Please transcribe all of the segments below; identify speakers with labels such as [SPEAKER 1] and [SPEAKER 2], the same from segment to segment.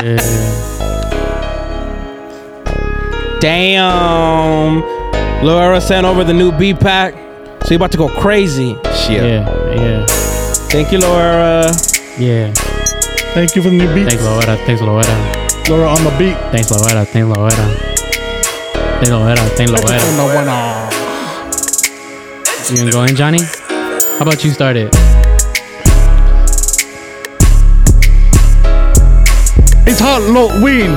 [SPEAKER 1] Yeah.
[SPEAKER 2] Damn. Laura sent over the new B pack. So you about to go crazy.
[SPEAKER 3] Shit.
[SPEAKER 1] Yeah.
[SPEAKER 2] Thank you, Laura.
[SPEAKER 1] Yeah. Yeah.
[SPEAKER 4] Thank you for the new beat.
[SPEAKER 1] Thanks, Loera. Thanks, Loera.
[SPEAKER 4] Laura on the beat.
[SPEAKER 1] Thanks, Loera. Thanks, Loera. Thanks, Loera. Thanks, Loera.
[SPEAKER 4] the one uh, off.
[SPEAKER 1] You gonna go in, Johnny? How about you start it?
[SPEAKER 4] It's Halloween.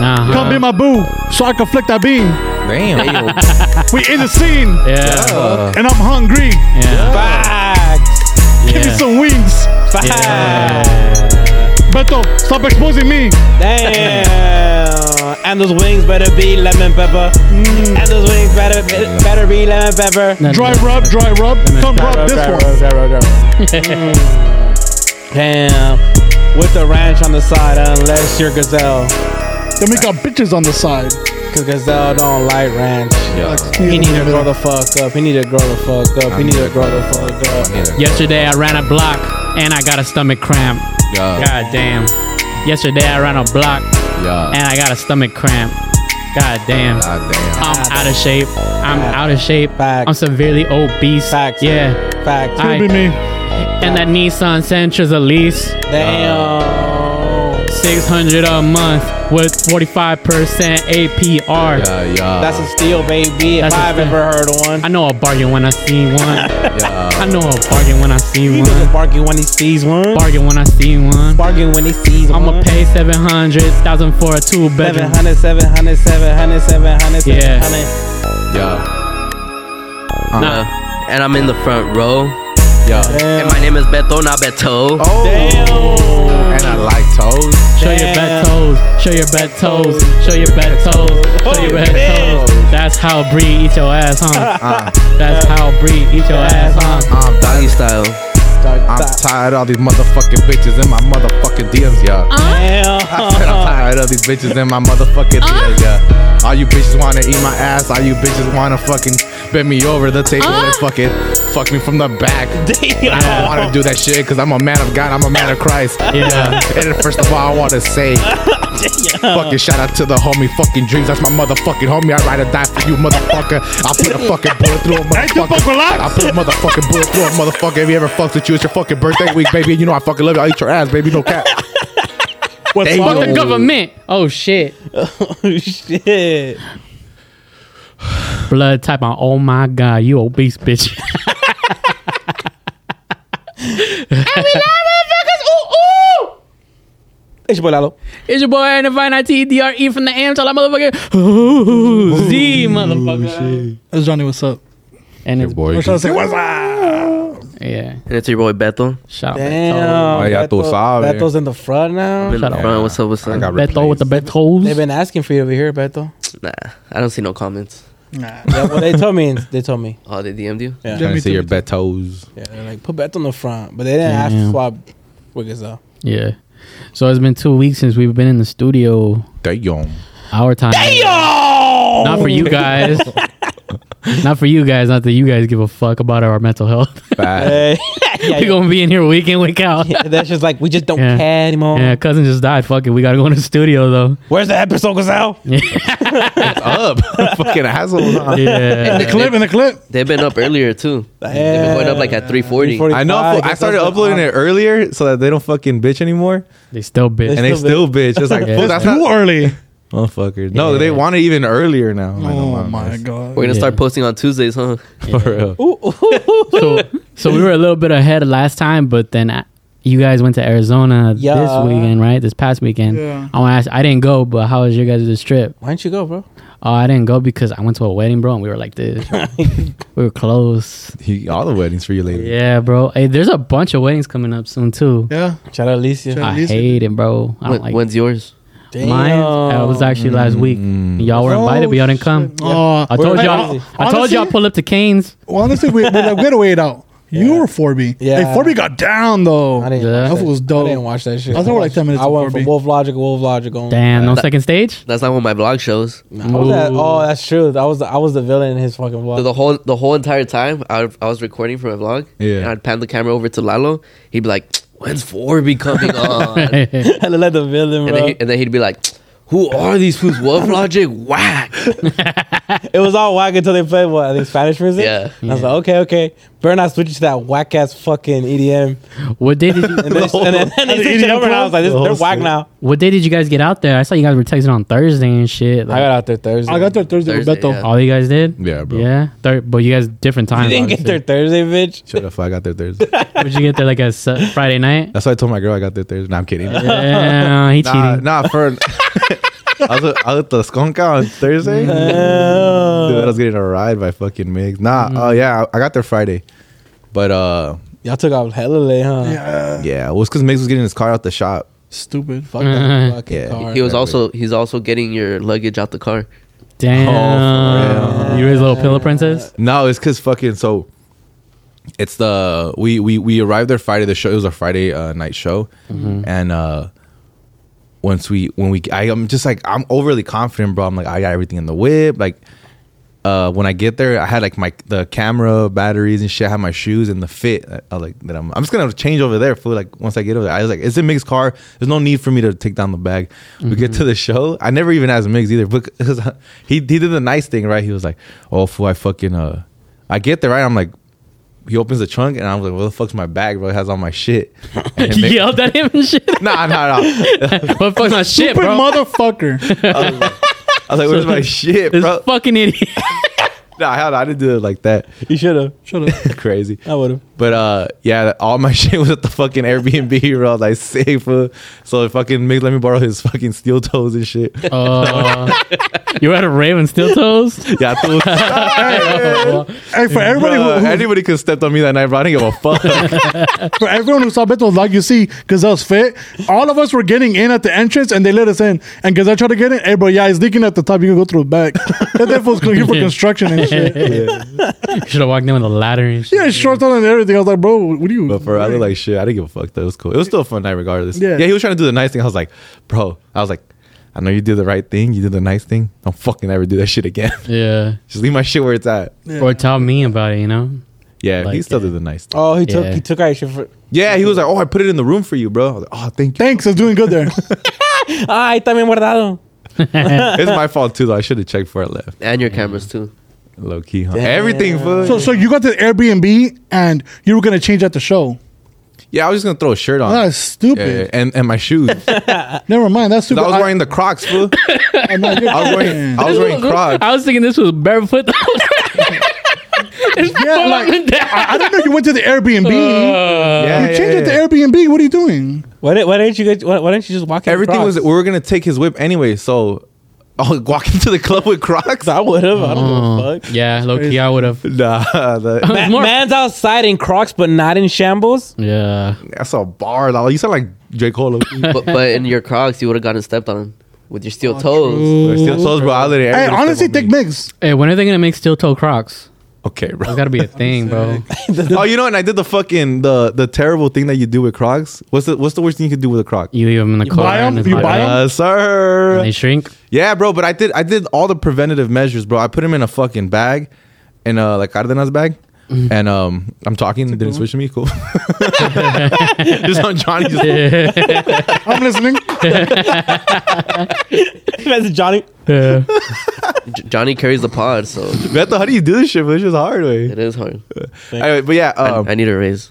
[SPEAKER 1] Nah.
[SPEAKER 4] Come be my boo, so I can flick that bean.
[SPEAKER 3] Damn.
[SPEAKER 4] We in the scene,
[SPEAKER 1] Yeah.
[SPEAKER 4] and I'm hungry.
[SPEAKER 1] Yeah.
[SPEAKER 2] Facts.
[SPEAKER 4] Give me
[SPEAKER 1] Yeah.
[SPEAKER 4] some wings.
[SPEAKER 2] Facts.
[SPEAKER 1] Yeah.
[SPEAKER 4] Beto, stop exposing me.
[SPEAKER 2] Damn. And those wings better be lemon pepper.
[SPEAKER 4] Mm.
[SPEAKER 2] And those wings better be, better be lemon pepper.
[SPEAKER 1] Nah,
[SPEAKER 4] Dry rub, dry rub. Come rub this one.
[SPEAKER 2] Damn. With the ranch on the side, unless you're gazelle.
[SPEAKER 4] Then we got bitches on the side.
[SPEAKER 2] Cause gazelle don't like ranch.
[SPEAKER 3] Yeah.
[SPEAKER 2] He need to grow the fuck up. He need to grow the fuck up. He need to grow the fuck up.
[SPEAKER 3] Yeah.
[SPEAKER 1] Yesterday I ran a block and I got a stomach cramp.
[SPEAKER 3] Yeah.
[SPEAKER 1] God damn. Yesterday I ran a block and
[SPEAKER 3] Yeah.
[SPEAKER 1] I got a stomach cramp. God damn.
[SPEAKER 3] God damn.
[SPEAKER 1] I'm out of shape. I'm out of shape.
[SPEAKER 2] Facts.
[SPEAKER 1] I'm severely obese.
[SPEAKER 2] Facts.
[SPEAKER 1] Yeah.
[SPEAKER 2] Facts.
[SPEAKER 1] I-
[SPEAKER 4] It'll be me.
[SPEAKER 1] And that Nissan Sentra's a lease.
[SPEAKER 2] Damn.
[SPEAKER 1] 600 a month with 45% APR.
[SPEAKER 3] Yeah. Yeah.
[SPEAKER 2] That's a steal, baby. If
[SPEAKER 1] That's a
[SPEAKER 2] I've
[SPEAKER 1] steal.
[SPEAKER 2] ever heard one.
[SPEAKER 1] I know a bargain when I see one. I
[SPEAKER 3] Yeah.
[SPEAKER 1] know a bargain when I see
[SPEAKER 2] He doesn't
[SPEAKER 1] one.
[SPEAKER 2] bargain when he sees one.
[SPEAKER 1] Bargain when I see one.
[SPEAKER 2] Bargain when he sees one.
[SPEAKER 1] I'ma pay 700,000 for a two bedroom.
[SPEAKER 2] 700, 700, 700, 700,
[SPEAKER 1] Yeah.
[SPEAKER 2] 700.
[SPEAKER 3] Yeah.
[SPEAKER 1] Nah.
[SPEAKER 5] Uh, and I'm in the front row.
[SPEAKER 3] Yeah. Oh.
[SPEAKER 5] And my name is Beto, not Beto.
[SPEAKER 2] Damn.
[SPEAKER 3] And I like toes.
[SPEAKER 1] Show your bad toes, show your bad toes, show your bad toes, show your bad
[SPEAKER 2] Holy
[SPEAKER 1] toes. That's how Bree eat your ass, huh?
[SPEAKER 3] Uh,
[SPEAKER 1] That's how Bree eat your ass, huh?
[SPEAKER 3] I'm,
[SPEAKER 5] Doggy style.
[SPEAKER 3] I'm tired of all these motherfucking bitches in my motherfucking DMs. Yeah.
[SPEAKER 2] Uh-huh.
[SPEAKER 3] I said I'm
[SPEAKER 2] Damn.
[SPEAKER 3] tired of these bitches in my motherfucking
[SPEAKER 2] Uh-huh.
[SPEAKER 3] DMs. Yeah. All you bitches wanna eat my ass. All you bitches wanna fucking bend me over the table
[SPEAKER 2] Uh-huh.
[SPEAKER 3] and fucking fuck me from the back. I don't
[SPEAKER 2] Damn.
[SPEAKER 3] wanna do that shit because I'm a man of God. I'm a man of Christ.
[SPEAKER 1] Yeah.
[SPEAKER 3] And first of all, I wanna say, fucking shout out to the homie, fucking dreams. That's my motherfucking homie. I ride or die for you, motherfucker. I put a fucking bullet through a
[SPEAKER 4] fuck
[SPEAKER 3] motherfucker.
[SPEAKER 4] relax.
[SPEAKER 3] I put a motherfucking bullet through a motherfucker. If you ever fucks with you, it's your fucking birthday week, baby. And you know I fucking love you. I'll eat your ass, baby. No cap.
[SPEAKER 4] What's
[SPEAKER 3] Damn.
[SPEAKER 1] Fuck
[SPEAKER 4] up?
[SPEAKER 1] the government. Oh shit.
[SPEAKER 2] Oh, shit.
[SPEAKER 1] Blood type on. Oh my god, you obese bitch.
[SPEAKER 2] It's your boy Lalo.
[SPEAKER 1] It's your boy Anifine I T D R E from the AM till I motherfucker. Ooh, Z motherfucker.
[SPEAKER 4] It's Johnny, what's up?
[SPEAKER 1] And it's
[SPEAKER 3] boy.
[SPEAKER 4] Or should I say, what's up?
[SPEAKER 1] yeah.
[SPEAKER 5] And it's your boy Beto.
[SPEAKER 1] Shout out Beto.
[SPEAKER 2] Damn.
[SPEAKER 3] ya Oh, tú
[SPEAKER 2] Beto-
[SPEAKER 3] sabes.
[SPEAKER 2] Beto's in the front now.
[SPEAKER 5] I'm in the
[SPEAKER 1] Shut up.
[SPEAKER 5] front. What's up? What's up?
[SPEAKER 3] got re-
[SPEAKER 1] Beto with the
[SPEAKER 2] They've
[SPEAKER 1] Betos.
[SPEAKER 2] been asking for you over here, Beto.
[SPEAKER 5] nah, I don't see no comments.
[SPEAKER 4] Nah.
[SPEAKER 2] Yeah, well, they told me. They told me.
[SPEAKER 5] Oh, they DM'd you?
[SPEAKER 2] Yeah.
[SPEAKER 3] Trying to see your Betos.
[SPEAKER 2] Yeah, they're like, put Beto on the front. But they didn't ask to
[SPEAKER 1] Damn.
[SPEAKER 2] swap with Gazelle.
[SPEAKER 1] Yeah. So it's been two weeks since we've been in the studio.
[SPEAKER 3] Damn.
[SPEAKER 1] Our time. Not for you guys. not for you guys. Not that you guys give a fuck about our mental health.
[SPEAKER 3] Bad.
[SPEAKER 2] Hey. yeah,
[SPEAKER 1] we
[SPEAKER 2] yeah.
[SPEAKER 1] gonna be in here week in, week out. Yeah.
[SPEAKER 2] Yeah, that's just like we just don't
[SPEAKER 1] Yeah.
[SPEAKER 2] care anymore.
[SPEAKER 1] cousin just died. Fuck it. We gotta go in the studio though.
[SPEAKER 2] Where's the episode, Gazelle?
[SPEAKER 3] It's up. fucking assholes. huh?
[SPEAKER 1] Yeah.
[SPEAKER 4] The clip in the clip.
[SPEAKER 5] They've been up earlier too. They've been going up like at 340.
[SPEAKER 2] 340.
[SPEAKER 3] I know.
[SPEAKER 2] Fuck,
[SPEAKER 3] I started
[SPEAKER 2] that's
[SPEAKER 3] uploading
[SPEAKER 2] awesome.
[SPEAKER 3] it earlier so that they don't fucking bitch anymore,
[SPEAKER 1] they still bitch.
[SPEAKER 3] and they
[SPEAKER 2] Still
[SPEAKER 3] still bitch. It's like,
[SPEAKER 1] Yeah.
[SPEAKER 3] fool, that's
[SPEAKER 4] Too
[SPEAKER 3] not
[SPEAKER 4] early.
[SPEAKER 3] motherfuckers. No, they
[SPEAKER 1] Yeah.
[SPEAKER 3] want it even earlier now. I don't
[SPEAKER 4] Oh
[SPEAKER 3] want
[SPEAKER 4] my
[SPEAKER 3] this.
[SPEAKER 4] god.
[SPEAKER 5] We're gonna
[SPEAKER 1] Yeah.
[SPEAKER 5] start posting on Tuesdays, huh?
[SPEAKER 3] For real.
[SPEAKER 1] so, so we were a little bit ahead last time, but then uh, you guys went to Arizona
[SPEAKER 2] Yeah.
[SPEAKER 1] this weekend, right? This past weekend.
[SPEAKER 4] Yeah.
[SPEAKER 1] I want to ask. I didn't go, but how was your guys' trip?
[SPEAKER 2] Why don't you go, bro?
[SPEAKER 1] Oh, I didn't go because I went to a wedding, bro, and we were like this. we were close.
[SPEAKER 3] He, all the weddings for you later.
[SPEAKER 1] Yeah, bro. Hey, there's a bunch of weddings coming up soon too.
[SPEAKER 4] Yeah.
[SPEAKER 2] Shout out Alicia.
[SPEAKER 4] Shout-
[SPEAKER 1] I
[SPEAKER 4] Listen.
[SPEAKER 1] hate it, bro. I don't
[SPEAKER 5] When,
[SPEAKER 1] like
[SPEAKER 5] when's yours?
[SPEAKER 2] Damn.
[SPEAKER 1] Ah, mine. uh, It was actually last week. Y'all were invited, but y'all didn't come.
[SPEAKER 4] Oh,
[SPEAKER 1] I told
[SPEAKER 2] We're
[SPEAKER 1] y'all.
[SPEAKER 2] crazy.
[SPEAKER 1] I told
[SPEAKER 4] Honestly-
[SPEAKER 1] y'all pull up to Canes.
[SPEAKER 4] Well, honestly, we, we're like, we had to wait it out. You were 4B.
[SPEAKER 2] Yeah.
[SPEAKER 4] Hey, 4B got down, though.
[SPEAKER 2] I didn't.
[SPEAKER 1] Yeah.
[SPEAKER 2] watch
[SPEAKER 4] That was dope.
[SPEAKER 2] I didn't watch that shit.
[SPEAKER 4] I thought we were like 10 minutes
[SPEAKER 2] I went
[SPEAKER 4] before
[SPEAKER 2] from
[SPEAKER 4] B.
[SPEAKER 2] Wolf Logic, Wolf Logic. On.
[SPEAKER 1] Damn, no second stage.
[SPEAKER 5] That's not what my vlog shows.
[SPEAKER 2] I was at,
[SPEAKER 1] Ooh.
[SPEAKER 2] oh, that's true. I was the, I was the villain in his fucking
[SPEAKER 5] So
[SPEAKER 2] vlog.
[SPEAKER 5] the whole the whole entire time I, I was recording for my vlog.
[SPEAKER 3] Yeah.
[SPEAKER 5] And I'd pan the camera over to Lalo. He'd be like, when's four be coming on?
[SPEAKER 2] I look like the villain,
[SPEAKER 5] and,
[SPEAKER 2] bro.
[SPEAKER 5] then he, and then he'd be like, who are these fools? What logic? Whack.
[SPEAKER 2] it was all whack until they played what I think Spanish music.
[SPEAKER 5] Yeah.
[SPEAKER 2] I was like, okay, okay. Better not switch it to that whack ass fucking E EDM.
[SPEAKER 1] what day did you,
[SPEAKER 2] And then, and then, and they switched it over, and I was like, this, they're whack now.
[SPEAKER 1] what day did you guys get out there? I saw you guys were texting on Thursday and shit.
[SPEAKER 2] I
[SPEAKER 1] Like,
[SPEAKER 2] got out there Thursday.
[SPEAKER 4] I got there Thursday with
[SPEAKER 5] Thursday,
[SPEAKER 4] Beto.
[SPEAKER 5] yeah.
[SPEAKER 1] all you guys did?
[SPEAKER 3] Yeah, bro.
[SPEAKER 1] Yeah, Thir- but you guys different
[SPEAKER 2] You
[SPEAKER 1] times.
[SPEAKER 2] didn't get there
[SPEAKER 1] obviously.
[SPEAKER 2] Thursday, bitch.
[SPEAKER 3] Shut up! I got there Thursday.
[SPEAKER 1] Would you get there like a su- Friday night?
[SPEAKER 3] That's why I told my girl I got there Thursday. Nah, I'm kidding.
[SPEAKER 1] Yeah, he
[SPEAKER 3] Nah,
[SPEAKER 1] cheating.
[SPEAKER 3] nah, for. I was, at- I was at the Skonka on Thursday. Dude, I was getting a ride by fucking Migs. Nah, oh
[SPEAKER 1] Mm.
[SPEAKER 3] yeah, I I got there Friday, but uh,
[SPEAKER 2] Y'all took off hella late, huh?
[SPEAKER 4] Yeah.
[SPEAKER 3] yeah, it was because Migs was getting his car out the shop.
[SPEAKER 4] Stupid.
[SPEAKER 2] Fuck that fucking
[SPEAKER 3] Yeah.
[SPEAKER 2] car.
[SPEAKER 5] He was
[SPEAKER 3] Alright.
[SPEAKER 5] also he's also getting your luggage out the car.
[SPEAKER 3] Oh,
[SPEAKER 1] Damn, you were his little pillow princess.
[SPEAKER 3] No, it's because fucking so. It's the we we we arrived there Friday. The show it was a Friday uh, night show, and uh once we when we I, I'm just like I'm overly confident, bro. I'm like I got everything in the whip. Like uh when I get there, I had like my the camera batteries and shit. I had my shoes and the fit. uh, I, I like that. I'm I'm just gonna change over there. Fool. Like once I get over there, I was like, it's a mixed car. There's no need for me to take down the bag. We get to the show. I never even asked Migs either because he he did the nice thing, right? He was like, oh fool, I fucking uh, I get there right. I'm like. He opens the trunk and I'm like, "Where the fuck's my bag, bro? It has all my shit." And
[SPEAKER 1] You
[SPEAKER 3] Migs-
[SPEAKER 1] yelled at him and shit.
[SPEAKER 3] Nah, nah, nah.
[SPEAKER 1] What fuck's my shit,
[SPEAKER 4] Stupid
[SPEAKER 1] bro?
[SPEAKER 4] motherfucker.
[SPEAKER 3] I was like, "Where's my shit,
[SPEAKER 1] this
[SPEAKER 3] bro?"
[SPEAKER 1] fucking idiot.
[SPEAKER 3] nah, hell, no, I didn't do it like that.
[SPEAKER 2] You should have.
[SPEAKER 4] Shut up.
[SPEAKER 3] Crazy.
[SPEAKER 2] I would have.
[SPEAKER 3] But uh, yeah, all my shit was at the fucking Airbnb. Bro, I was like, "Sick, fool." So fucking Mick let me borrow his fucking steel toes and shit.
[SPEAKER 1] Uh, you were at a rave and steel toes.
[SPEAKER 3] Yeah, I told
[SPEAKER 4] Hey, for everybody,
[SPEAKER 3] Bro,
[SPEAKER 4] who, who-
[SPEAKER 3] anybody could have stepped on me that night. Bro, I didn't give a fuck.
[SPEAKER 4] for everyone who saw Beto, like you see, Gazelle's fit. All of us were getting in at the entrance, and they let us in. And Gazelle tried to get in. Hey, bro, yeah, it's leaking at the top. You can go through the back. that that fool's here for construction and shit.
[SPEAKER 1] You should have walked in with a ladder and shit.
[SPEAKER 4] Yeah, his shorts on and everything. I was like, bro, what do you?
[SPEAKER 3] but for I looked like shit. I didn't give a fuck. though. It was cool. It was still a fun night regardless.
[SPEAKER 4] Yeah.
[SPEAKER 3] Yeah. he was trying to do the nice thing. I was like, "Bro," I was like, "I know you did the right thing. You did the nice thing. Don't fucking ever do that shit again.
[SPEAKER 1] Yeah.
[SPEAKER 3] Just leave my shit where it's at."
[SPEAKER 1] Or tell me about it, you know?
[SPEAKER 3] Yeah, he
[SPEAKER 1] Like,
[SPEAKER 3] still
[SPEAKER 1] yeah.
[SPEAKER 3] did the nice thing.
[SPEAKER 2] Oh, he took
[SPEAKER 1] Yeah.
[SPEAKER 2] he took our shit for.
[SPEAKER 3] Yeah, he was like, "Oh, I put it in the room for you, bro." I was like, "Oh, thank you."
[SPEAKER 4] Thanks, it's doing good there.
[SPEAKER 2] Ay, también guardado.
[SPEAKER 3] it's my fault too, though. I should have checked before I left.
[SPEAKER 5] And your cameras too.
[SPEAKER 3] Low key, huh? Everything, fool.
[SPEAKER 4] so, so you got the Airbnb, and you were gonna change at the show.
[SPEAKER 3] yeah, I was just gonna throw a shirt on.
[SPEAKER 4] That's stupid.
[SPEAKER 3] Yeah, yeah, and and my shoes. 'Cause
[SPEAKER 4] Never mind. That's
[SPEAKER 3] I
[SPEAKER 4] stupid.
[SPEAKER 3] was wearing the Crocs, fool.
[SPEAKER 4] I, am not,
[SPEAKER 3] I was wearing, I was wearing Crocs.
[SPEAKER 1] I was thinking this was barefoot.
[SPEAKER 4] yeah, like, I, I don't know. You went to the Airbnb.
[SPEAKER 3] Yeah,
[SPEAKER 4] you
[SPEAKER 3] yeah,
[SPEAKER 4] changed it
[SPEAKER 3] yeah.
[SPEAKER 4] to Airbnb. What are you doing?
[SPEAKER 2] Why didn't Why didn't you get? Why, why didn't you just walk? in
[SPEAKER 3] Everything was.
[SPEAKER 2] Crocs?
[SPEAKER 3] We were gonna take his whip anyway, so I'll walk into the club with Crocs.
[SPEAKER 2] I would have. I don't give a Oh, fuck.
[SPEAKER 1] yeah, low key, I would have.
[SPEAKER 3] Nah, that,
[SPEAKER 1] It's
[SPEAKER 2] Ma-
[SPEAKER 1] Uh-huh. more-
[SPEAKER 2] man's outside in Crocs, but not in shambles.
[SPEAKER 1] Yeah.
[SPEAKER 3] that's a bar. Dog. You sound like J Cole. low key.
[SPEAKER 5] But, but in your Crocs, you would have gotten stepped on with your steel toes.
[SPEAKER 3] But Still toes, bro. I literally-
[SPEAKER 4] Hey,
[SPEAKER 3] everybody
[SPEAKER 4] honestly,
[SPEAKER 3] stepped on
[SPEAKER 4] Dick
[SPEAKER 3] me.
[SPEAKER 4] Mix.
[SPEAKER 1] Hey, when are they going to make steel toe crocs?
[SPEAKER 3] Okay, bro.
[SPEAKER 1] It's got to be a thing, bro.
[SPEAKER 3] oh, you know, and I did the fucking the the terrible thing that you do with Crocs. What's the what's the worst thing you could do with a Croc?
[SPEAKER 1] You leave them in the car.
[SPEAKER 4] buy 'em?
[SPEAKER 1] and it's
[SPEAKER 4] You
[SPEAKER 1] like- "Oh,
[SPEAKER 4] buy 'em?
[SPEAKER 3] Uh, sir.
[SPEAKER 1] and They shrink.
[SPEAKER 3] Yeah, bro, but I did I did all the preventative measures, bro. I put him in a fucking bag, in a like Cardenas bag. And um, I'm talking. Didn't switch to me. Cool. just on Johnny. Just,
[SPEAKER 4] I'm listening.
[SPEAKER 2] That's Johnny.
[SPEAKER 1] Yeah.
[SPEAKER 5] J- Johnny carries the pod, so
[SPEAKER 3] Beto, how do you do this shit? But it's just hard way.
[SPEAKER 5] it is hard.
[SPEAKER 3] Anyway, but yeah.
[SPEAKER 5] I,
[SPEAKER 3] Um,
[SPEAKER 5] I need a raise.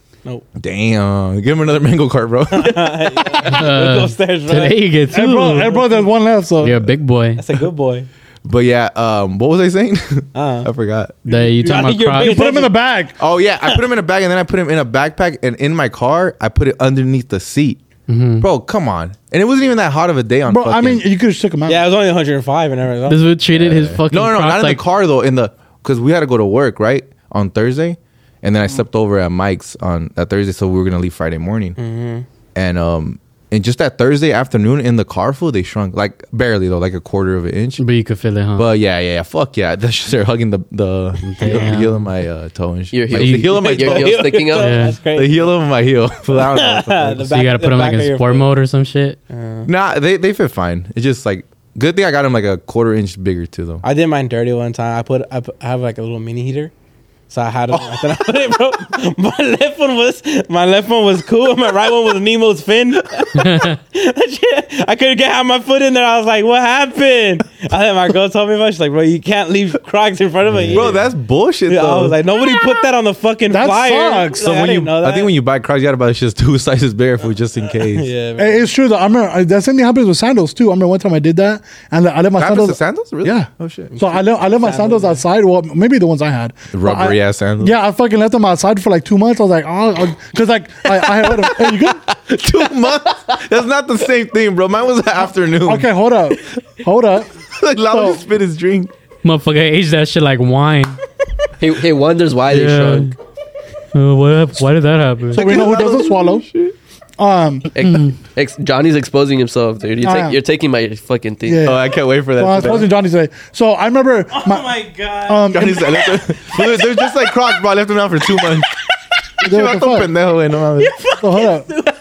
[SPEAKER 3] damn. Give him another mango cart, bro.
[SPEAKER 2] Go upstairs, bro.
[SPEAKER 1] Uh, Today you get
[SPEAKER 4] Hey, bro, hey,
[SPEAKER 1] two.
[SPEAKER 4] bro, there's one left. So
[SPEAKER 1] You're a big boy.
[SPEAKER 2] That's a good boy.
[SPEAKER 3] but yeah. Um, what was I saying?
[SPEAKER 5] Uh-huh.
[SPEAKER 2] Uh.
[SPEAKER 3] I forgot.
[SPEAKER 1] That you
[SPEAKER 2] I
[SPEAKER 1] talking about
[SPEAKER 2] think you're
[SPEAKER 1] crocs?
[SPEAKER 2] big.
[SPEAKER 4] put him in the bag.
[SPEAKER 3] Oh yeah, I put him in a bag and then I put him in a backpack and in my car I put it underneath the seat.
[SPEAKER 5] Mm-hmm.
[SPEAKER 3] Bro, come on. And it wasn't even that hot of a day on.
[SPEAKER 4] Bro, I
[SPEAKER 3] fucking-
[SPEAKER 4] mean, you could have took him out.
[SPEAKER 2] Yeah, it was only 105 in Arizona.
[SPEAKER 1] This would treated his fucking
[SPEAKER 3] no, no, no,
[SPEAKER 1] crocs
[SPEAKER 3] not in
[SPEAKER 1] like
[SPEAKER 3] the car though. In the because we had to go to work right on Thursday, and then I slept over at Mike's on that Thursday, so we were gonna leave Friday morning, and um. And just that Thursday afternoon in the car full, they shrunk like barely though, like a quarter of an inch.
[SPEAKER 1] But you could feel it, huh?
[SPEAKER 3] But yeah, yeah, yeah fuck yeah. That's just they're hugging the the, the
[SPEAKER 1] Damn.
[SPEAKER 3] heel of my uh, toe and
[SPEAKER 5] Your heel,
[SPEAKER 3] shit. Like, the heel of my
[SPEAKER 5] your
[SPEAKER 3] toe.
[SPEAKER 5] heel sticking out.
[SPEAKER 1] Yeah.
[SPEAKER 2] That's
[SPEAKER 3] The
[SPEAKER 2] great.
[SPEAKER 3] heel of my heel. I don't know.
[SPEAKER 2] The
[SPEAKER 1] so you
[SPEAKER 2] back-
[SPEAKER 1] gotta
[SPEAKER 2] the
[SPEAKER 1] put him like
[SPEAKER 2] back of
[SPEAKER 1] in
[SPEAKER 2] your
[SPEAKER 1] sport
[SPEAKER 2] foot.
[SPEAKER 1] mode or some shit.
[SPEAKER 3] Nah, they, they fit fine. It's just like good thing I got them like a quarter inch bigger too though.
[SPEAKER 2] I did mine dirty one time. I put I, put, I have like a little mini heater, So I had it. I said, I put it, bro. My left one was my left one was cool. My right one was Nemo's fin. I couldn't get how my foot in there. I was like, "What happened?" I think my girl told me about. it. She's like, "Bro, you can't leave Crocs in front of me."
[SPEAKER 3] Bro, that's bullshit.
[SPEAKER 2] Yeah, I
[SPEAKER 3] though.
[SPEAKER 2] was like, nobody put that on the fucking
[SPEAKER 4] That
[SPEAKER 2] flyer.
[SPEAKER 4] sucks.
[SPEAKER 3] so
[SPEAKER 2] Like, I
[SPEAKER 3] when
[SPEAKER 2] didn't
[SPEAKER 3] you,
[SPEAKER 2] know
[SPEAKER 3] I
[SPEAKER 2] that.
[SPEAKER 3] think when you buy Crocs, you gotta buy just two sizes bigger for just in case.
[SPEAKER 2] yeah, man.
[SPEAKER 4] Hey, it's true. Though. I remember I- that same thing happens with sandals too. I remember one time I did that, and I left my
[SPEAKER 3] That happens
[SPEAKER 4] sandals.
[SPEAKER 3] to sandals, really?
[SPEAKER 4] Yeah.
[SPEAKER 3] Oh shit.
[SPEAKER 4] So I left, I left my sandals outside. Well, maybe the ones I had. But
[SPEAKER 3] Rubbery
[SPEAKER 4] I-
[SPEAKER 3] ass sandals.
[SPEAKER 4] Yeah, I fucking left them outside for like two months. I was like, oh, because like I, I had. Hey, you good?
[SPEAKER 3] two months. That's not the same thing, bro. Mine was the afternoon.
[SPEAKER 4] Okay, hold up, hold up.
[SPEAKER 3] like Lalo just spit his drink.
[SPEAKER 1] Motherfucker aged that shit like wine.
[SPEAKER 5] He, he wonders why they
[SPEAKER 1] Yeah.
[SPEAKER 5] shrunk.
[SPEAKER 1] Uh, what hap- why did that happen?
[SPEAKER 4] So we know who doesn't swallow. Um,
[SPEAKER 5] Ex, ex, Johnny's exposing himself, dude. You're,
[SPEAKER 4] I
[SPEAKER 5] take-
[SPEAKER 4] am.
[SPEAKER 5] you're taking my fucking thing.
[SPEAKER 4] Yeah.
[SPEAKER 3] Oh, I can't wait for that.
[SPEAKER 4] well, I was posting Johnny today. So I remember.
[SPEAKER 2] oh my god.
[SPEAKER 4] um,
[SPEAKER 3] Johnny said, "Left them- They're they're just like Crocs, bro. I left them out for two months.
[SPEAKER 4] they were the
[SPEAKER 3] Shut the
[SPEAKER 4] fuck.
[SPEAKER 3] pendejo, eh, no mames.
[SPEAKER 4] So hold up.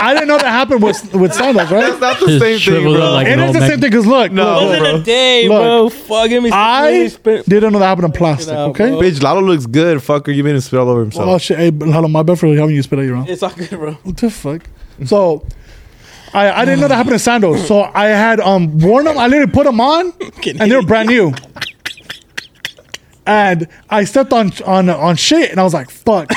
[SPEAKER 4] I didn't know that happened with with sandals,
[SPEAKER 3] That's
[SPEAKER 4] right?
[SPEAKER 3] not the
[SPEAKER 1] Just
[SPEAKER 3] same thing,
[SPEAKER 1] shriveled
[SPEAKER 3] bro.
[SPEAKER 1] up like
[SPEAKER 4] It
[SPEAKER 1] an
[SPEAKER 4] is
[SPEAKER 1] old
[SPEAKER 4] the
[SPEAKER 1] man.
[SPEAKER 4] same thing. Cause look,
[SPEAKER 3] No.
[SPEAKER 4] look,
[SPEAKER 2] Wasn't
[SPEAKER 3] bro.
[SPEAKER 2] a day,
[SPEAKER 4] Look,
[SPEAKER 2] bro. Fuck, give me some
[SPEAKER 4] I
[SPEAKER 2] please, spin-
[SPEAKER 4] didn't know that happened in plastic.
[SPEAKER 2] out,
[SPEAKER 4] Okay.
[SPEAKER 2] bro.
[SPEAKER 3] Bitch, Lalo looks good. Fucker, you made him spit all over
[SPEAKER 4] Oh
[SPEAKER 3] himself.
[SPEAKER 4] shit! Hey, hold on, my bad for having you spit out your own.
[SPEAKER 2] It's all good, bro.
[SPEAKER 4] What the fuck? So, I I didn't know that happened to sandals. So I had um worn them. I literally put them on, and they were brand new. And I stepped on on on shit, and I was like, "Fuck!"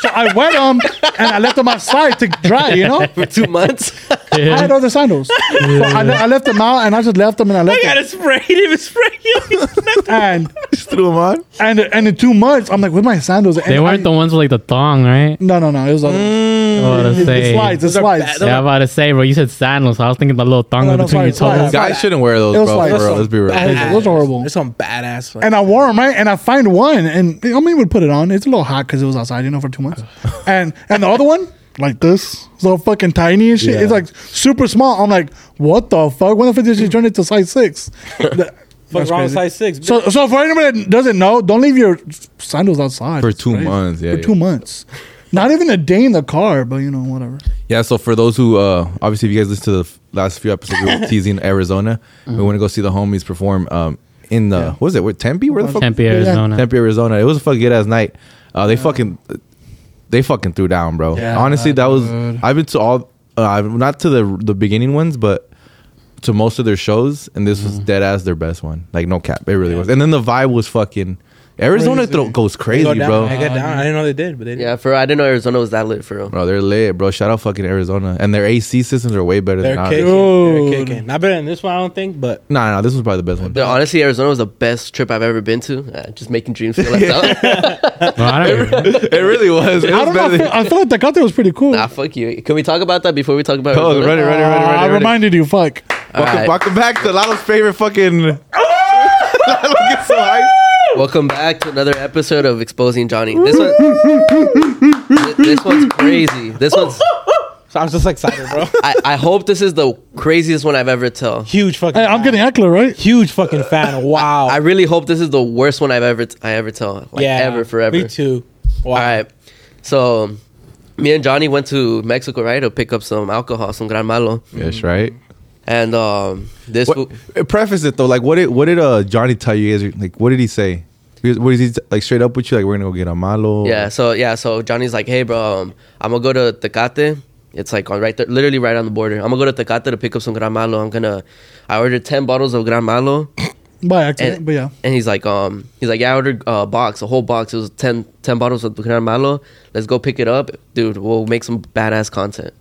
[SPEAKER 4] So I wet them, and I left them outside to dry. You know,
[SPEAKER 5] For two months?
[SPEAKER 4] I had other sandals, so I, le- I left them out, and I just left them, and I
[SPEAKER 2] I
[SPEAKER 4] left them.
[SPEAKER 2] gotta spray him. and Spray him.
[SPEAKER 4] And
[SPEAKER 3] Just threw him on.
[SPEAKER 4] and and in two months, I'm like, "With my sandals?" And
[SPEAKER 1] They weren't
[SPEAKER 4] I-
[SPEAKER 1] the ones with like the thong, right?
[SPEAKER 4] No, no, no. It was other.
[SPEAKER 1] I was about to
[SPEAKER 4] It, it
[SPEAKER 1] say.
[SPEAKER 4] slides.
[SPEAKER 2] Mm.
[SPEAKER 4] It
[SPEAKER 2] Those are
[SPEAKER 4] slides.
[SPEAKER 2] bad.
[SPEAKER 1] Yeah, I'm about to say, bro. You said sandals. I was thinking the little thong
[SPEAKER 4] No, no,
[SPEAKER 1] between your
[SPEAKER 4] sorry,
[SPEAKER 1] toes.
[SPEAKER 4] sorry.
[SPEAKER 3] Guys shouldn't wear those,
[SPEAKER 4] It was
[SPEAKER 3] bro.
[SPEAKER 4] like-
[SPEAKER 3] for real. Let's be real.
[SPEAKER 4] Those are horrible.
[SPEAKER 2] It's some badass. Like,
[SPEAKER 4] and I wore them right, and I find one, and I mean, would put it on. It's a little hot because it was outside, you know, for two months. and and the other one, like this, it's all fucking tiny and shit. It's like super small. I'm like, what the fuck? When the fuck did she turn it to size six? That-
[SPEAKER 2] fuck
[SPEAKER 4] that's
[SPEAKER 2] wrong
[SPEAKER 4] crazy.
[SPEAKER 2] size six. bitch.
[SPEAKER 4] So so for anybody that doesn't know, don't leave your sandals outside
[SPEAKER 3] For
[SPEAKER 4] It's
[SPEAKER 3] two
[SPEAKER 4] crazy.
[SPEAKER 3] months, yeah,
[SPEAKER 4] for
[SPEAKER 3] yeah.
[SPEAKER 4] two months. Not even a day in the car, but you know, whatever.
[SPEAKER 3] Yeah, so for those who, uh, obviously, if you guys listen to the f- last few episodes, we were teasing Arizona. We want to go see the homies perform um, in the, what was it, where, Tempe? Where the fuck?
[SPEAKER 1] Tempe, Arizona.
[SPEAKER 3] Tempe, Arizona. It was a fucking good ass night. Uh, they fucking, they fucking threw down, bro.
[SPEAKER 4] Yeah,
[SPEAKER 3] Honestly, that was.
[SPEAKER 4] dude.
[SPEAKER 3] I've been to all, uh, I've- not to the the beginning ones, but to most of their shows, and this
[SPEAKER 4] Mm.
[SPEAKER 3] was dead ass their best one. Like no cap, it really was. And then the vibe was fucking. Arizona
[SPEAKER 4] Crazy.
[SPEAKER 3] throw, goes
[SPEAKER 2] They
[SPEAKER 3] crazy,
[SPEAKER 2] go down.
[SPEAKER 3] bro.
[SPEAKER 2] I got down. I didn't know they did, but they did.
[SPEAKER 5] Yeah, for I didn't know Arizona was that lit, for real.
[SPEAKER 3] Bro, they're lit, bro. Shout out fucking Arizona, and their AC systems are way better
[SPEAKER 2] They're
[SPEAKER 3] than
[SPEAKER 2] kicking.
[SPEAKER 3] ours.
[SPEAKER 2] They're
[SPEAKER 4] Dude.
[SPEAKER 2] kicking. Not better than this one, I don't think. But
[SPEAKER 3] Nah, nah, this was probably the best one.
[SPEAKER 5] Dude, honestly, Arizona was the best trip I've ever been to. Uh, just making dreams feel left out.
[SPEAKER 1] No, I don't,
[SPEAKER 3] it really was. It
[SPEAKER 4] I
[SPEAKER 3] was
[SPEAKER 4] don't know. I
[SPEAKER 3] better
[SPEAKER 4] feel,
[SPEAKER 3] than.
[SPEAKER 4] I feel like the country was pretty cool.
[SPEAKER 5] nah, fuck you. Can we talk about that before we talk about
[SPEAKER 3] Oh,
[SPEAKER 5] Arizona?
[SPEAKER 3] run it, run it, run it,
[SPEAKER 4] Uh, I
[SPEAKER 3] run it, run it.
[SPEAKER 4] reminded you, fuck.
[SPEAKER 5] All
[SPEAKER 3] Welcome,
[SPEAKER 5] right.
[SPEAKER 3] welcome back to Lalo's favorite fucking. Lalo gets so hyped.
[SPEAKER 5] Welcome back to another episode of Exposing Johnny. This one, Th- this one's crazy. This one's.
[SPEAKER 2] so I'm just excited, bro.
[SPEAKER 5] I, I hope this is the craziest one I've ever tell.
[SPEAKER 2] huge fucking.
[SPEAKER 4] Hey, I'm
[SPEAKER 2] fan.
[SPEAKER 4] getting heckler, right?
[SPEAKER 2] huge fucking fan. Wow.
[SPEAKER 5] I really hope this is the worst one I've ever t- I ever tell. Like ever forever.
[SPEAKER 2] Me too. Wow.
[SPEAKER 5] All right. So, me and Johnny went to Mexico, right, to pick up some alcohol, some Gran Malo,
[SPEAKER 3] Yes, right.
[SPEAKER 5] and um, this.
[SPEAKER 3] What, preface it though, like what did what did uh, Johnny tell you guys? Like what did he say? He was- What is he like straight up with you? Like we're gonna go get a malo.
[SPEAKER 5] Yeah. So yeah. So Johnny's like, hey, bro, um, I'm gonna go to Tecate. It's like on right there, literally right on the border. I'm gonna go to Tecate to pick up some Gran Malo. I'm gonna. I ordered ten bottles of Gran Malo,
[SPEAKER 4] By accident,
[SPEAKER 5] and
[SPEAKER 4] but yeah.
[SPEAKER 5] And he's like, um, he's like, yeah, I ordered a box, a whole box. It was 10, 10 bottles of Gran Malo. Let's go pick it up, dude. We'll make some badass content.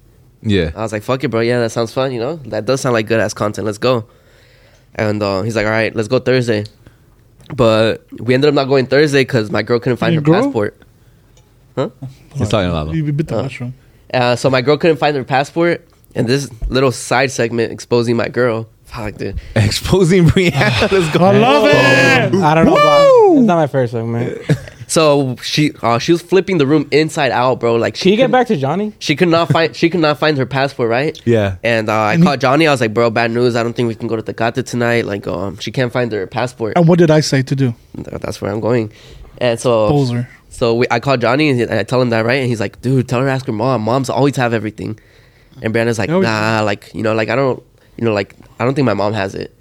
[SPEAKER 3] yeah.
[SPEAKER 5] I was like, fuck it, bro. Yeah, that sounds fun. You know, that does sound like good ass content. Let's go. And uh, he's like, all right, let's go Thursday. But we ended up not going Thursday because my girl couldn't find
[SPEAKER 4] Your
[SPEAKER 5] her
[SPEAKER 4] girl?
[SPEAKER 5] passport.
[SPEAKER 3] He's talking Lalo.
[SPEAKER 4] You bit the mushroom.
[SPEAKER 5] Uh, so my girl couldn't find her passport, and this little side segment exposing my girl. Fuck, dude.
[SPEAKER 3] Exposing Brianna. Let's go.
[SPEAKER 4] I love it.
[SPEAKER 2] I don't know. About, it's not my first one, man.
[SPEAKER 5] So she, uh, she was flipping the room inside out, bro. Like
[SPEAKER 2] Can
[SPEAKER 5] she
[SPEAKER 2] you get
[SPEAKER 5] could-
[SPEAKER 2] back to Johnny?
[SPEAKER 5] She could not find. She could not find her passport, right?
[SPEAKER 3] Yeah.
[SPEAKER 5] And uh, I called Johnny. I was like, "Bro, bad news. I don't think we can go to Tecate tonight. Like, um, she can't find her passport.
[SPEAKER 4] And what did I say to do?
[SPEAKER 5] That's where I'm going." And so,
[SPEAKER 4] Poser.
[SPEAKER 5] so we, I called Johnny and I tell him that, right? And he's like, "Dude, tell her to ask her mom. Moms always have everything." And Brandon's like,
[SPEAKER 4] They always
[SPEAKER 5] "Nah, like you know, like I don't, you know, like I don't think my mom has it."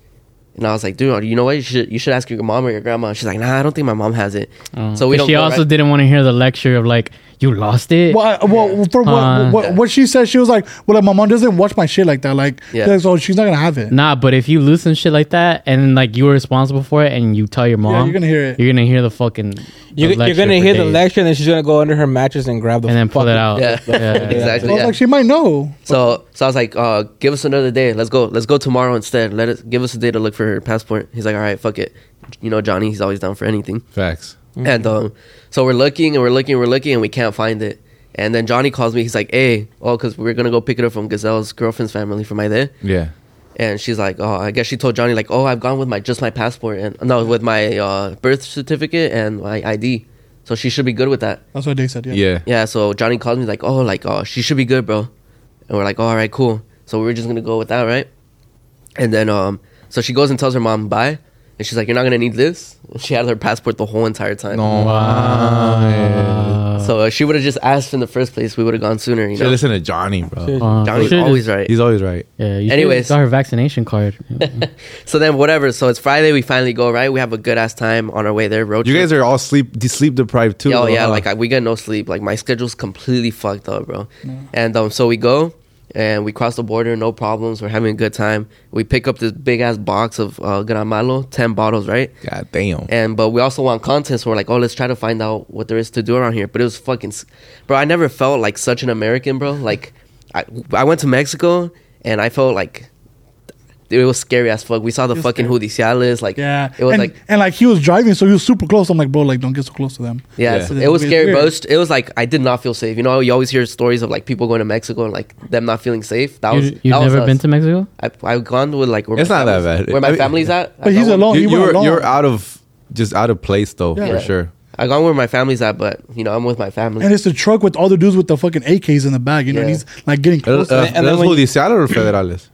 [SPEAKER 5] And I was like, dude, you know what? You should you should ask your mom or your grandma. She's like, nah, I don't think my mom has it. so we
[SPEAKER 1] Oh. But
[SPEAKER 5] don't.
[SPEAKER 1] she
[SPEAKER 5] go,
[SPEAKER 1] also
[SPEAKER 5] right?
[SPEAKER 1] didn't want to hear the lecture of like you lost it.
[SPEAKER 4] Well, I, well from what,
[SPEAKER 1] Uh,
[SPEAKER 4] what, what she said, she was like, "Well, like, my mom doesn't watch my shit like that. Like,
[SPEAKER 5] Yeah.
[SPEAKER 4] yeah. so she's not gonna have it."
[SPEAKER 1] Nah, but if you lose some shit like that and then like you were responsible for it and you tell your mom,
[SPEAKER 4] you're gonna hear it.
[SPEAKER 1] You're gonna hear the fucking. the
[SPEAKER 2] You, you're
[SPEAKER 1] lecture
[SPEAKER 2] gonna
[SPEAKER 1] for
[SPEAKER 2] hear the
[SPEAKER 1] days.
[SPEAKER 2] lecture, and then she's gonna go under her mattress and grab the
[SPEAKER 1] and then pull it
[SPEAKER 2] fucking-
[SPEAKER 1] out.
[SPEAKER 5] Yeah.
[SPEAKER 4] So
[SPEAKER 5] exactly.
[SPEAKER 4] I was
[SPEAKER 5] yeah.
[SPEAKER 4] like, she might know.
[SPEAKER 5] So so I was like, uh, give us another day. Let's go. Let's go tomorrow instead. Let us give us a day to look for her passport. He's like, all right, fuck it. You know Johnny, he's always down for anything.
[SPEAKER 3] Facts.
[SPEAKER 5] And um, so we're looking and we're looking and we're looking and we can't find it. And then Johnny calls me. He's like, hey, oh, because we're gonna go pick it up from Gazelle's girlfriend's family from my there.
[SPEAKER 3] Yeah.
[SPEAKER 5] And she's like, oh, I guess she told Johnny like, oh, I've gone with my just my passport and no, with my uh, birth certificate and my ID. So she should be good with that.
[SPEAKER 4] That's what they said. Yeah.
[SPEAKER 3] Yeah.
[SPEAKER 5] Yeah, so Johnny calls me like, oh, like, oh, she should be good, bro. And we're like, all right, cool. So we are just gonna go with that, right? And then, um, so she goes and tells her mom bye, and she's like, you're not gonna need this. And she had her passport the whole entire time.
[SPEAKER 3] No.
[SPEAKER 5] So uh, she would have just asked in the first place. We would have gone sooner, you
[SPEAKER 3] Should
[SPEAKER 5] know.
[SPEAKER 3] listen to Johnny, bro.
[SPEAKER 1] Uh,
[SPEAKER 5] Johnny's
[SPEAKER 1] should've-
[SPEAKER 5] always right.
[SPEAKER 3] He's always right.
[SPEAKER 1] Yeah. You
[SPEAKER 5] Anyways.
[SPEAKER 1] Anyways, got her vaccination card.
[SPEAKER 5] So then, whatever. So it's Friday. We finally go right. We have a good ass time on our way there. Road.
[SPEAKER 3] You
[SPEAKER 5] trip.
[SPEAKER 3] guys are all sleep de- sleep deprived too.
[SPEAKER 5] Oh
[SPEAKER 4] uh-huh.
[SPEAKER 5] yeah,
[SPEAKER 3] huh?
[SPEAKER 5] like I, we get no sleep. Like my schedule's completely fucked up, bro. And um, so we go and we cross the border, no problems. We're having a good time. We pick up this big ass box of uh, Gran Malo, ten bottles, right?
[SPEAKER 3] God damn.
[SPEAKER 5] And but we also want content, so we're like, oh, let's try to find out what there is to do around here. But it was fucking, s- bro. I never felt like such an American, bro. Like, I I went to Mexico and I felt like. It was scary as fuck. We saw the
[SPEAKER 4] was
[SPEAKER 5] fucking
[SPEAKER 4] scary.
[SPEAKER 5] judiciales, like
[SPEAKER 4] Yeah.
[SPEAKER 5] it was
[SPEAKER 4] and,
[SPEAKER 5] like
[SPEAKER 4] and like he was driving, so he was super close. I'm like, bro, like don't get so close to them.
[SPEAKER 5] Yeah,
[SPEAKER 3] Yeah.
[SPEAKER 5] so it was
[SPEAKER 4] It's
[SPEAKER 5] scary, bro. It
[SPEAKER 4] weird.
[SPEAKER 5] was, it was like I did not feel safe. You know, you always hear stories of like people going to Mexico and like them not feeling safe. That was
[SPEAKER 1] you, you've
[SPEAKER 5] that was
[SPEAKER 1] never
[SPEAKER 5] us.
[SPEAKER 1] been to Mexico?
[SPEAKER 5] I, I've gone with like where
[SPEAKER 3] It's
[SPEAKER 5] my
[SPEAKER 3] not that
[SPEAKER 5] family's-
[SPEAKER 3] bad.
[SPEAKER 5] Where
[SPEAKER 3] I
[SPEAKER 5] my
[SPEAKER 3] mean-
[SPEAKER 5] family's at,
[SPEAKER 4] But
[SPEAKER 5] I've
[SPEAKER 4] he's
[SPEAKER 5] gone
[SPEAKER 4] alone.
[SPEAKER 5] With,
[SPEAKER 4] Oh, he
[SPEAKER 3] you,
[SPEAKER 4] went
[SPEAKER 3] you're
[SPEAKER 4] alone.
[SPEAKER 3] you're out of just out of place though
[SPEAKER 4] Yeah.
[SPEAKER 3] for
[SPEAKER 5] Yeah.
[SPEAKER 3] sure.
[SPEAKER 5] I gone where my family's at, but you know, I'm with my family.
[SPEAKER 4] And it's the truck with all the dudes with the fucking AKs in the bag. You know, and
[SPEAKER 5] Yeah.
[SPEAKER 4] he's like getting
[SPEAKER 3] Uh,
[SPEAKER 4] close.
[SPEAKER 3] uh,
[SPEAKER 2] And then
[SPEAKER 3] those
[SPEAKER 2] when you-
[SPEAKER 3] judicial or federales?
[SPEAKER 4] to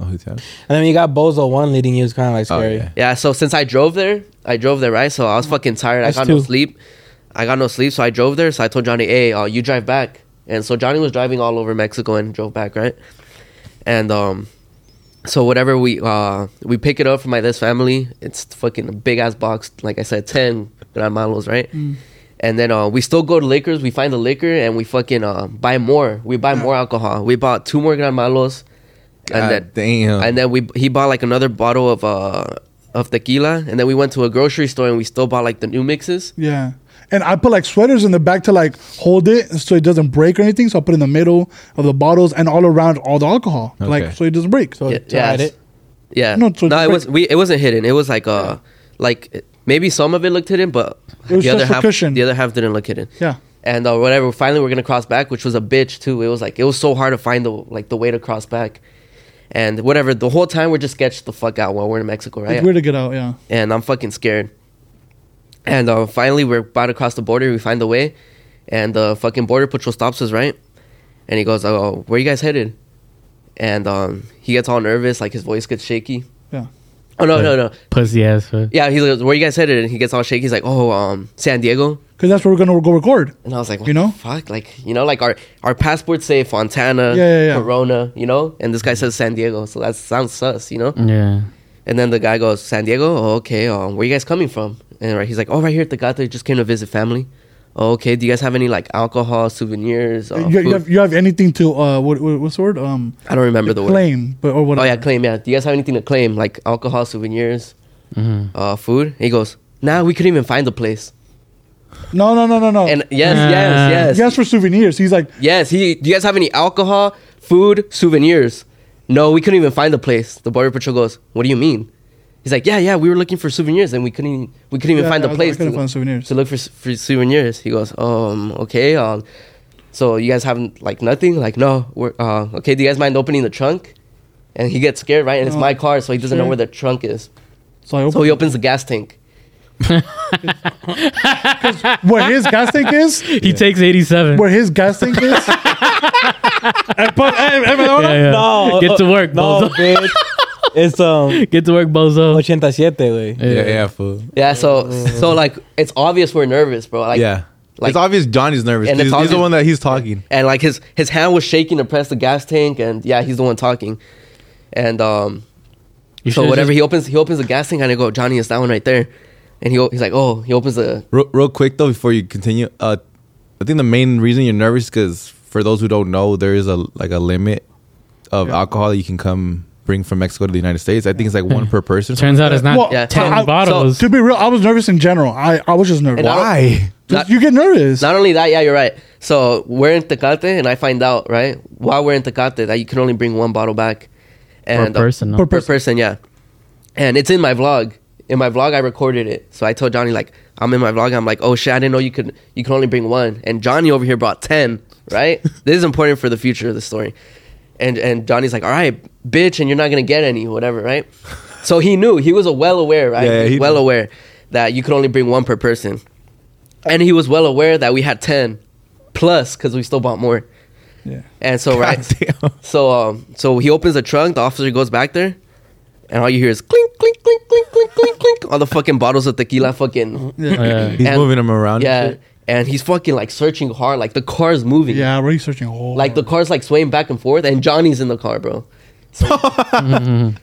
[SPEAKER 3] Oh, judicial.
[SPEAKER 2] And then you got Bozo one leading you. It's kind of like
[SPEAKER 3] Oh,
[SPEAKER 2] scary.
[SPEAKER 3] yeah.
[SPEAKER 5] Yeah, so since I drove there, I drove there, right? So I was fucking tired. I
[SPEAKER 2] Us
[SPEAKER 5] got no
[SPEAKER 2] too.
[SPEAKER 5] sleep. I got no sleep, so I drove there. So I told Johnny, "Hey, uh, you drive back." And so Johnny was driving all over Mexico and drove back, right? And um, so whatever we uh we pick it up from my this family, it's fucking a big ass box. Like I said, ten gran malos, right?
[SPEAKER 4] Mm.
[SPEAKER 5] And then uh, we still go to Lakers. We find the liquor and we fucking uh, buy more. We buy more alcohol. We bought two more gran malos,
[SPEAKER 3] God
[SPEAKER 5] and then
[SPEAKER 3] damn.
[SPEAKER 5] and then we he bought like another bottle of uh of tequila, and then we went to a grocery store and we still bought like the new mixes.
[SPEAKER 4] Yeah. And I put like sweaters in the back to like hold it so it doesn't break or anything. So I put it in the middle of the bottles and all around all the alcohol,
[SPEAKER 3] Okay.
[SPEAKER 4] like so it doesn't break. So
[SPEAKER 2] So
[SPEAKER 5] Yeah,
[SPEAKER 2] to hide
[SPEAKER 5] yes.
[SPEAKER 2] it.
[SPEAKER 5] Yeah,
[SPEAKER 4] Oh, No,
[SPEAKER 5] no,
[SPEAKER 4] so
[SPEAKER 5] it
[SPEAKER 4] different-
[SPEAKER 5] was we it wasn't hidden. It was like uh like maybe some of it looked hidden, but
[SPEAKER 4] It was
[SPEAKER 5] the other
[SPEAKER 4] just a
[SPEAKER 5] half
[SPEAKER 4] cushion.
[SPEAKER 5] the other half didn't look hidden.
[SPEAKER 4] Yeah.
[SPEAKER 5] And uh, whatever, finally we're gonna cross back, which was a bitch too. It was like it was so hard to find the like the way to cross back, and whatever. The whole time we're just sketched the fuck out while we're in Mexico, right?
[SPEAKER 4] it's weird to get out. Yeah.
[SPEAKER 5] and I'm fucking scared. And uh, finally, we're about to cross the border. We find the way, and the fucking border patrol stops us, right? And he goes, "Oh, where you guys headed?" And um, he gets all nervous, like his voice gets shaky.
[SPEAKER 4] Yeah.
[SPEAKER 5] Oh no, no, no!
[SPEAKER 1] Pussy ass. huh?
[SPEAKER 5] Yeah, he goes, "Where you guys headed?" And he gets all shaky. He's like, "Oh, um, San Diego."
[SPEAKER 4] Because that's where we're gonna go record.
[SPEAKER 5] And I was like, what
[SPEAKER 4] You
[SPEAKER 5] you know,
[SPEAKER 4] know?
[SPEAKER 5] fuck, like you know, like our our passports say
[SPEAKER 4] Yeah,
[SPEAKER 5] Fontana,
[SPEAKER 4] yeah, yeah.
[SPEAKER 5] Corona, you know, and this guy says San Diego, so that sounds sus, you know.
[SPEAKER 1] Yeah.
[SPEAKER 5] And then the guy goes, San Diego? Oh, okay. Um, where you guys coming from? And right, he's like, oh, right here at the Gato. Just came to visit family. Oh, okay. Do you guys have any like alcohol, souvenirs? Uh,
[SPEAKER 4] you,
[SPEAKER 5] food?"
[SPEAKER 4] you, have, you have anything to uh what, what what's the word um
[SPEAKER 5] I don't remember the word.
[SPEAKER 4] claim but or
[SPEAKER 5] Oh,
[SPEAKER 4] whatever.
[SPEAKER 5] yeah, claim. Yeah. Do you guys have anything to claim? Like alcohol, souvenirs,
[SPEAKER 1] Mm-hmm.
[SPEAKER 5] uh, food? And he goes, nah, we couldn't even find the place.
[SPEAKER 4] No no no no no.
[SPEAKER 5] And yes,
[SPEAKER 1] Uh,
[SPEAKER 5] yes, yes.
[SPEAKER 4] he asked for souvenirs. He's like
[SPEAKER 5] Yes, he. Do you guys have any alcohol, food, souvenirs? No, we couldn't even find the place. The border patrol goes, "What do you mean?" He's like, "Yeah, yeah, we were looking for souvenirs and we couldn't, we couldn't even
[SPEAKER 4] Yeah,
[SPEAKER 5] find
[SPEAKER 4] yeah,
[SPEAKER 5] the
[SPEAKER 4] I was- I
[SPEAKER 5] place
[SPEAKER 4] couldn't
[SPEAKER 5] to,
[SPEAKER 4] find souvenirs."
[SPEAKER 5] to look for, s- for souvenirs." He goes, "Um, okay, um, so you guys haven't like nothing? Like, no, we're uh, okay. Do you guys mind opening the trunk?" And he gets scared, right? And it's
[SPEAKER 4] No,
[SPEAKER 5] my car, so he doesn't know
[SPEAKER 4] sure.
[SPEAKER 5] where the trunk is.
[SPEAKER 4] so I
[SPEAKER 5] So
[SPEAKER 4] opened
[SPEAKER 5] he opens the gas tank.
[SPEAKER 4] where his gas tank is
[SPEAKER 1] He takes 87.
[SPEAKER 4] where his gas tank is. and put, and, and,
[SPEAKER 1] Yeah, yeah.
[SPEAKER 2] No,
[SPEAKER 1] Get to
[SPEAKER 2] uh,
[SPEAKER 1] work,
[SPEAKER 2] No,
[SPEAKER 1] bozo.
[SPEAKER 2] bitch. It's um
[SPEAKER 1] Get to work, bozo.
[SPEAKER 2] 87, güey.
[SPEAKER 3] yeah, yeah, fool.
[SPEAKER 5] Yeah, so so like it's obvious we're nervous, bro. Like,
[SPEAKER 3] yeah.
[SPEAKER 5] like-
[SPEAKER 3] it's obvious Johnny's nervous.
[SPEAKER 5] And
[SPEAKER 3] He's,
[SPEAKER 5] it's
[SPEAKER 3] he's the
[SPEAKER 5] obvious-
[SPEAKER 3] one that he's talking.
[SPEAKER 5] and like his his hand was shaking to press the gas tank and yeah he's the one talking and um So
[SPEAKER 1] should've
[SPEAKER 5] whatever
[SPEAKER 1] just-
[SPEAKER 5] he opens, he opens the gas tank and I go, Johnny, it's that one right there. And he o- he's like, oh, he opens the
[SPEAKER 3] Real, real quick though, before you continue, uh, I think the main reason you're nervous because for those who don't know, there is a like a limit of alcohol that you can come bring from Mexico to the United States. I think it's like one per person.
[SPEAKER 1] Turns out it's not
[SPEAKER 4] Well,
[SPEAKER 5] Yeah.
[SPEAKER 1] ten
[SPEAKER 5] I- so-
[SPEAKER 1] bottles.
[SPEAKER 4] To be real, I was nervous in general. I, I was just nervous.
[SPEAKER 5] And I-
[SPEAKER 3] Why?
[SPEAKER 4] Just- you get nervous.
[SPEAKER 5] Not only that, yeah, you're right. So we're in Tecate, and I find out right while we're in Tecate that you can only bring one bottle back, and uh,
[SPEAKER 1] person, no?
[SPEAKER 5] per,
[SPEAKER 1] Per
[SPEAKER 5] person. yeah. And it's in my vlog. In my vlog, I recorded it. So I told Johnny like I'm in my vlog. I'm like, oh shit, I didn't know you could you can only bring one. And Johnny over here brought ten. Right? this is important for the future of the story. And and Johnny's like, all right, bitch, and you're not gonna get any, whatever, right? So he knew he was a well aware, right?
[SPEAKER 3] Yeah,
[SPEAKER 5] He was
[SPEAKER 3] he
[SPEAKER 5] well
[SPEAKER 3] knew.
[SPEAKER 5] aware that you could only bring one per person and he was well aware that we had 10 plus because we still bought more
[SPEAKER 4] Yeah.
[SPEAKER 5] and so right so um so he opens the trunk the officer goes back there and all you hear is clink clink clink clink clink clink clink all the fucking bottles of tequila fucking
[SPEAKER 1] Yeah.
[SPEAKER 3] He's
[SPEAKER 5] And-
[SPEAKER 3] moving them around. and
[SPEAKER 5] yeah
[SPEAKER 3] shit.
[SPEAKER 5] and he's fucking like searching hard like the car's moving
[SPEAKER 4] Yeah, researching. Oh,
[SPEAKER 5] like the car's like swaying back and forth and johnny's in the car bro so,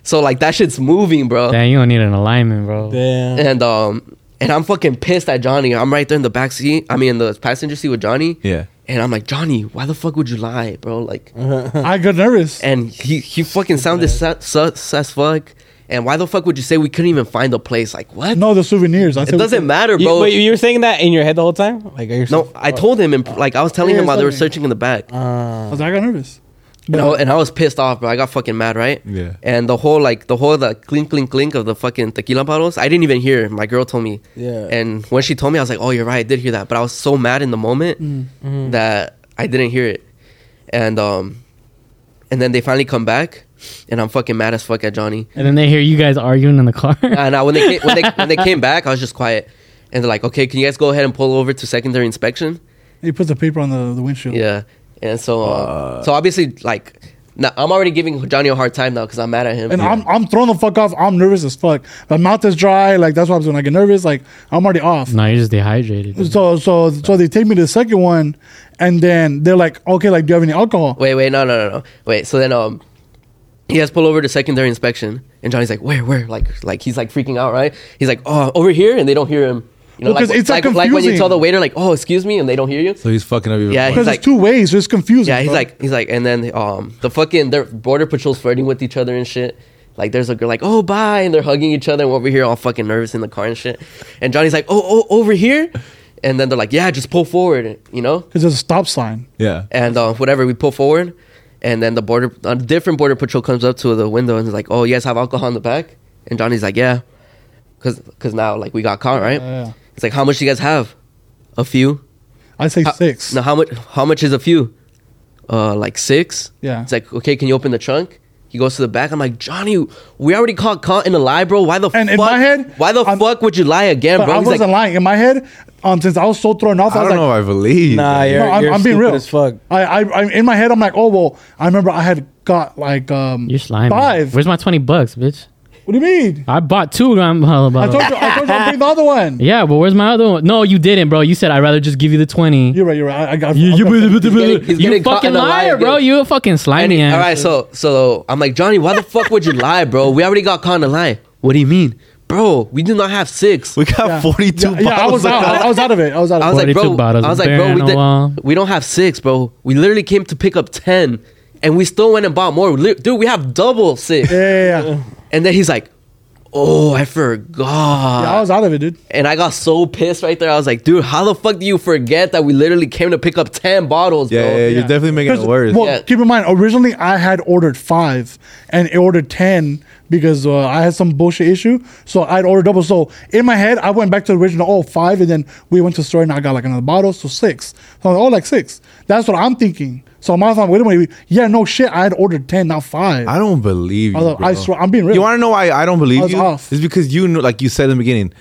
[SPEAKER 5] so like that shit's moving bro
[SPEAKER 1] Damn, you don't need an alignment, bro.
[SPEAKER 2] Damn.
[SPEAKER 5] and um and I'm fucking pissed at Johnny. I'm right there in the back seat. I mean, in the passenger seat with Johnny.
[SPEAKER 3] Yeah.
[SPEAKER 5] And I'm like, Johnny, why the fuck would you lie, bro? Like,
[SPEAKER 4] I got nervous.
[SPEAKER 5] and he he fucking sounded sus sus as fuck. And why the fuck would you say we couldn't even find a place? Like, what?
[SPEAKER 4] no, the souvenirs. I
[SPEAKER 5] it doesn't matter,
[SPEAKER 2] You,
[SPEAKER 5] bro.
[SPEAKER 2] wait, you were saying that in your head the whole time? Like, are you
[SPEAKER 5] no, I told him, and like, I was telling
[SPEAKER 4] Yeah,
[SPEAKER 5] him while they were
[SPEAKER 4] sorry.
[SPEAKER 5] searching in the back.
[SPEAKER 2] Uh,
[SPEAKER 4] I, was, I got nervous.
[SPEAKER 5] and, I, and I was pissed off, bro. I got fucking mad, right?
[SPEAKER 3] Yeah.
[SPEAKER 5] And the whole like the whole the clink clink clink of the fucking tequila bottles, I didn't even hear. My girl told me.
[SPEAKER 2] Yeah.
[SPEAKER 5] And when she told me, I was like, "Oh, you're right. I did hear that." But I was so mad in the moment
[SPEAKER 4] Mm. Mm-hmm.
[SPEAKER 5] that I didn't hear it. And um, and then they finally come back, and I'm fucking mad as fuck at Johnny.
[SPEAKER 1] And then they hear you guys arguing in the car.
[SPEAKER 5] And I, when they came, when they when they came back, I was just quiet. And they're like, "Okay, can you guys go ahead and pull over to secondary inspection?"
[SPEAKER 4] He puts the paper on the, the windshield.
[SPEAKER 5] Yeah, and so, uh, so obviously, like, now, I'm already giving Johnny a hard time now because I'm mad at him.
[SPEAKER 4] And
[SPEAKER 5] Yeah.
[SPEAKER 4] I'm I'm thrown the fuck off. I'm nervous as fuck. My mouth is dry. Like that's why I was when I get nervous. Like I'm already off.
[SPEAKER 1] no, you're just dehydrated.
[SPEAKER 4] So so so they take me to the second one, and then they're like, okay, like do you have any alcohol?
[SPEAKER 5] Wait, wait, no, no, no, no. Wait. So then, um, he has pulled over to secondary inspection, and Johnny's like, "Where, where?" Like, like he's like freaking out, right? He's like, "Oh, over here," and they don't hear him. You know,
[SPEAKER 4] Well, 'cause
[SPEAKER 5] like,
[SPEAKER 4] it's, like,
[SPEAKER 5] like when you
[SPEAKER 4] confusing.
[SPEAKER 5] tell the waiter, like, "Oh, excuse me," and they don't hear you.
[SPEAKER 3] So he's fucking up. Even
[SPEAKER 5] Yeah,
[SPEAKER 3] more.
[SPEAKER 5] he's
[SPEAKER 4] Because
[SPEAKER 5] like-
[SPEAKER 4] it's two ways, so it's confusing.
[SPEAKER 5] Yeah, he's
[SPEAKER 4] bro.
[SPEAKER 5] like, he's like, and then um, the fucking their border patrols flirting with each other and shit. Like, there's a girl like, "Oh, bye," and they're hugging each other, and we're over here all fucking nervous in the car and shit. And Johnny's like, "Oh, oh, over here," and then they're like, "Yeah, just pull forward," you know.
[SPEAKER 4] because there's a stop sign.
[SPEAKER 3] yeah.
[SPEAKER 5] and uh, whatever we pull forward, and then the border, a different border patrol comes up to the window and is like, "Oh, you guys have alcohol in the back?" And Johnny's like, "Yeah," because now like we got caught, right?
[SPEAKER 4] Yeah.
[SPEAKER 5] It's like, "How much do you guys have?" A few.
[SPEAKER 4] I say
[SPEAKER 5] How-
[SPEAKER 4] six.
[SPEAKER 5] No, how much? How much is a few? Uh, like six.
[SPEAKER 4] Yeah.
[SPEAKER 5] It's like, okay, can you open the trunk? He goes to the back. I'm like, Johnny, we already caught caught in a lie, bro. Why the
[SPEAKER 4] And
[SPEAKER 5] fuck?
[SPEAKER 4] in my head,
[SPEAKER 5] why the
[SPEAKER 4] I'm-
[SPEAKER 5] fuck would you lie again,
[SPEAKER 4] but
[SPEAKER 5] bro?
[SPEAKER 4] I
[SPEAKER 5] He's
[SPEAKER 4] wasn't
[SPEAKER 5] like,
[SPEAKER 4] lying in my head. Um, since I was so thrown off,
[SPEAKER 3] I
[SPEAKER 4] I,
[SPEAKER 3] don't
[SPEAKER 4] was like,
[SPEAKER 3] know. if I believe.
[SPEAKER 2] Nah, you're,
[SPEAKER 4] No, I'm,
[SPEAKER 2] you're
[SPEAKER 4] I'm being real.
[SPEAKER 2] as fuck.
[SPEAKER 4] I, I, I'm in my head. I'm like, oh well. I remember I had got like um
[SPEAKER 1] You're slimy.
[SPEAKER 4] five.
[SPEAKER 1] Where's my twenty bucks, bitch?
[SPEAKER 4] what do you mean?
[SPEAKER 1] I bought two gram bottle
[SPEAKER 4] I told
[SPEAKER 1] bottles.
[SPEAKER 4] you. I told you I'd bring the other one.
[SPEAKER 1] Yeah, but where's my other one? No, you didn't, bro. You said I'd rather just give you the twenty.
[SPEAKER 4] You're right. You're right. I, I got.
[SPEAKER 1] You, you,
[SPEAKER 4] I got-
[SPEAKER 5] getting- he's
[SPEAKER 1] you
[SPEAKER 5] getting caught
[SPEAKER 1] fucking
[SPEAKER 5] in a lie
[SPEAKER 1] liar, bro.
[SPEAKER 5] again.
[SPEAKER 1] You a fucking
[SPEAKER 5] And
[SPEAKER 1] slimy
[SPEAKER 5] he-
[SPEAKER 1] ass.
[SPEAKER 5] All right, so so I'm like Johnny, why the fuck would you lie, bro? We already got caught in a lie. What do you mean, bro? We do not have six.
[SPEAKER 3] We got
[SPEAKER 4] Yeah.
[SPEAKER 3] 42
[SPEAKER 4] yeah, yeah, I was
[SPEAKER 3] bottles of
[SPEAKER 4] out. I was out of it. I was out.
[SPEAKER 5] I
[SPEAKER 4] Of
[SPEAKER 5] was
[SPEAKER 4] it.
[SPEAKER 5] like, bro,
[SPEAKER 1] 42 bottles
[SPEAKER 5] I was
[SPEAKER 1] of
[SPEAKER 5] like, bro,
[SPEAKER 1] beer in
[SPEAKER 5] we,
[SPEAKER 1] a
[SPEAKER 5] did,
[SPEAKER 1] while.
[SPEAKER 5] we don't have six, bro. We literally came to pick up ten, and we still went and bought more. Li- Dude, we have double six.
[SPEAKER 4] Yeah, yeah, yeah.
[SPEAKER 5] And then he's like, oh, I forgot.
[SPEAKER 4] Yeah, I was out of it, dude.
[SPEAKER 5] and I got so pissed right there. I was like, dude, how the fuck do you forget that we literally came to pick up ten bottles,
[SPEAKER 3] Yeah,
[SPEAKER 5] bro?
[SPEAKER 3] yeah, yeah, you're definitely making it
[SPEAKER 4] Because-
[SPEAKER 3] worse.
[SPEAKER 4] Well,
[SPEAKER 5] Yeah.
[SPEAKER 4] keep in mind, originally I had ordered five and it ordered 10 because uh, I had some bullshit issue. So I'd order double. So in my head, I went back to the original, oh, five. And then we went to the store and I got like another bottle, so six. So I'm like, oh, like six. That's what I'm thinking. So my thought, wait a minute. Yeah, no shit. I had ordered 10, not five.
[SPEAKER 3] I don't believe you.
[SPEAKER 4] I was like,
[SPEAKER 3] bro.
[SPEAKER 4] I swear, I'm being real.
[SPEAKER 3] You want to know why I don't believe
[SPEAKER 4] I was
[SPEAKER 3] you?
[SPEAKER 4] off.
[SPEAKER 3] It's because you know, like you said in the beginning.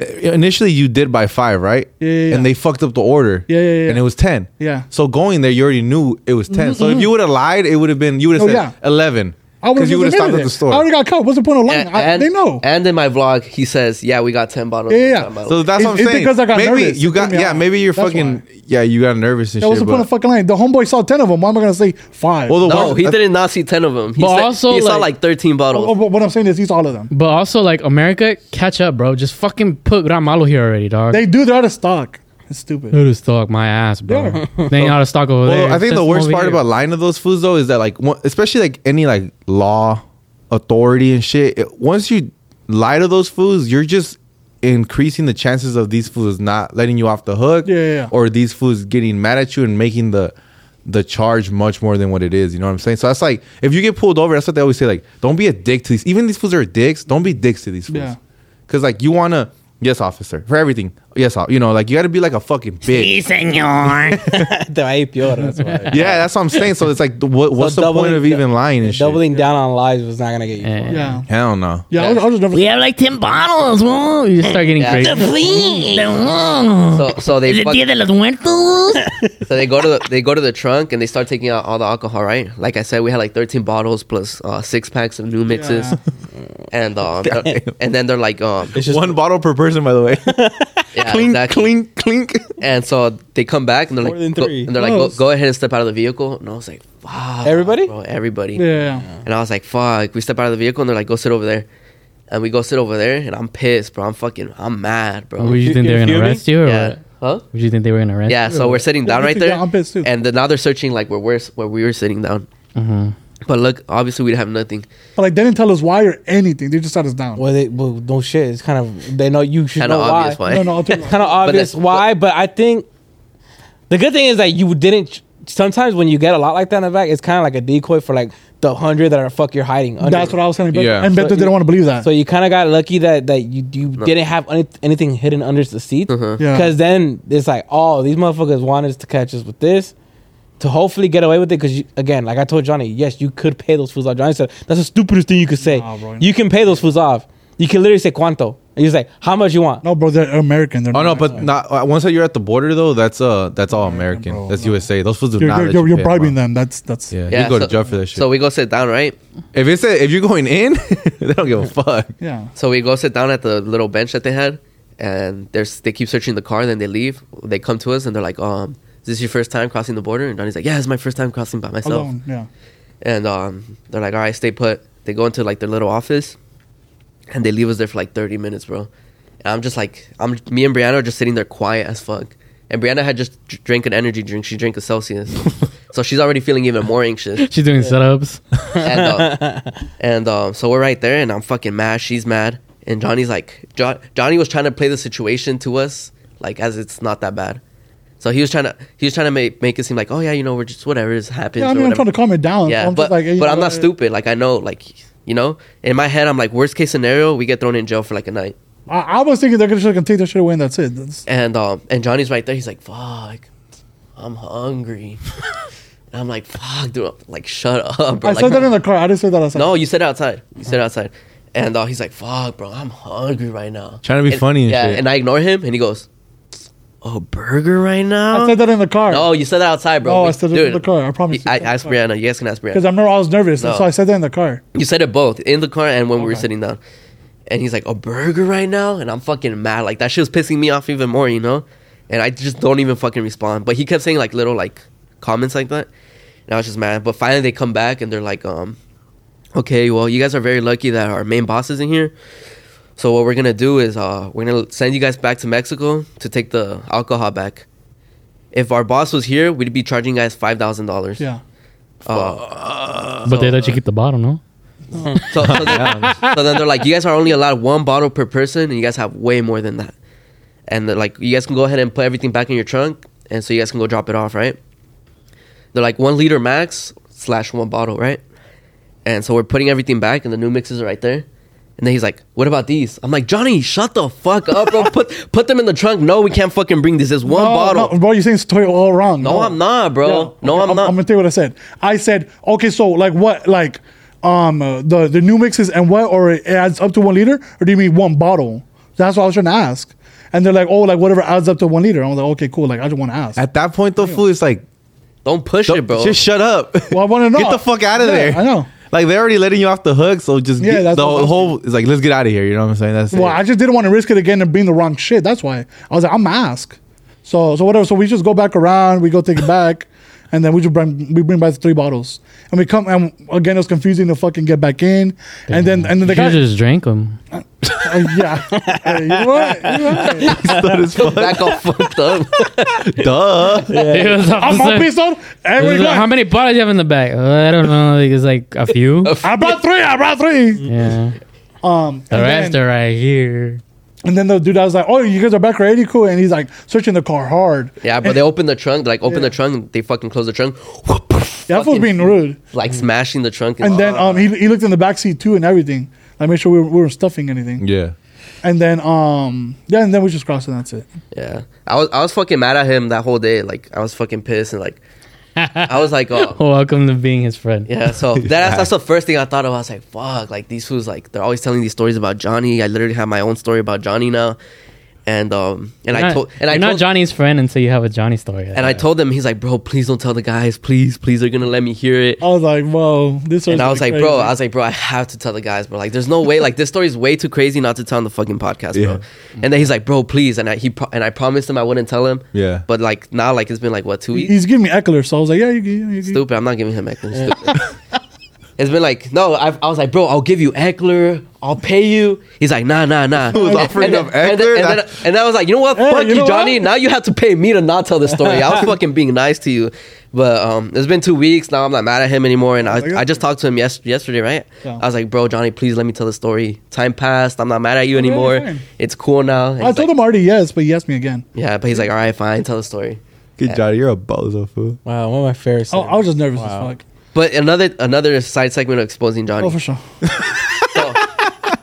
[SPEAKER 3] uh, Initially, you did by five, right?
[SPEAKER 4] Yeah, yeah,
[SPEAKER 3] And
[SPEAKER 4] yeah.
[SPEAKER 3] they fucked up the order.
[SPEAKER 4] Yeah, yeah, yeah.
[SPEAKER 3] And it was ten.
[SPEAKER 4] Yeah. Mm-hmm,
[SPEAKER 3] So going there, you already knew it was 10 So if you would have lied, it would have been you would have
[SPEAKER 4] Oh,
[SPEAKER 3] said
[SPEAKER 4] yeah.
[SPEAKER 3] eleven.
[SPEAKER 4] I would
[SPEAKER 3] 'Cause you would've stopped at the store.
[SPEAKER 4] I already got cut. What's the point of lying?
[SPEAKER 5] And,
[SPEAKER 4] I- they know.
[SPEAKER 5] And in my vlog, he says, "Yeah, we got ten bottles."
[SPEAKER 4] Yeah,
[SPEAKER 5] of
[SPEAKER 4] yeah.
[SPEAKER 5] Crown Bottle."
[SPEAKER 3] So that's
[SPEAKER 4] It's-
[SPEAKER 3] what I'm
[SPEAKER 4] it's
[SPEAKER 3] saying.
[SPEAKER 4] because I got
[SPEAKER 3] maybe
[SPEAKER 4] nervous.
[SPEAKER 3] you
[SPEAKER 4] It
[SPEAKER 3] got
[SPEAKER 4] threw me
[SPEAKER 3] yeah.
[SPEAKER 4] off.
[SPEAKER 3] Maybe you're
[SPEAKER 4] That's
[SPEAKER 3] fucking
[SPEAKER 4] why.
[SPEAKER 3] yeah. You got nervous and
[SPEAKER 4] That
[SPEAKER 3] shit.
[SPEAKER 4] was the
[SPEAKER 3] but-
[SPEAKER 4] point of fucking lying. The homeboy saw ten of them. Why am I gonna say five?
[SPEAKER 3] Well, the
[SPEAKER 5] no,
[SPEAKER 3] worst-
[SPEAKER 5] he did not see ten of them. He,
[SPEAKER 1] But
[SPEAKER 5] said-
[SPEAKER 1] also,
[SPEAKER 5] he saw
[SPEAKER 1] like-
[SPEAKER 5] like thirteen bottles.
[SPEAKER 4] Oh, but what I'm saying is, he's all of them.
[SPEAKER 1] But also, like America, catch up, bro. Just fucking put Gran Malo here already, dog.
[SPEAKER 4] They do. They're out of stock. It's stupid.
[SPEAKER 3] Hmm.
[SPEAKER 1] Who'd have stalked my ass, bro? They ain't out of stock over there.
[SPEAKER 3] Well, I think
[SPEAKER 1] Just
[SPEAKER 3] the
[SPEAKER 1] come
[SPEAKER 3] worst
[SPEAKER 1] over
[SPEAKER 3] part
[SPEAKER 1] here.
[SPEAKER 3] about lying to those fools though is that like, one, especially like any like law authority and shit. It, once you lie to those fools, you're just increasing the chances of these fools not letting you off the hook.
[SPEAKER 4] Yeah, yeah, yeah.
[SPEAKER 3] Or these fools getting mad at you and making the the charge much more than what it is. You know what I'm saying? So that's like if you get pulled over, that's what they always say. Like, don't be a dick to these. Even these fools are dicks. Don't be dicks to these fools.
[SPEAKER 4] Yeah.
[SPEAKER 3] Cause like you wanna. Yes, officer. For everything. Yes, o- you know, like you got to be like a fucking bitch.
[SPEAKER 2] Te va a ir peor, that's why.
[SPEAKER 3] yeah, that's what I'm saying. So it's like, the- what, what's the point
[SPEAKER 2] doubling-
[SPEAKER 3] of even lying and shit?
[SPEAKER 2] Doubling down on lies was not gonna get you.
[SPEAKER 1] Yeah.
[SPEAKER 4] Yeah.
[SPEAKER 3] Hell no.
[SPEAKER 4] Yeah, I was, I was just never.
[SPEAKER 1] We have like ten bottles. Whoa. You just start getting
[SPEAKER 5] Yeah.
[SPEAKER 1] crazy.
[SPEAKER 5] So, so they fuck-
[SPEAKER 1] de los muertos.
[SPEAKER 5] so they go to the, they go to the trunk and they start taking out all the alcohol. Right, like I said, we had like thirteen bottles plus uh, six packs of new mixes,
[SPEAKER 4] Yeah.
[SPEAKER 5] and um, they're- and then they're like, um,
[SPEAKER 2] It's just
[SPEAKER 3] One bottle per person, by the way.
[SPEAKER 5] yeah,
[SPEAKER 3] clink,
[SPEAKER 5] exactly.
[SPEAKER 3] clink, clink.
[SPEAKER 5] And so they come back and they're
[SPEAKER 2] More than
[SPEAKER 5] like, go,
[SPEAKER 2] three.
[SPEAKER 5] and they're like, go,
[SPEAKER 4] Close.
[SPEAKER 5] go ahead and step out of the vehicle. And I was like, wow,
[SPEAKER 2] Everybody?
[SPEAKER 5] bro, everybody.
[SPEAKER 4] Yeah.
[SPEAKER 5] And I was like, fuck. We step out of the vehicle and they're like, go sit over there. And we go sit over there and I'm pissed, bro. I'm fucking, I'm mad, bro.
[SPEAKER 1] Would Oh, you think they were
[SPEAKER 2] You
[SPEAKER 1] gonna
[SPEAKER 2] feel me?
[SPEAKER 1] arrest you or
[SPEAKER 5] yeah.
[SPEAKER 1] what?
[SPEAKER 5] Huh?
[SPEAKER 1] Would you think they were gonna arrest?
[SPEAKER 5] Yeah. So we're sitting down
[SPEAKER 4] Yeah,
[SPEAKER 5] right
[SPEAKER 4] yeah,
[SPEAKER 5] there.
[SPEAKER 4] I'm pissed too.
[SPEAKER 5] And then now they're searching like where we're, where we were sitting down.
[SPEAKER 4] Mm-hmm.
[SPEAKER 5] But look, obviously we have nothing.
[SPEAKER 4] But like, they didn't tell us why or anything. They just shut us down.
[SPEAKER 2] well, they, well, no shit. It's kind of they know you should
[SPEAKER 5] Kind of
[SPEAKER 2] know why.
[SPEAKER 5] obvious why.
[SPEAKER 4] No, no, I'll tell you.
[SPEAKER 2] It's kind of obvious
[SPEAKER 5] that's-
[SPEAKER 2] why, but I think the good thing is that you didn't. Sometimes when you get a lot like that in the back, it's kind of like a decoy for like the hundred that are fuck you're hiding. Under.
[SPEAKER 4] That's what I was telling. Beto.
[SPEAKER 3] Yeah.
[SPEAKER 4] And Beto
[SPEAKER 2] So you-
[SPEAKER 4] didn't want to believe that.
[SPEAKER 2] So you kind of got lucky that that you you didn't have any, anything hidden under the seat. Because
[SPEAKER 4] Yeah.
[SPEAKER 2] then it's like, oh, these motherfuckers wanted us to catch us with this. To hopefully get away with it, because again, like I told Johnny, yes, you could pay those fools off. Johnny said that's the stupidest thing you could say.
[SPEAKER 4] Nah, bro.
[SPEAKER 2] You can pay those fools off. You can literally say cuánto. And you say how much you want.
[SPEAKER 4] no, bro, they're American. They're
[SPEAKER 3] Oh no,
[SPEAKER 4] not-
[SPEAKER 3] but not uh, once that you're at the border though. That's uh, that's all American.
[SPEAKER 4] bro.
[SPEAKER 3] that's USA. Those fools do
[SPEAKER 4] you're,
[SPEAKER 3] not.
[SPEAKER 4] you're,
[SPEAKER 3] let
[SPEAKER 4] you're,
[SPEAKER 3] you
[SPEAKER 4] you're
[SPEAKER 3] pay them
[SPEAKER 4] bribing
[SPEAKER 3] off.
[SPEAKER 4] them. That's that's.
[SPEAKER 3] Yeah, you go
[SPEAKER 5] so,
[SPEAKER 3] to jail for that shit.
[SPEAKER 5] So we go sit down, right?
[SPEAKER 3] if it's a, if you're going in, they don't give a fuck.
[SPEAKER 4] Yeah.
[SPEAKER 5] So we go sit down at the little bench that they had, and there's they keep searching the car. And then they leave. They come to us and they're like, um, "Is this your first time crossing the border?" And Johnny's like, "Yeah, it's my first time crossing by myself."
[SPEAKER 4] Alone. Yeah.
[SPEAKER 5] And um, they're like, "All right, stay put." They go into like their little office, and they leave us there for like 30 minutes, bro. And I'm just like, I'm me and Brianna are just sitting there quiet as fuck. And Brianna had just dr- drank an energy drink. She drank a Celsius, so she's already feeling even more anxious
[SPEAKER 1] She's doing setups.
[SPEAKER 5] and uh, and um, so we're right there, and I'm fucking mad. She's mad, and Johnny's like, jo- Johnny was trying to play the situation to us, like as it's not that bad. So he was trying to he was trying to make make it seem like, oh yeah, you know, we're just whatever is happens.
[SPEAKER 4] Yeah.
[SPEAKER 5] or
[SPEAKER 4] I mean, I'm
[SPEAKER 5] whatever.
[SPEAKER 4] trying to calm it down.
[SPEAKER 5] yeah,
[SPEAKER 4] so I'm
[SPEAKER 5] but
[SPEAKER 4] just like, hey, you
[SPEAKER 5] but
[SPEAKER 4] know
[SPEAKER 5] I'm not
[SPEAKER 4] what?
[SPEAKER 5] stupid. Like I know, like you know, in my head, I'm like, worst case scenario, we get thrown in jail for like a night.
[SPEAKER 4] I, I was thinking they're gonna just gonna take their shit away and that's it. That's,
[SPEAKER 5] And um, and Johnny's right there. He's like, "Fuck, I'm hungry." and I'm like, "Fuck, dude!" Like, shut up. Bro.
[SPEAKER 4] I
[SPEAKER 5] like,
[SPEAKER 4] said that in the car. I didn't say that outside.
[SPEAKER 5] No, you said outside. You said outside. And uh, he's like, "Fuck, bro, I'm hungry right now."
[SPEAKER 3] Trying to be
[SPEAKER 5] And-
[SPEAKER 3] funny and
[SPEAKER 5] yeah,
[SPEAKER 3] shit.
[SPEAKER 5] and I ignore him, and he goes, "Oh, burger right now."
[SPEAKER 4] I said that in the car.
[SPEAKER 5] No, you said that outside, bro.
[SPEAKER 4] No, I
[SPEAKER 5] We-
[SPEAKER 4] said it in the car. I promise you
[SPEAKER 5] I
[SPEAKER 4] said it in
[SPEAKER 5] asked
[SPEAKER 4] the car.
[SPEAKER 5] Brianna. You guys can ask Brianna.
[SPEAKER 4] Because I remember I was nervous,
[SPEAKER 5] No.
[SPEAKER 4] so I said that in the car.
[SPEAKER 5] You said it both in the car and when we were
[SPEAKER 4] Okay.
[SPEAKER 5] sitting down. And he's like, a burger right now? And I'm fucking mad. Like, that shit was pissing me off even more, you know? And I just don't even fucking respond. But he kept saying, like, little, like, comments like that. And I was just mad. But finally, they come back and they're like, um, okay, well, you guys are very lucky that our main boss is in here. So, what we're gonna do is, uh, we're gonna send you guys back to Mexico to take the alcohol back. If our boss was here, we'd be charging you guys $5,000.
[SPEAKER 4] Yeah.
[SPEAKER 5] Uh,
[SPEAKER 1] But they let you get the bottle, no?
[SPEAKER 5] so, so, then, so then they're like, you guys are only allowed one bottle per person, and you guys have way more than that. And they're like, you guys can go ahead and put everything back in your trunk, and so you guys can go drop it off, right? They're like one liter max slash one bottle, right? And so we're putting everything back, and the new mixes are right there. And then he's like, "What about these?" I'm like, "Johnny, shut the fuck up, bro. Put put them in the trunk. No, we can't fucking bring these. There's one
[SPEAKER 4] No,
[SPEAKER 5] bottle.
[SPEAKER 4] no, bro, you're saying Toyo all wrong.
[SPEAKER 5] No, I'm not, bro. No, I'm not.
[SPEAKER 4] I'm gonna tell you what I said. I said, okay, so like what, like, um, uh, the the new mixes and what, or it adds up to one liter, or do you mean one bottle? That's what I was trying to ask. And they're like, oh, like whatever adds up to one liter. I was like, okay, cool. Like I just want to ask.
[SPEAKER 3] At that point, though, fool, it's like
[SPEAKER 5] Don't push it,
[SPEAKER 3] don't-
[SPEAKER 5] bro.
[SPEAKER 3] just shut up.
[SPEAKER 4] Well, I wanna know.
[SPEAKER 3] Get the fuck out of
[SPEAKER 4] Yeah,
[SPEAKER 3] there.
[SPEAKER 4] I know.
[SPEAKER 3] like they're already letting you off the hook. So just
[SPEAKER 4] Yeah,
[SPEAKER 3] get-
[SPEAKER 4] that's
[SPEAKER 3] the
[SPEAKER 4] what I'm
[SPEAKER 3] whole, whole is like, let's get out of here. You know what I'm saying? That's
[SPEAKER 4] Well,
[SPEAKER 3] it.
[SPEAKER 4] I just didn't want to risk it again and bring the wrong shit. That's why I was like, I'm ask. So so whatever. So we just go back around. We go take it back, and then we just bring we bring back the three bottles, and we come and again it was confusing to fucking get back in, and then and then
[SPEAKER 1] you
[SPEAKER 4] the guy
[SPEAKER 1] just drank them.
[SPEAKER 4] Uh, yeah Hey, you know what? You know what?
[SPEAKER 3] That is fun.
[SPEAKER 5] Back all fucked up.
[SPEAKER 3] Duh.
[SPEAKER 4] I'm on episode every
[SPEAKER 1] how
[SPEAKER 4] time.
[SPEAKER 1] many bottles do you have in the back? Uh, I don't know. Like, it's like a few.
[SPEAKER 4] I brought three. I brought three.
[SPEAKER 5] Mm.
[SPEAKER 1] yeah.
[SPEAKER 4] Um,
[SPEAKER 1] The
[SPEAKER 4] and
[SPEAKER 1] rest
[SPEAKER 4] then,
[SPEAKER 1] are right here.
[SPEAKER 4] and then the dude, I was like, "Oh, you guys are back already, cool." And he's like searching the car hard.
[SPEAKER 5] Yeah, bro. They open the trunk. Like open the trunk. They fucking close the trunk.
[SPEAKER 4] Yeah, that was being rude.
[SPEAKER 5] Like
[SPEAKER 1] Mm.
[SPEAKER 5] smashing the trunk.
[SPEAKER 4] And then um, he, he looked in the back seat too and everything. Like make sure we, were, we were stuffing anything.
[SPEAKER 3] Yeah.
[SPEAKER 4] And then um, yeah, and then we just crossed and that's it.
[SPEAKER 5] Yeah, I was I was fucking mad at him that whole day. Like I was fucking pissed and like I was like, oh
[SPEAKER 1] Welcome to being his friend.
[SPEAKER 5] yeah. So that, that's that's the first thing I thought of. I was like, fuck, like these fools like they're always telling these stories about Johnny. I literally have my own story about Johnny now, and um
[SPEAKER 1] You're
[SPEAKER 5] and I
[SPEAKER 1] not-
[SPEAKER 5] told and I
[SPEAKER 1] you're not
[SPEAKER 5] told
[SPEAKER 1] Johnny's friend until you have a Johnny story.
[SPEAKER 5] and I told him he's like, bro, please don't tell the guys, please, please, they're gonna let me hear it.
[SPEAKER 4] I was like, "Whoa, this."
[SPEAKER 5] And I was like,
[SPEAKER 4] crazy.
[SPEAKER 5] bro, I was like, bro, I have to tell the guys, bro. Like, there's no way. Like, this story is way too crazy not to tell on the fucking podcast, bro. And then he's like, bro, please. And I, he pro- and I promised him I wouldn't tell him.
[SPEAKER 3] Yeah.
[SPEAKER 5] But like now, like it's been like what two weeks?
[SPEAKER 4] he's giving me Eckler, so I was like, "Yeah, you, you, you, you.
[SPEAKER 5] Stupid. I'm not giving him Eckler. Stupid. it's been like, no, I, I was like, bro, I'll give you Eckler. I'll pay you. He's like, nah, nah, nah.
[SPEAKER 3] was
[SPEAKER 5] And-
[SPEAKER 3] offering
[SPEAKER 5] and
[SPEAKER 3] up
[SPEAKER 5] then- And then,
[SPEAKER 3] Eckler?
[SPEAKER 5] and, then, and I was like, you know what?
[SPEAKER 4] Hey,
[SPEAKER 5] Fuck
[SPEAKER 4] you
[SPEAKER 5] you,
[SPEAKER 4] know
[SPEAKER 5] Johnny.
[SPEAKER 4] what?
[SPEAKER 5] Now you have to pay me to not tell this story. I was fucking being nice to you. But um, it's been two weeks. Now I'm not mad at him anymore. And
[SPEAKER 4] I got
[SPEAKER 5] I, I just talked to him yes, yesterday, right?
[SPEAKER 4] Yeah.
[SPEAKER 5] I was like, bro, Johnny, please let me tell the story. Time passed. I'm not mad at you
[SPEAKER 4] you're
[SPEAKER 5] anymore.
[SPEAKER 4] fine.
[SPEAKER 5] It's cool now. And
[SPEAKER 4] I
[SPEAKER 5] he's
[SPEAKER 4] told
[SPEAKER 5] like,
[SPEAKER 4] him already yes, but he asked me again.
[SPEAKER 5] yeah, but he's like, all right, fine, tell the story.
[SPEAKER 3] Good job. You're a bozo fool.
[SPEAKER 2] Wow, one of my favorites.
[SPEAKER 4] Oh, I was just nervous
[SPEAKER 2] Wow.
[SPEAKER 4] as fuck.
[SPEAKER 5] But another another side segment of exposing Johnny.
[SPEAKER 4] Oh, for sure.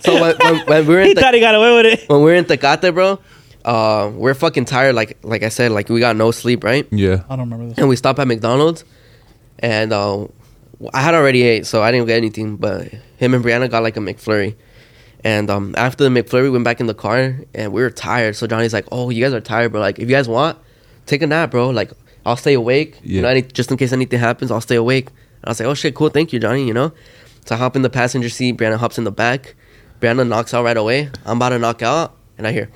[SPEAKER 5] So when, when, when we were
[SPEAKER 2] He
[SPEAKER 5] in
[SPEAKER 2] thought
[SPEAKER 5] the,
[SPEAKER 2] he got away with it.
[SPEAKER 5] when we were in Tecate, bro, uh, we're fucking tired. Like like I said, like we got no sleep, right?
[SPEAKER 3] Yeah.
[SPEAKER 4] I don't remember this.
[SPEAKER 5] And we stopped at McDonald's, and uh, I had already ate, so I didn't get anything. But him and Brianna got like a McFlurry, and um, after the McFlurry, we went back in the car, and we were tired. So Johnny's like, "Oh, you guys are tired, bro. Like if you guys want, take a nap, bro. Like I'll stay awake. You
[SPEAKER 3] Yeah.
[SPEAKER 5] know, any, just in case anything happens, I'll stay awake." And I was like, "Oh shit, cool. Thank you, Johnny. You know." So I hop in the passenger seat. Brianna hops in the back. Brianna knocks out right away. I'm about to knock out, and I hear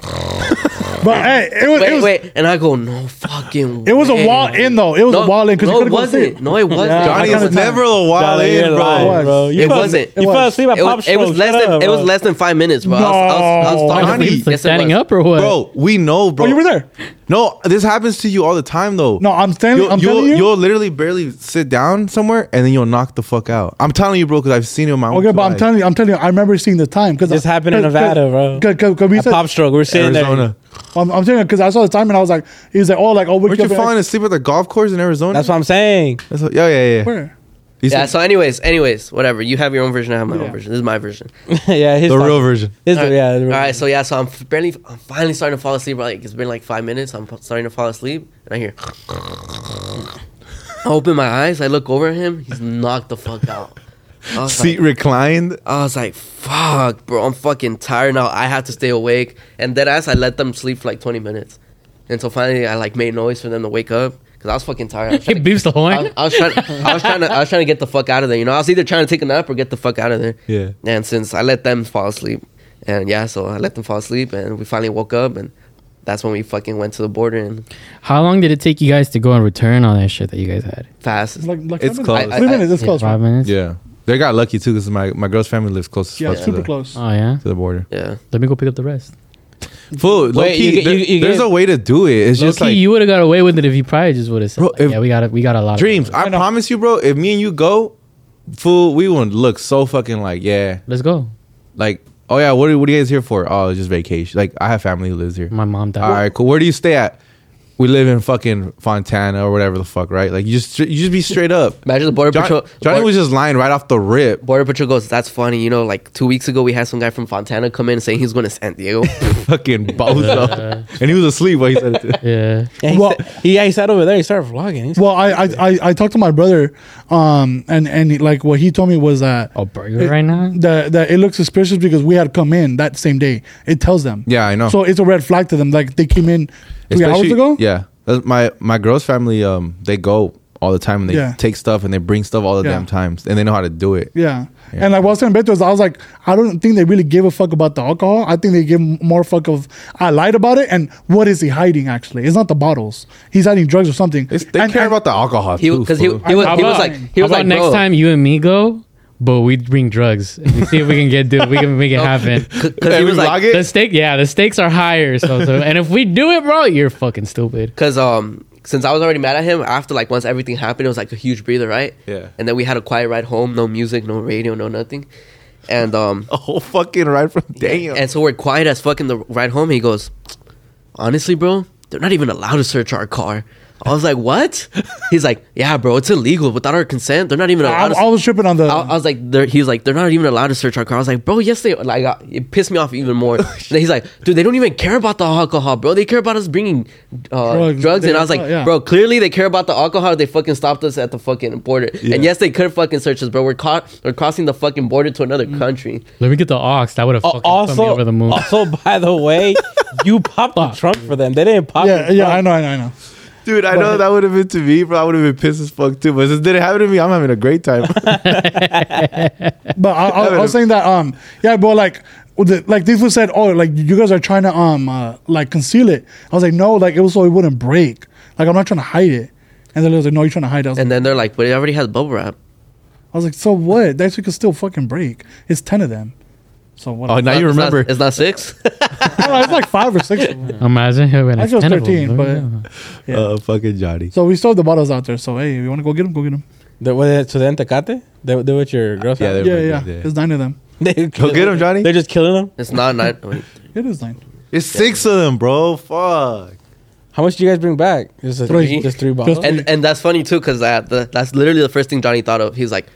[SPEAKER 4] But hey, it was
[SPEAKER 5] wait,
[SPEAKER 4] it was
[SPEAKER 5] wait, and I go, no fucking.
[SPEAKER 4] It was a
[SPEAKER 5] way."
[SPEAKER 4] wall in, though. It was a wall in 'cause you
[SPEAKER 5] no, it
[SPEAKER 4] couldn't go see
[SPEAKER 5] wasn't.
[SPEAKER 4] it.
[SPEAKER 5] No, it wasn't.
[SPEAKER 4] Yeah,
[SPEAKER 3] Johnny
[SPEAKER 4] I kinda
[SPEAKER 3] is never
[SPEAKER 4] tired.
[SPEAKER 3] a while
[SPEAKER 2] Dolly,
[SPEAKER 3] in,
[SPEAKER 2] you're lying,
[SPEAKER 4] was.
[SPEAKER 3] bro.
[SPEAKER 2] You
[SPEAKER 5] It
[SPEAKER 2] fell-
[SPEAKER 5] wasn't.
[SPEAKER 2] You
[SPEAKER 4] It
[SPEAKER 2] fell
[SPEAKER 4] was.
[SPEAKER 2] asleep at
[SPEAKER 5] It
[SPEAKER 2] Pop
[SPEAKER 5] was, it was
[SPEAKER 2] Smoke.
[SPEAKER 5] less
[SPEAKER 2] Shut
[SPEAKER 5] than
[SPEAKER 2] up,
[SPEAKER 5] it was
[SPEAKER 2] bro.
[SPEAKER 5] less than five minutes, bro. I was, I was, I was
[SPEAKER 4] No.
[SPEAKER 5] talking
[SPEAKER 1] Johnny,
[SPEAKER 5] to him.
[SPEAKER 1] like
[SPEAKER 5] Yes, it
[SPEAKER 1] standing
[SPEAKER 5] was.
[SPEAKER 1] up or what?
[SPEAKER 3] Bro, we know, bro.
[SPEAKER 4] Oh, you were there.
[SPEAKER 3] No, this happens to you all the time, though.
[SPEAKER 4] No, I'm telling-
[SPEAKER 3] You'll,
[SPEAKER 4] I'm
[SPEAKER 3] you'll,
[SPEAKER 4] telling you.
[SPEAKER 3] will literally barely sit down somewhere, and then you'll knock the fuck out. I'm telling you, bro, because I've seen it in my own.
[SPEAKER 4] Okay, but I'm
[SPEAKER 3] life.
[SPEAKER 4] telling you, I'm telling you, I remember seeing the time because
[SPEAKER 2] This happened in Nevada, bro.
[SPEAKER 4] Cause, cause, 'cause we
[SPEAKER 2] At
[SPEAKER 4] said,
[SPEAKER 2] Pop Stroke. We're sitting there.
[SPEAKER 3] Arizona.
[SPEAKER 4] I'm, I'm telling you, because I saw the time and I was like, he's like, oh, like, oh,
[SPEAKER 3] Weren't you falling asleep at the golf course in Arizona?
[SPEAKER 2] That's what I'm saying.
[SPEAKER 3] That's what, yeah, yeah, yeah.
[SPEAKER 4] Where?
[SPEAKER 3] You
[SPEAKER 5] Yeah.
[SPEAKER 3] said
[SPEAKER 5] So, anyways, anyways, whatever. You have your own version. I have my
[SPEAKER 4] Yeah.
[SPEAKER 5] own version. This is my version.
[SPEAKER 2] yeah, his
[SPEAKER 3] the
[SPEAKER 2] fuck-
[SPEAKER 3] real version.
[SPEAKER 2] his-
[SPEAKER 5] All right.
[SPEAKER 2] yeah, the
[SPEAKER 5] All
[SPEAKER 2] real-
[SPEAKER 5] right. So yeah. So I'm f- barely. I'm finally starting to fall asleep. Like it's been like five minutes. I'm f- starting to fall asleep, and I hear. I open my eyes. I look over at him. He's knocked the fuck out. I was like-
[SPEAKER 3] Seat reclined.
[SPEAKER 5] I was like, fuck, bro, I'm fucking tired now. I have to stay awake. And then as I let them sleep for like 20 minutes. And so finally I like made noise for them to wake up. Cause I was fucking tired. I was
[SPEAKER 1] He
[SPEAKER 5] trying to,
[SPEAKER 1] beeps the
[SPEAKER 5] I
[SPEAKER 1] horn.
[SPEAKER 5] was, I was trying, I was trying to, I was trying to get the fuck out of there. You know, I was either trying to take a nap or get the fuck out of there.
[SPEAKER 3] Yeah.
[SPEAKER 5] And since I let them fall asleep, and yeah, so I let them fall asleep, and we finally woke up, and that's when we fucking went to the border and
[SPEAKER 1] How long did it take you guys to go and return all that shit that you guys had?
[SPEAKER 5] fast.
[SPEAKER 4] It's like, like
[SPEAKER 3] It's
[SPEAKER 4] seven-
[SPEAKER 3] close.
[SPEAKER 5] I- I-
[SPEAKER 4] Three minutes, it's
[SPEAKER 1] Yeah,
[SPEAKER 4] close.
[SPEAKER 1] five
[SPEAKER 4] bro.
[SPEAKER 1] minutes.
[SPEAKER 3] Yeah, they got lucky too, because my my girl's family lives close.
[SPEAKER 4] Yeah,
[SPEAKER 3] close to
[SPEAKER 4] super
[SPEAKER 3] the-
[SPEAKER 4] close.
[SPEAKER 1] Oh yeah.
[SPEAKER 3] to the border.
[SPEAKER 5] yeah.
[SPEAKER 1] Let me go pick up the rest.
[SPEAKER 3] Fool, low
[SPEAKER 2] Wait, you
[SPEAKER 3] key,
[SPEAKER 2] get- you-
[SPEAKER 3] there-
[SPEAKER 2] you
[SPEAKER 3] there's
[SPEAKER 2] get-
[SPEAKER 3] a way to do it. It's
[SPEAKER 1] Low
[SPEAKER 3] just
[SPEAKER 1] key,
[SPEAKER 3] like
[SPEAKER 1] you would have got away with it if you probably just would have said,
[SPEAKER 3] Bro,
[SPEAKER 1] like,
[SPEAKER 3] if-
[SPEAKER 1] "Yeah, we got a, we got a lot of
[SPEAKER 3] dreams.
[SPEAKER 1] money.
[SPEAKER 3] I,
[SPEAKER 4] know.
[SPEAKER 3] promise you, bro. If me and you go, fool, we would look so fucking like yeah,
[SPEAKER 1] Let's go."
[SPEAKER 3] like oh yeah. What are, what are you guys here for? Oh, it's just vacation. Like I have family who lives here.
[SPEAKER 1] My mom died.
[SPEAKER 3] All right, cool. Where do you stay at? We live in fucking Fontana or whatever the fuck, right? Like you just you just be straight up.
[SPEAKER 5] Imagine the border
[SPEAKER 3] John-
[SPEAKER 5] patrol.
[SPEAKER 3] Johnny
[SPEAKER 5] border-
[SPEAKER 3] was just lying right off the rip.
[SPEAKER 5] Border Patrol goes, that's funny. You know, like two weeks ago, we had some guy from Fontana come in saying he's going to San Diego.
[SPEAKER 3] fucking bozo. and he was asleep while he said it. too.
[SPEAKER 1] Yeah.
[SPEAKER 2] Yeah, he,
[SPEAKER 4] Well-
[SPEAKER 2] sat, he, yeah, he sat over there. He started vlogging. He's-
[SPEAKER 4] Well, I, I I I talked to my brother, um, and and he- like what he told me was that
[SPEAKER 3] Oh.
[SPEAKER 1] A burger Oh, right now.
[SPEAKER 4] that that it looks suspicious because we had come in that same day. It tells them.
[SPEAKER 3] Yeah, I know.
[SPEAKER 4] So it's a red flag to them. Like they came in three hours
[SPEAKER 3] Especially-
[SPEAKER 4] ago.
[SPEAKER 3] Yeah. That's my my girl's family, um, they go all the time, and they
[SPEAKER 4] Yeah.
[SPEAKER 3] take stuff and they bring stuff all the
[SPEAKER 4] Yeah.
[SPEAKER 3] damn times, and they know how to do it.
[SPEAKER 4] Yeah. And like what I was telling Beto, is I was like, I don't think they really give a fuck about the alcohol. I think they give more fuck of I lied about it and what is he hiding actually? It's not the bottles. He's hiding drugs or something.
[SPEAKER 3] It's, they
[SPEAKER 4] And-
[SPEAKER 3] care
[SPEAKER 4] and-
[SPEAKER 3] about the alcohol
[SPEAKER 5] He
[SPEAKER 3] too.
[SPEAKER 5] because he, he,
[SPEAKER 3] fool.
[SPEAKER 5] was- he was
[SPEAKER 1] How about-
[SPEAKER 5] like he was
[SPEAKER 1] how about
[SPEAKER 5] like
[SPEAKER 1] next
[SPEAKER 5] bro,
[SPEAKER 1] time you and me go, but we bring drugs and we see if we can get do we can make it happen.
[SPEAKER 5] 'cause
[SPEAKER 3] Hey,
[SPEAKER 5] he
[SPEAKER 3] we
[SPEAKER 5] was
[SPEAKER 3] vlog
[SPEAKER 5] like
[SPEAKER 3] it?
[SPEAKER 1] The stake, yeah, the stakes are higher. So, so and if we do it, bro, you're fucking stupid.
[SPEAKER 5] because um since I was already mad at him after like once everything happened, it was like a huge breather, right?
[SPEAKER 3] Yeah.
[SPEAKER 5] And then we had a quiet ride home, no music, no radio, no nothing, and um
[SPEAKER 3] a whole fucking ride from damn.
[SPEAKER 5] and so we're quiet as fucking the ride home. He goes, honestly, bro, they're not even allowed to search our car. I was like, what? He's like, yeah, bro, it's illegal without our consent. They're not even
[SPEAKER 4] I,
[SPEAKER 5] allowed. to
[SPEAKER 4] I was tripping on the
[SPEAKER 5] I, I was like, they're, he was like, they're not even allowed to search our car. I was like, bro, yes, they like uh, it pissed me off even more. and then he's like, dude, they don't even care about the alcohol, bro. They care about us bringing uh, drugs.
[SPEAKER 4] Drugs.
[SPEAKER 5] And
[SPEAKER 4] They-
[SPEAKER 5] I was like,
[SPEAKER 4] yeah.
[SPEAKER 5] bro, clearly they care about the alcohol. They fucking stopped us at the fucking border. And yes, they could fucking search us, bro. We're caught. We're crossing the fucking border to another
[SPEAKER 4] Mm.
[SPEAKER 5] country.
[SPEAKER 1] Let me get the ox. That would have fucking put me
[SPEAKER 2] Uh, also, uh,
[SPEAKER 1] over the moon.
[SPEAKER 2] also, by the way, you popped the trunk for them. They didn't pop.
[SPEAKER 4] Yeah,
[SPEAKER 2] the
[SPEAKER 4] yeah,
[SPEAKER 2] trunk.
[SPEAKER 4] I know, I know, I know.
[SPEAKER 3] Dude, I know that would have been to me, bro. I would have been pissed as fuck too. But since it didn't happen to me, I'm having a great time.
[SPEAKER 4] But I, I, I was saying that, um, yeah, but like, with the, like these were said, oh, like you guys are trying to, um, uh, like conceal it. I was like, no, like it was so it wouldn't break. Like I'm not trying to hide it. And then they was like, no, you're trying to hide it. I was,
[SPEAKER 5] And then they're like, but it already has bubble wrap.
[SPEAKER 4] I was like, so what? That shit could still fucking break. It's ten of them. So what?
[SPEAKER 3] oh, now you
[SPEAKER 5] It's not-
[SPEAKER 3] remember.
[SPEAKER 5] it's not six.
[SPEAKER 4] I don't know, it's like five or six. of them.
[SPEAKER 1] Imagine who had
[SPEAKER 4] I chose
[SPEAKER 1] 10 of them. There
[SPEAKER 4] 13,
[SPEAKER 1] we
[SPEAKER 4] but yeah.
[SPEAKER 3] Uh, fucking Johnny.
[SPEAKER 4] So we still have the bottles out there. So hey, if you want to go get them, go get them.
[SPEAKER 2] They, were they, so they in Tecate? They, they with your
[SPEAKER 3] Yeah,
[SPEAKER 2] girlfriend?
[SPEAKER 3] they-
[SPEAKER 4] Yeah,
[SPEAKER 3] Everybody
[SPEAKER 4] yeah,
[SPEAKER 3] did, yeah.
[SPEAKER 4] There's nine of them.
[SPEAKER 2] Yeah, they,
[SPEAKER 3] Go get them, Johnny.
[SPEAKER 2] They're just killing them.
[SPEAKER 5] it's not nine. wait.
[SPEAKER 4] It is nine.
[SPEAKER 3] It's six of them, bro. Fuck.
[SPEAKER 2] How much do you guys bring back? Just a,
[SPEAKER 4] Three.
[SPEAKER 2] Just three bottles.
[SPEAKER 4] Just-
[SPEAKER 5] And and that's funny too, cause that the, that's literally the first thing Johnny thought of. He's like,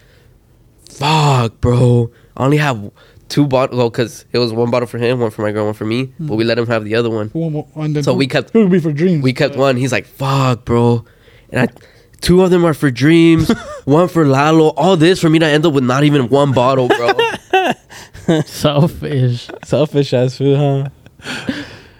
[SPEAKER 5] "Fuck, bro, I only have two bottles." Well, cause it was one bottle for him, one for my girl, one for me. But we let him have the other one.
[SPEAKER 4] One more- and then
[SPEAKER 5] So
[SPEAKER 4] two-
[SPEAKER 5] we kept-
[SPEAKER 4] Two would be for dreams.
[SPEAKER 5] We kept one. He's like, "Fuck, bro," and I, two of them are for dreams, one for Lalo. All this for me to end up with not even one bottle, bro.
[SPEAKER 1] go. Selfish.
[SPEAKER 2] Selfish as food, huh?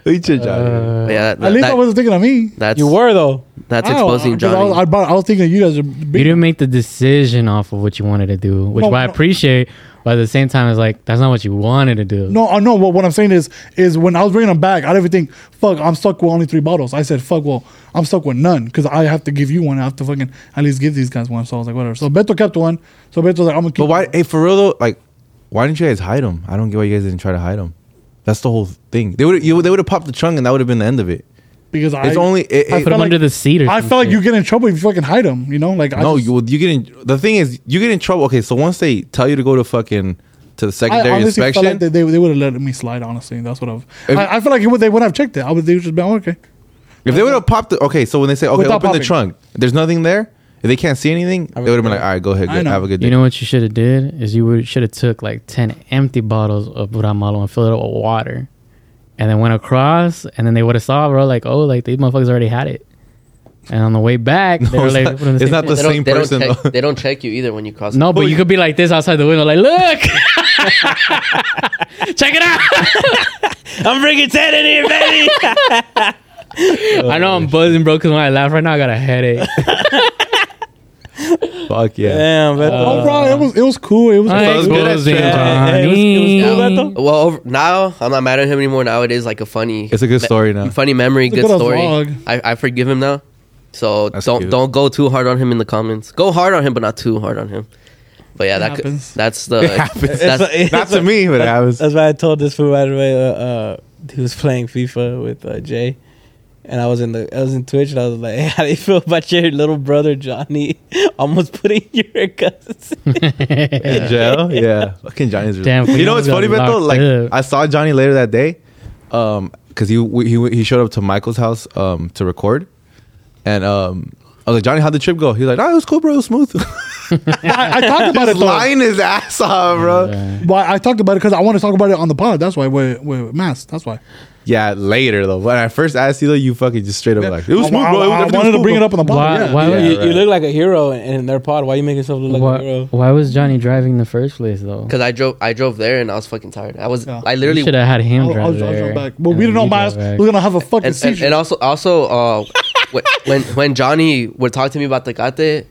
[SPEAKER 3] Eat your Johnny.
[SPEAKER 1] Uh,
[SPEAKER 5] yeah, that,
[SPEAKER 4] At least I
[SPEAKER 5] that-
[SPEAKER 4] wasn't thinking of me.
[SPEAKER 5] that's
[SPEAKER 2] You were though.
[SPEAKER 5] that's
[SPEAKER 4] I don't-
[SPEAKER 5] exposing
[SPEAKER 4] 'cause I was, I,
[SPEAKER 5] Johnny.
[SPEAKER 4] bought- I was thinking you guys are
[SPEAKER 1] you
[SPEAKER 4] big.
[SPEAKER 1] didn't make the decision off of what you wanted to do, which
[SPEAKER 4] No,
[SPEAKER 1] why I
[SPEAKER 4] no.
[SPEAKER 1] appreciate. But at the same time, it's like that's not what you wanted to do.
[SPEAKER 4] No, I know. What, what I'm saying is, is when I was bringing them back, I didn't think, fuck, I'm stuck with only three bottles. I said, fuck, well, I'm stuck with none because I have to give you one. I have to fucking at least give these guys one. So I was like, whatever. So Beto kept one. So Beto's like, I'm gonna keep.
[SPEAKER 3] But why? Hey, for real though, like, why didn't you guys hide them? I don't get why you guys didn't try to hide them. That's the whole thing. They would you they would have popped the trunk and that would have been the end of it.
[SPEAKER 4] Because I
[SPEAKER 3] It's only it,
[SPEAKER 4] I
[SPEAKER 3] it-
[SPEAKER 1] Put
[SPEAKER 4] felt
[SPEAKER 1] them
[SPEAKER 4] like-
[SPEAKER 1] under the seat or
[SPEAKER 4] I
[SPEAKER 1] some
[SPEAKER 4] felt like
[SPEAKER 1] shit.
[SPEAKER 4] you get in trouble if you fucking hide them. You know, like I
[SPEAKER 3] no.
[SPEAKER 4] just-
[SPEAKER 3] You you get in. The thing is, you get in trouble. Okay, so once they tell you to go to fucking to
[SPEAKER 4] I
[SPEAKER 3] the secondary
[SPEAKER 4] honestly
[SPEAKER 3] inspection,
[SPEAKER 4] felt like they, they, they would have let me slide. Honestly, that's what I've.
[SPEAKER 3] If-
[SPEAKER 4] I, I feel like it would, they would have checked it. I would. They would just be like, "Oh, okay.
[SPEAKER 3] If they would have popped the okay, so when they say okay,
[SPEAKER 4] Without
[SPEAKER 3] open
[SPEAKER 4] popping.
[SPEAKER 3] the trunk, there's nothing there. If they can't see anything, they would have been like, all right, go ahead,
[SPEAKER 4] I
[SPEAKER 3] good,
[SPEAKER 4] know.
[SPEAKER 3] have a good day.
[SPEAKER 1] You know what you should have did is you should have took like ten empty bottles of Buramalo and filled it up with water, and then went across, and then they would have saw, bro, like oh, like these motherfuckers already had it, and on the way back, they
[SPEAKER 3] No,
[SPEAKER 1] were
[SPEAKER 3] it's
[SPEAKER 1] like,
[SPEAKER 3] not-
[SPEAKER 1] put in
[SPEAKER 3] it's
[SPEAKER 1] same
[SPEAKER 3] not the
[SPEAKER 1] shit.
[SPEAKER 5] They don't,
[SPEAKER 3] same
[SPEAKER 5] they, don't
[SPEAKER 3] person,
[SPEAKER 5] check,
[SPEAKER 3] though.
[SPEAKER 5] they don't check you either when you cross.
[SPEAKER 1] no, but you could be like this outside the window, like look, check it out.
[SPEAKER 2] I'm bringing ten in here, baby.
[SPEAKER 4] Oh,
[SPEAKER 1] I know I'm buzzing, bro, because when I laugh right now, I got a headache.
[SPEAKER 3] Fuck yeah.
[SPEAKER 2] Damn,
[SPEAKER 1] Uh,
[SPEAKER 2] but
[SPEAKER 4] oh, bro, it was it was cool. It was.
[SPEAKER 1] I
[SPEAKER 4] it was
[SPEAKER 1] ain't
[SPEAKER 3] good
[SPEAKER 4] good.
[SPEAKER 3] at
[SPEAKER 1] buzzing,
[SPEAKER 3] that.
[SPEAKER 2] Yeah, it was- it was cool,
[SPEAKER 1] Johnny.
[SPEAKER 2] Beto.
[SPEAKER 5] Well, over, now I'm not mad at him anymore. Now it is like a funny.
[SPEAKER 3] It's a good story now.
[SPEAKER 5] funny memory,
[SPEAKER 4] It's a
[SPEAKER 5] good,
[SPEAKER 4] good
[SPEAKER 5] story.
[SPEAKER 4] vlog.
[SPEAKER 5] I, I forgive him now. So
[SPEAKER 3] That's
[SPEAKER 5] don't
[SPEAKER 3] cute.
[SPEAKER 5] don't go too hard on him in the comments. Go hard on him, but not too hard on him. But yeah, that could,
[SPEAKER 4] happens.
[SPEAKER 5] that's the
[SPEAKER 3] happens.
[SPEAKER 5] that's
[SPEAKER 2] It's a- it's
[SPEAKER 3] Not to me, but it happens.
[SPEAKER 2] That's why I told this fool right away. Uh, uh, he was playing FIFA with uh, Jay, and I was in the I was in Twitch, and I was like, "Hey, how do you feel about your little brother Johnny almost putting your cousins?"
[SPEAKER 3] In jail, yeah. Fucking Johnny's. really-
[SPEAKER 1] Damn,
[SPEAKER 3] you know what's funny,
[SPEAKER 1] Fernando's
[SPEAKER 3] Beto?
[SPEAKER 1] locked
[SPEAKER 3] Like
[SPEAKER 1] up.
[SPEAKER 3] I saw Johnny later that day, um, because he he he showed up to Michael's house um to record, and um. I was like, Johnny, how'd the trip go? He's like, oh, it was cool, bro. It was smooth.
[SPEAKER 4] I, I talked about it though.
[SPEAKER 3] Lying his ass off, bro.
[SPEAKER 4] Why I talked about it because I want to talk about it on the pod. That's why we're, we're masked. That's why.
[SPEAKER 3] Yeah, later, though. When I first asked you, though, you fucking just straight up like, it was
[SPEAKER 4] I-
[SPEAKER 3] smooth,
[SPEAKER 4] I,
[SPEAKER 3] bro.
[SPEAKER 4] I,
[SPEAKER 3] Everything was
[SPEAKER 4] wanted to
[SPEAKER 3] cool,
[SPEAKER 4] bring
[SPEAKER 3] bro."
[SPEAKER 4] it up on the pod.
[SPEAKER 1] Why?
[SPEAKER 4] yeah.
[SPEAKER 1] why
[SPEAKER 2] you,
[SPEAKER 1] would
[SPEAKER 2] you
[SPEAKER 3] right.
[SPEAKER 2] look like a hero in, in their pod. Why you make yourself look like a
[SPEAKER 1] why,
[SPEAKER 2] hero?
[SPEAKER 1] why was Johnny driving in the first place though?
[SPEAKER 5] because I drove I drove there and I was fucking tired. I was
[SPEAKER 4] Yeah.
[SPEAKER 5] I
[SPEAKER 1] You should
[SPEAKER 5] literally
[SPEAKER 1] have had him
[SPEAKER 4] I'll,
[SPEAKER 1] drive
[SPEAKER 4] I'll, I'll
[SPEAKER 1] there.
[SPEAKER 4] jump back. But
[SPEAKER 1] and
[SPEAKER 4] we
[SPEAKER 1] then
[SPEAKER 4] don't know,
[SPEAKER 1] you
[SPEAKER 4] Miles.
[SPEAKER 1] drive
[SPEAKER 4] We're
[SPEAKER 1] back.
[SPEAKER 4] gonna have a fucking
[SPEAKER 5] and, and,
[SPEAKER 4] seizure.
[SPEAKER 5] and also also uh when, when when Johnny would talk to me about Tecate,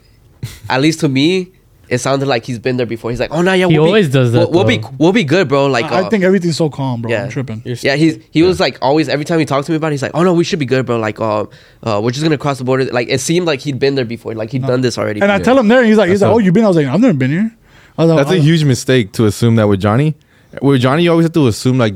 [SPEAKER 5] at least to me, it sounded like he's been there before. He's like, oh no, yeah,
[SPEAKER 1] He
[SPEAKER 5] we'll
[SPEAKER 1] always
[SPEAKER 5] be,
[SPEAKER 1] does that,
[SPEAKER 5] We'll, we'll be
[SPEAKER 1] though.
[SPEAKER 5] we'll be good, bro. Like
[SPEAKER 4] I
[SPEAKER 5] uh,
[SPEAKER 4] think everything's so calm, bro.
[SPEAKER 5] yeah,
[SPEAKER 4] I'm tripping.
[SPEAKER 2] You're-
[SPEAKER 5] Yeah, he's he was like always every time he talked to me about, it, he's like, oh no, we should be good, bro. Like uh, uh we're just gonna cross the border. Like it seemed like he'd been there before. Like he'd done this already.
[SPEAKER 4] And I tell him there, and he's like, he's like,
[SPEAKER 3] That's
[SPEAKER 4] oh,
[SPEAKER 3] a-
[SPEAKER 4] you been? I was like, I've never been here. I was like,
[SPEAKER 3] That's
[SPEAKER 4] I-
[SPEAKER 3] a huge mistake to assume that with Johnny. With Johnny, you always have to assume like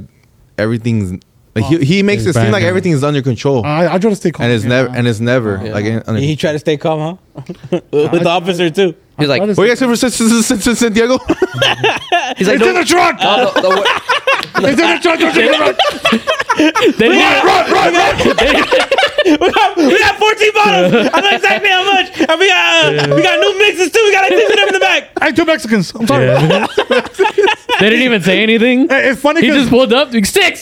[SPEAKER 3] everything's. Like, he, he makes
[SPEAKER 1] It's
[SPEAKER 3] it seem
[SPEAKER 1] bad,
[SPEAKER 3] like
[SPEAKER 1] yeah.
[SPEAKER 3] everything is under control,
[SPEAKER 4] I, I try to stay calm.
[SPEAKER 3] and it's
[SPEAKER 4] Uh, yeah.
[SPEAKER 3] never and it's never
[SPEAKER 2] Yeah.
[SPEAKER 3] like under.
[SPEAKER 2] He tried to stay calm, huh? With the officer too.
[SPEAKER 5] he's
[SPEAKER 4] I
[SPEAKER 5] like,
[SPEAKER 4] try to
[SPEAKER 3] Were
[SPEAKER 4] stay-
[SPEAKER 3] you guys ever since since- since- since Santiago?
[SPEAKER 5] he's like,
[SPEAKER 4] it's in the
[SPEAKER 5] "Don't-
[SPEAKER 4] truck.
[SPEAKER 5] no, the wor-
[SPEAKER 4] It's in the truck. Don't you run,
[SPEAKER 1] They didn't-
[SPEAKER 4] run, run, run.
[SPEAKER 2] We got, we got 14 bottles. I know exactly how much. And we got uh, we got new mixes too. We got like six of them in the back.
[SPEAKER 4] I two Mexicans. I'm sorry.
[SPEAKER 1] Yeah. they didn't even say anything.
[SPEAKER 4] Hey, It's funny
[SPEAKER 1] He
[SPEAKER 4] because
[SPEAKER 1] just pulled up. like, Six.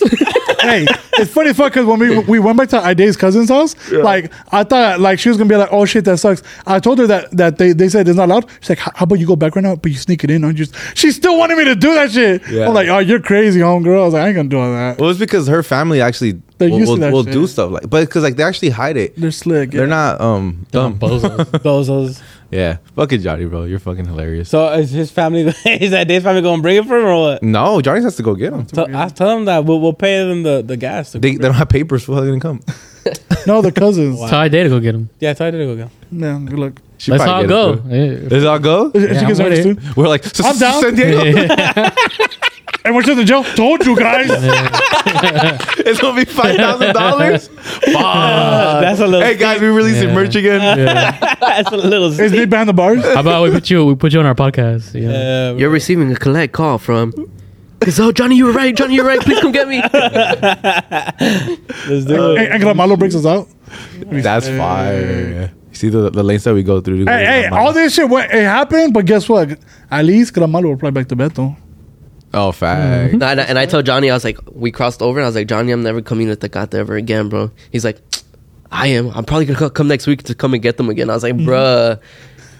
[SPEAKER 4] hey, it's funny as fuck because when we we went back to Ide's cousin's house, like I thought like she was gonna be like, oh shit, that sucks. I told her that that they, they said it's not allowed. She's like, how how about you go back right now, but you sneak it in, don't you? She still wanted me to do that shit.
[SPEAKER 3] Yeah.
[SPEAKER 4] I'm like, oh, you're crazy, homegirl. I was like, I ain't gonna do all that.
[SPEAKER 3] Well, it's because her family actually
[SPEAKER 4] They're
[SPEAKER 3] will,
[SPEAKER 4] used to
[SPEAKER 3] will,
[SPEAKER 4] that
[SPEAKER 3] will
[SPEAKER 4] shit.
[SPEAKER 3] do stuff like, but because like they actually hide it.
[SPEAKER 4] They're slick.
[SPEAKER 3] They're not um dumb.
[SPEAKER 1] Bozos.
[SPEAKER 2] Bozos.
[SPEAKER 3] Yeah, fucking Johnny, bro, you're fucking hilarious.
[SPEAKER 2] So is his family? Is that Dave's family gonna bring it for him or what?
[SPEAKER 3] No, Johnny has to go get them.
[SPEAKER 2] So I tell him that we'll, we'll pay them the, the gas. To
[SPEAKER 3] They, they don't have papers. Well, they didn't come.
[SPEAKER 4] No, they're cousins.
[SPEAKER 1] So I did go get him.
[SPEAKER 2] yeah, tell her to go go.
[SPEAKER 4] Yeah, good luck.
[SPEAKER 3] She
[SPEAKER 1] Let's
[SPEAKER 3] probably
[SPEAKER 1] all
[SPEAKER 3] get
[SPEAKER 1] go.
[SPEAKER 3] it, bro. Let's all go.
[SPEAKER 4] And she
[SPEAKER 1] I'm with
[SPEAKER 4] gets nervous
[SPEAKER 1] it.
[SPEAKER 4] too.
[SPEAKER 3] We're like, "S-
[SPEAKER 4] I'm
[SPEAKER 3] s-
[SPEAKER 4] down.
[SPEAKER 3] San Diego.
[SPEAKER 4] And we're just in jail. Told you guys.
[SPEAKER 3] it's gonna be five thousand dollars.
[SPEAKER 2] that's a little.
[SPEAKER 3] Uh, Hey guys, we releasing
[SPEAKER 1] Yeah.
[SPEAKER 3] merch again.
[SPEAKER 2] that's a little.
[SPEAKER 4] Is me behind the bars?
[SPEAKER 1] How about we put you? We put you on our podcast. You know?
[SPEAKER 2] Uh,
[SPEAKER 5] You're receiving a collect call from. It's, oh, Johnny, you were right. Johnny, you're right. Please come get me.
[SPEAKER 2] let's do it.
[SPEAKER 4] And, and Malo breaks us out.
[SPEAKER 3] That's fire. You see the the lanes that we go through. to go
[SPEAKER 4] Hey,
[SPEAKER 3] to
[SPEAKER 4] hey,
[SPEAKER 3] Mama.
[SPEAKER 4] all this shit went, it happened, but guess what? At least Gramalo will reply back to Beto.
[SPEAKER 3] Oh, fact.
[SPEAKER 5] No, and, I, and I told Johnny, I was like, we crossed over, and I was like, Johnny, I'm never coming to Tecate ever again, bro. He's like, I am. I'm probably gonna co- come next week to come and get them again. I was
[SPEAKER 4] Mm-hmm.
[SPEAKER 5] like, bruh.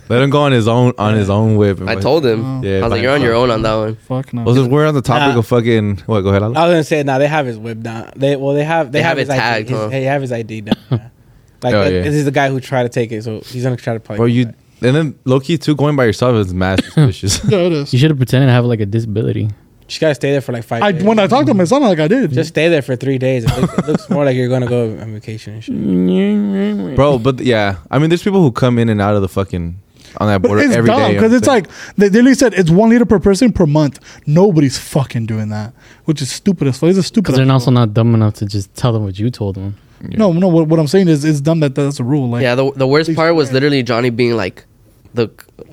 [SPEAKER 3] Let him go on his own on his own whip.
[SPEAKER 5] I told
[SPEAKER 4] Oh.
[SPEAKER 5] him.
[SPEAKER 3] Yeah,
[SPEAKER 5] I was
[SPEAKER 3] by
[SPEAKER 5] like, you're on your
[SPEAKER 3] himself.
[SPEAKER 5] own on that one.
[SPEAKER 4] Fuck no.
[SPEAKER 3] Well, since we're on the topic
[SPEAKER 2] Nah.
[SPEAKER 3] of fucking what? Go ahead. Alan.
[SPEAKER 2] I was gonna say now they have his whip down. They well they have they,
[SPEAKER 5] They
[SPEAKER 2] have,
[SPEAKER 5] have it
[SPEAKER 2] his
[SPEAKER 5] tagged,
[SPEAKER 2] ID. His,
[SPEAKER 5] huh?
[SPEAKER 2] They have his ID down. yeah. Like
[SPEAKER 3] Oh,
[SPEAKER 2] uh,
[SPEAKER 3] yeah.
[SPEAKER 2] this is the guy who tried to take it, so he's gonna try to probably.
[SPEAKER 3] Bro, you and then low key too going by yourself is mad suspicious.
[SPEAKER 4] Yeah, it is.
[SPEAKER 1] You should have pretended to have like a disability.
[SPEAKER 2] just gotta stay there for like five.
[SPEAKER 4] I
[SPEAKER 2] days.
[SPEAKER 4] when I talked to him, it sounded like I did.
[SPEAKER 2] just stay there for three days. It looks, it looks more like you're gonna go on vacation and shit.
[SPEAKER 3] Bro, but yeah, I mean, there's people who come in and out of the fucking on that
[SPEAKER 4] but
[SPEAKER 3] border
[SPEAKER 4] it's
[SPEAKER 3] every day.
[SPEAKER 4] dumb because it's like they they literally said it's one liter per person per month. Nobody's fucking doing that, which is stupid as fuck. It's a stupid.
[SPEAKER 1] Because they're also not dumb enough to just tell them what you told them.
[SPEAKER 4] No, no. What, what I'm saying is, it's dumb that that's a rule. Like,
[SPEAKER 5] Yeah, the, the worst
[SPEAKER 4] Please
[SPEAKER 5] part was
[SPEAKER 4] try.
[SPEAKER 5] literally Johnny being like, the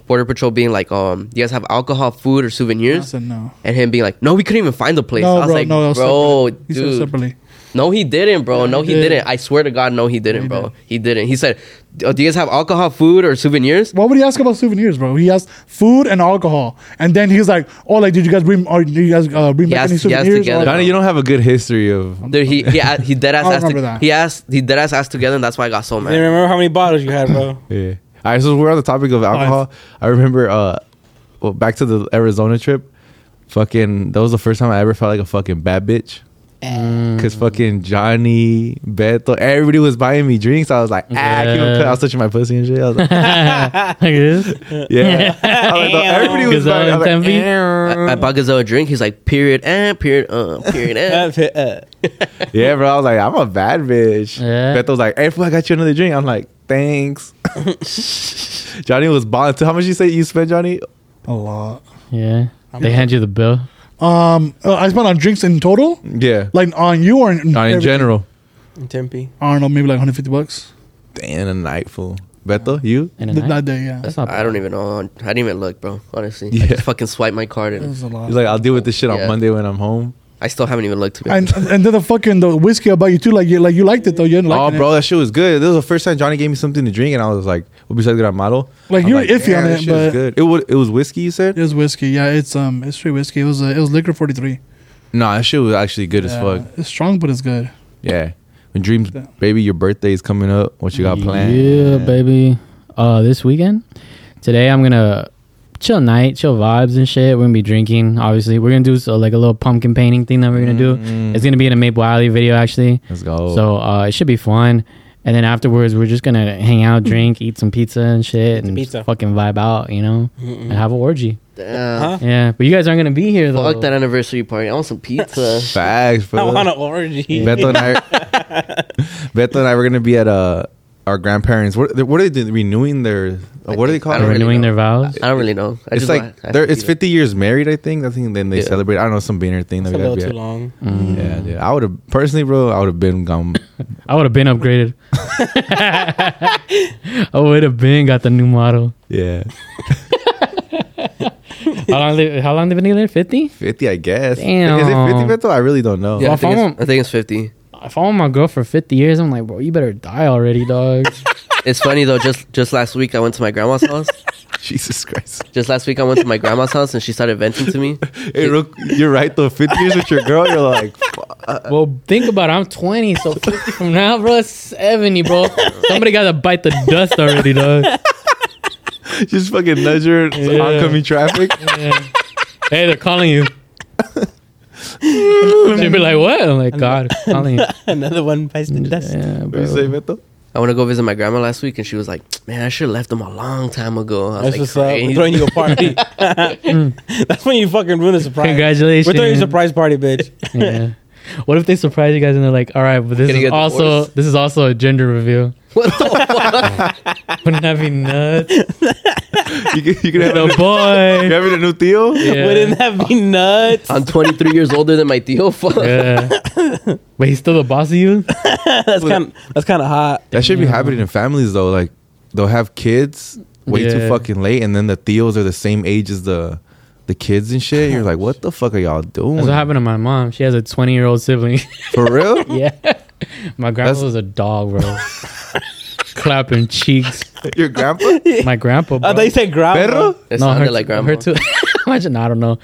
[SPEAKER 5] border patrol being like, um, you guys have alcohol, food, or
[SPEAKER 4] I
[SPEAKER 5] souvenirs?
[SPEAKER 4] said no.
[SPEAKER 5] And him being like, no, we couldn't even find the place. I
[SPEAKER 4] No,
[SPEAKER 5] was
[SPEAKER 4] bro.
[SPEAKER 5] like,
[SPEAKER 4] no, that was
[SPEAKER 5] bro,
[SPEAKER 4] separate. He said
[SPEAKER 5] dude.
[SPEAKER 4] separately.
[SPEAKER 5] No, he didn't, bro. no, he
[SPEAKER 4] did.
[SPEAKER 5] didn't. I swear to God, no, he didn't, bro. He didn't. He said, oh, "Do you guys have alcohol, food, or souvenirs?"
[SPEAKER 4] Why would he ask about souvenirs, bro? He asked food and alcohol, and then he's like, "Oh, like, did you guys bring? Or did you guys uh, bring
[SPEAKER 5] He
[SPEAKER 4] back any
[SPEAKER 5] asked- he asked
[SPEAKER 4] souvenirs?"
[SPEAKER 5] together.
[SPEAKER 4] Or-
[SPEAKER 3] Johnny, you don't have a good history of.
[SPEAKER 5] Dude, he he a- he dead ass
[SPEAKER 4] I
[SPEAKER 5] asked.
[SPEAKER 4] remember that.
[SPEAKER 5] He asked he dead ass asked together, and that's why I got so
[SPEAKER 2] I didn't
[SPEAKER 5] mad.
[SPEAKER 2] remember how many bottles you had, bro.
[SPEAKER 3] Yeah. All right, so we're on the topic of alcohol. I remember, uh, well, back to the Arizona trip. Fucking, that was the first time I ever felt like a fucking bad bitch. Cause fucking Johnny, Beto, everybody was buying me drinks. I was like, ah, I, keep on
[SPEAKER 1] Yeah.
[SPEAKER 3] cut- I was touching my pussy and shit. I was like,
[SPEAKER 1] like this.
[SPEAKER 3] yeah. I was like, no, everybody was
[SPEAKER 1] Cause
[SPEAKER 3] buying. I
[SPEAKER 1] I'm
[SPEAKER 3] was like,
[SPEAKER 1] tempy.
[SPEAKER 5] I, I bought Gazelle a drink. He's like, period, eh, period, uh, period, eh.
[SPEAKER 2] That's it, uh,
[SPEAKER 3] yeah, bro. I was like, I'm a bad bitch.
[SPEAKER 1] Yeah.
[SPEAKER 3] Beto was like, hey, fool, I got you another drink. I'm like, thanks. Johnny was bond. How much you say you spent, Johnny?
[SPEAKER 4] a lot.
[SPEAKER 1] Yeah. They hand you the bill.
[SPEAKER 4] Um, uh, I spent on drinks in total,
[SPEAKER 3] Yeah.
[SPEAKER 4] like on you or in,
[SPEAKER 3] Not in
[SPEAKER 4] everything?
[SPEAKER 3] general.
[SPEAKER 2] Tempe.
[SPEAKER 4] I don't know, maybe like 150 bucks
[SPEAKER 3] Damn, a night, fool. Beto, you?
[SPEAKER 1] In a
[SPEAKER 4] Th-
[SPEAKER 1] night.
[SPEAKER 4] that day. Yeah,
[SPEAKER 1] That's not
[SPEAKER 5] I
[SPEAKER 1] bad.
[SPEAKER 5] don't even know. I didn't even look, bro. Honestly, I
[SPEAKER 3] Yeah.
[SPEAKER 5] just fucking swiped my card,
[SPEAKER 4] That
[SPEAKER 5] and
[SPEAKER 4] was a lot.
[SPEAKER 3] He's like, I'll deal with this shit on
[SPEAKER 5] Yeah.
[SPEAKER 3] Monday when I'm home.
[SPEAKER 5] I still haven't even looked. To be honest.
[SPEAKER 4] and and then the fucking the whiskey about you too. Like you like you liked it though. You didn't like
[SPEAKER 3] oh,
[SPEAKER 4] it.
[SPEAKER 3] bro, that shit was good. This was the first time Johnny gave me something to drink, and I was like, well, besides that model.
[SPEAKER 4] Like,
[SPEAKER 3] I'm
[SPEAKER 4] you were iffy
[SPEAKER 3] damn,
[SPEAKER 4] on it,
[SPEAKER 3] that shit was
[SPEAKER 4] but-
[SPEAKER 3] good. It, was, it was whiskey, you said?
[SPEAKER 4] It was whiskey. Yeah, it's um, it's straight whiskey. It was uh, it was liquor forty three.
[SPEAKER 3] Nah, that shit was actually good as
[SPEAKER 4] Yeah,
[SPEAKER 3] fuck.
[SPEAKER 4] it's strong, but it's good.
[SPEAKER 3] Yeah. When dreams, baby, your birthday is coming up. What you got planned?
[SPEAKER 1] Yeah, baby. Uh, this weekend, today I'm gonna chill night, chill vibes and shit. We're gonna be drinking. Obviously, we're gonna do so, like a little pumpkin
[SPEAKER 5] Mm-hmm. Oh.
[SPEAKER 1] painting thing that we're gonna do. It's gonna be in a Maple Alley video actually.
[SPEAKER 3] Mm-hmm. Let's go.
[SPEAKER 1] So uh, it should be fun. And then afterwards, we're just gonna hang out, drink, eat some pizza and shit, and
[SPEAKER 2] pizza.
[SPEAKER 1] just fucking vibe out, you know, and have an orgy.
[SPEAKER 5] Damn.
[SPEAKER 2] Huh?
[SPEAKER 1] Yeah, but you guys aren't gonna be here though.
[SPEAKER 5] Uh, Mm. Fuck that anniversary party. I want some pizza.
[SPEAKER 3] Facts.
[SPEAKER 2] I
[SPEAKER 3] fool.
[SPEAKER 2] want an orgy.
[SPEAKER 3] Beto and I, Beto and I were gonna be at uh, our grandparents. What, what are they doing? renewing their? Uh, what are they
[SPEAKER 5] think- I
[SPEAKER 3] called?
[SPEAKER 5] don't really
[SPEAKER 1] renewing
[SPEAKER 5] know.
[SPEAKER 1] their vows.
[SPEAKER 5] I don't really know. I
[SPEAKER 3] It's
[SPEAKER 5] just
[SPEAKER 3] like
[SPEAKER 5] I
[SPEAKER 3] they're,
[SPEAKER 5] think
[SPEAKER 3] it's
[SPEAKER 5] either.
[SPEAKER 3] 50 years married, I think. I think then they
[SPEAKER 5] Yeah.
[SPEAKER 3] celebrate. I don't know some banner thing that
[SPEAKER 2] It's a
[SPEAKER 3] we gotta
[SPEAKER 2] little
[SPEAKER 3] be
[SPEAKER 2] too
[SPEAKER 3] at.
[SPEAKER 2] long.
[SPEAKER 1] Mm.
[SPEAKER 3] Yeah, dude. I would have personally, bro. I would have been gone.
[SPEAKER 1] I would have been upgraded. I would have been got the new model.
[SPEAKER 3] yeah,
[SPEAKER 1] How long? They, how long they been together? Fifty.
[SPEAKER 3] 50, I guess.
[SPEAKER 1] Damn.
[SPEAKER 3] Is it 50, Beto? I really don't know.
[SPEAKER 5] Yeah, I,
[SPEAKER 1] Well,
[SPEAKER 5] think
[SPEAKER 1] if I
[SPEAKER 5] it's, I think it's 50.
[SPEAKER 1] If I'm with my girl for fifty years, I'm like, bro, you better die already, dog.
[SPEAKER 5] It's funny though. Just just last week, I went to my grandma's house.
[SPEAKER 3] Jesus Christ.
[SPEAKER 5] Just last week, I went to my grandma's house and she started venting to me.
[SPEAKER 3] Hey, look, you're right though. 50 years with your girl, you're like, fuck.
[SPEAKER 1] well, think about it. I'm twenty, so fifty from now, bro, it's seventy, bro. Somebody got to bite the dust already, dog.
[SPEAKER 3] just fucking nudge her in
[SPEAKER 1] Yeah.
[SPEAKER 3] oncoming traffic.
[SPEAKER 1] Hey, they're calling you. She'd be like, what? I'm like, God, calling you.
[SPEAKER 2] Another one bites the dust.
[SPEAKER 1] Yeah,
[SPEAKER 3] What do you
[SPEAKER 1] bro.
[SPEAKER 3] say, Beto?
[SPEAKER 5] I went to go visit my grandma last week and she was like, "Man, I should have left them a long time ago." I was
[SPEAKER 2] That's
[SPEAKER 5] like,
[SPEAKER 2] what's up. We're
[SPEAKER 5] "Crazy."
[SPEAKER 2] throwing you a party. That's when you fucking ruin a surprise. We're
[SPEAKER 1] Congratulations.
[SPEAKER 2] throwing you a surprise party, bitch.
[SPEAKER 1] Yeah. What if they surprise you guys and they're like, all right, but this
[SPEAKER 5] Gonna
[SPEAKER 1] is
[SPEAKER 5] get
[SPEAKER 1] also
[SPEAKER 5] divorced.
[SPEAKER 1] this is also a gender reveal.
[SPEAKER 5] What the fuck?
[SPEAKER 1] Wouldn't that be nuts?
[SPEAKER 3] You could, you could have
[SPEAKER 1] The
[SPEAKER 3] a, you
[SPEAKER 1] boy.
[SPEAKER 3] having a new deal?
[SPEAKER 1] Yeah.
[SPEAKER 2] Wouldn't that be nuts?
[SPEAKER 5] I'm 23 years older than my tío. Fuck.
[SPEAKER 1] yeah. But he's still the boss of you?
[SPEAKER 2] that's kind. That's kind of hot.
[SPEAKER 3] That should be happening in families though. Like they'll have kids way too
[SPEAKER 1] Yeah.
[SPEAKER 3] fucking late, and then the theos are the same age as the the kids and shit. You're like, what the fuck are y'all doing?
[SPEAKER 1] That's what happened to my mom. She has a 20 year old sibling.
[SPEAKER 3] For real?
[SPEAKER 1] yeah. My grandpa
[SPEAKER 3] That's-
[SPEAKER 1] was a dog, bro. Clapping cheeks.
[SPEAKER 3] Your grandpa?
[SPEAKER 1] My grandpa. Bro.
[SPEAKER 2] I thought you Oh, said grandma.
[SPEAKER 3] Perro?
[SPEAKER 5] It
[SPEAKER 1] no,
[SPEAKER 5] sounded
[SPEAKER 1] her,
[SPEAKER 5] like grandma.
[SPEAKER 1] her too. Imagine, I don't know.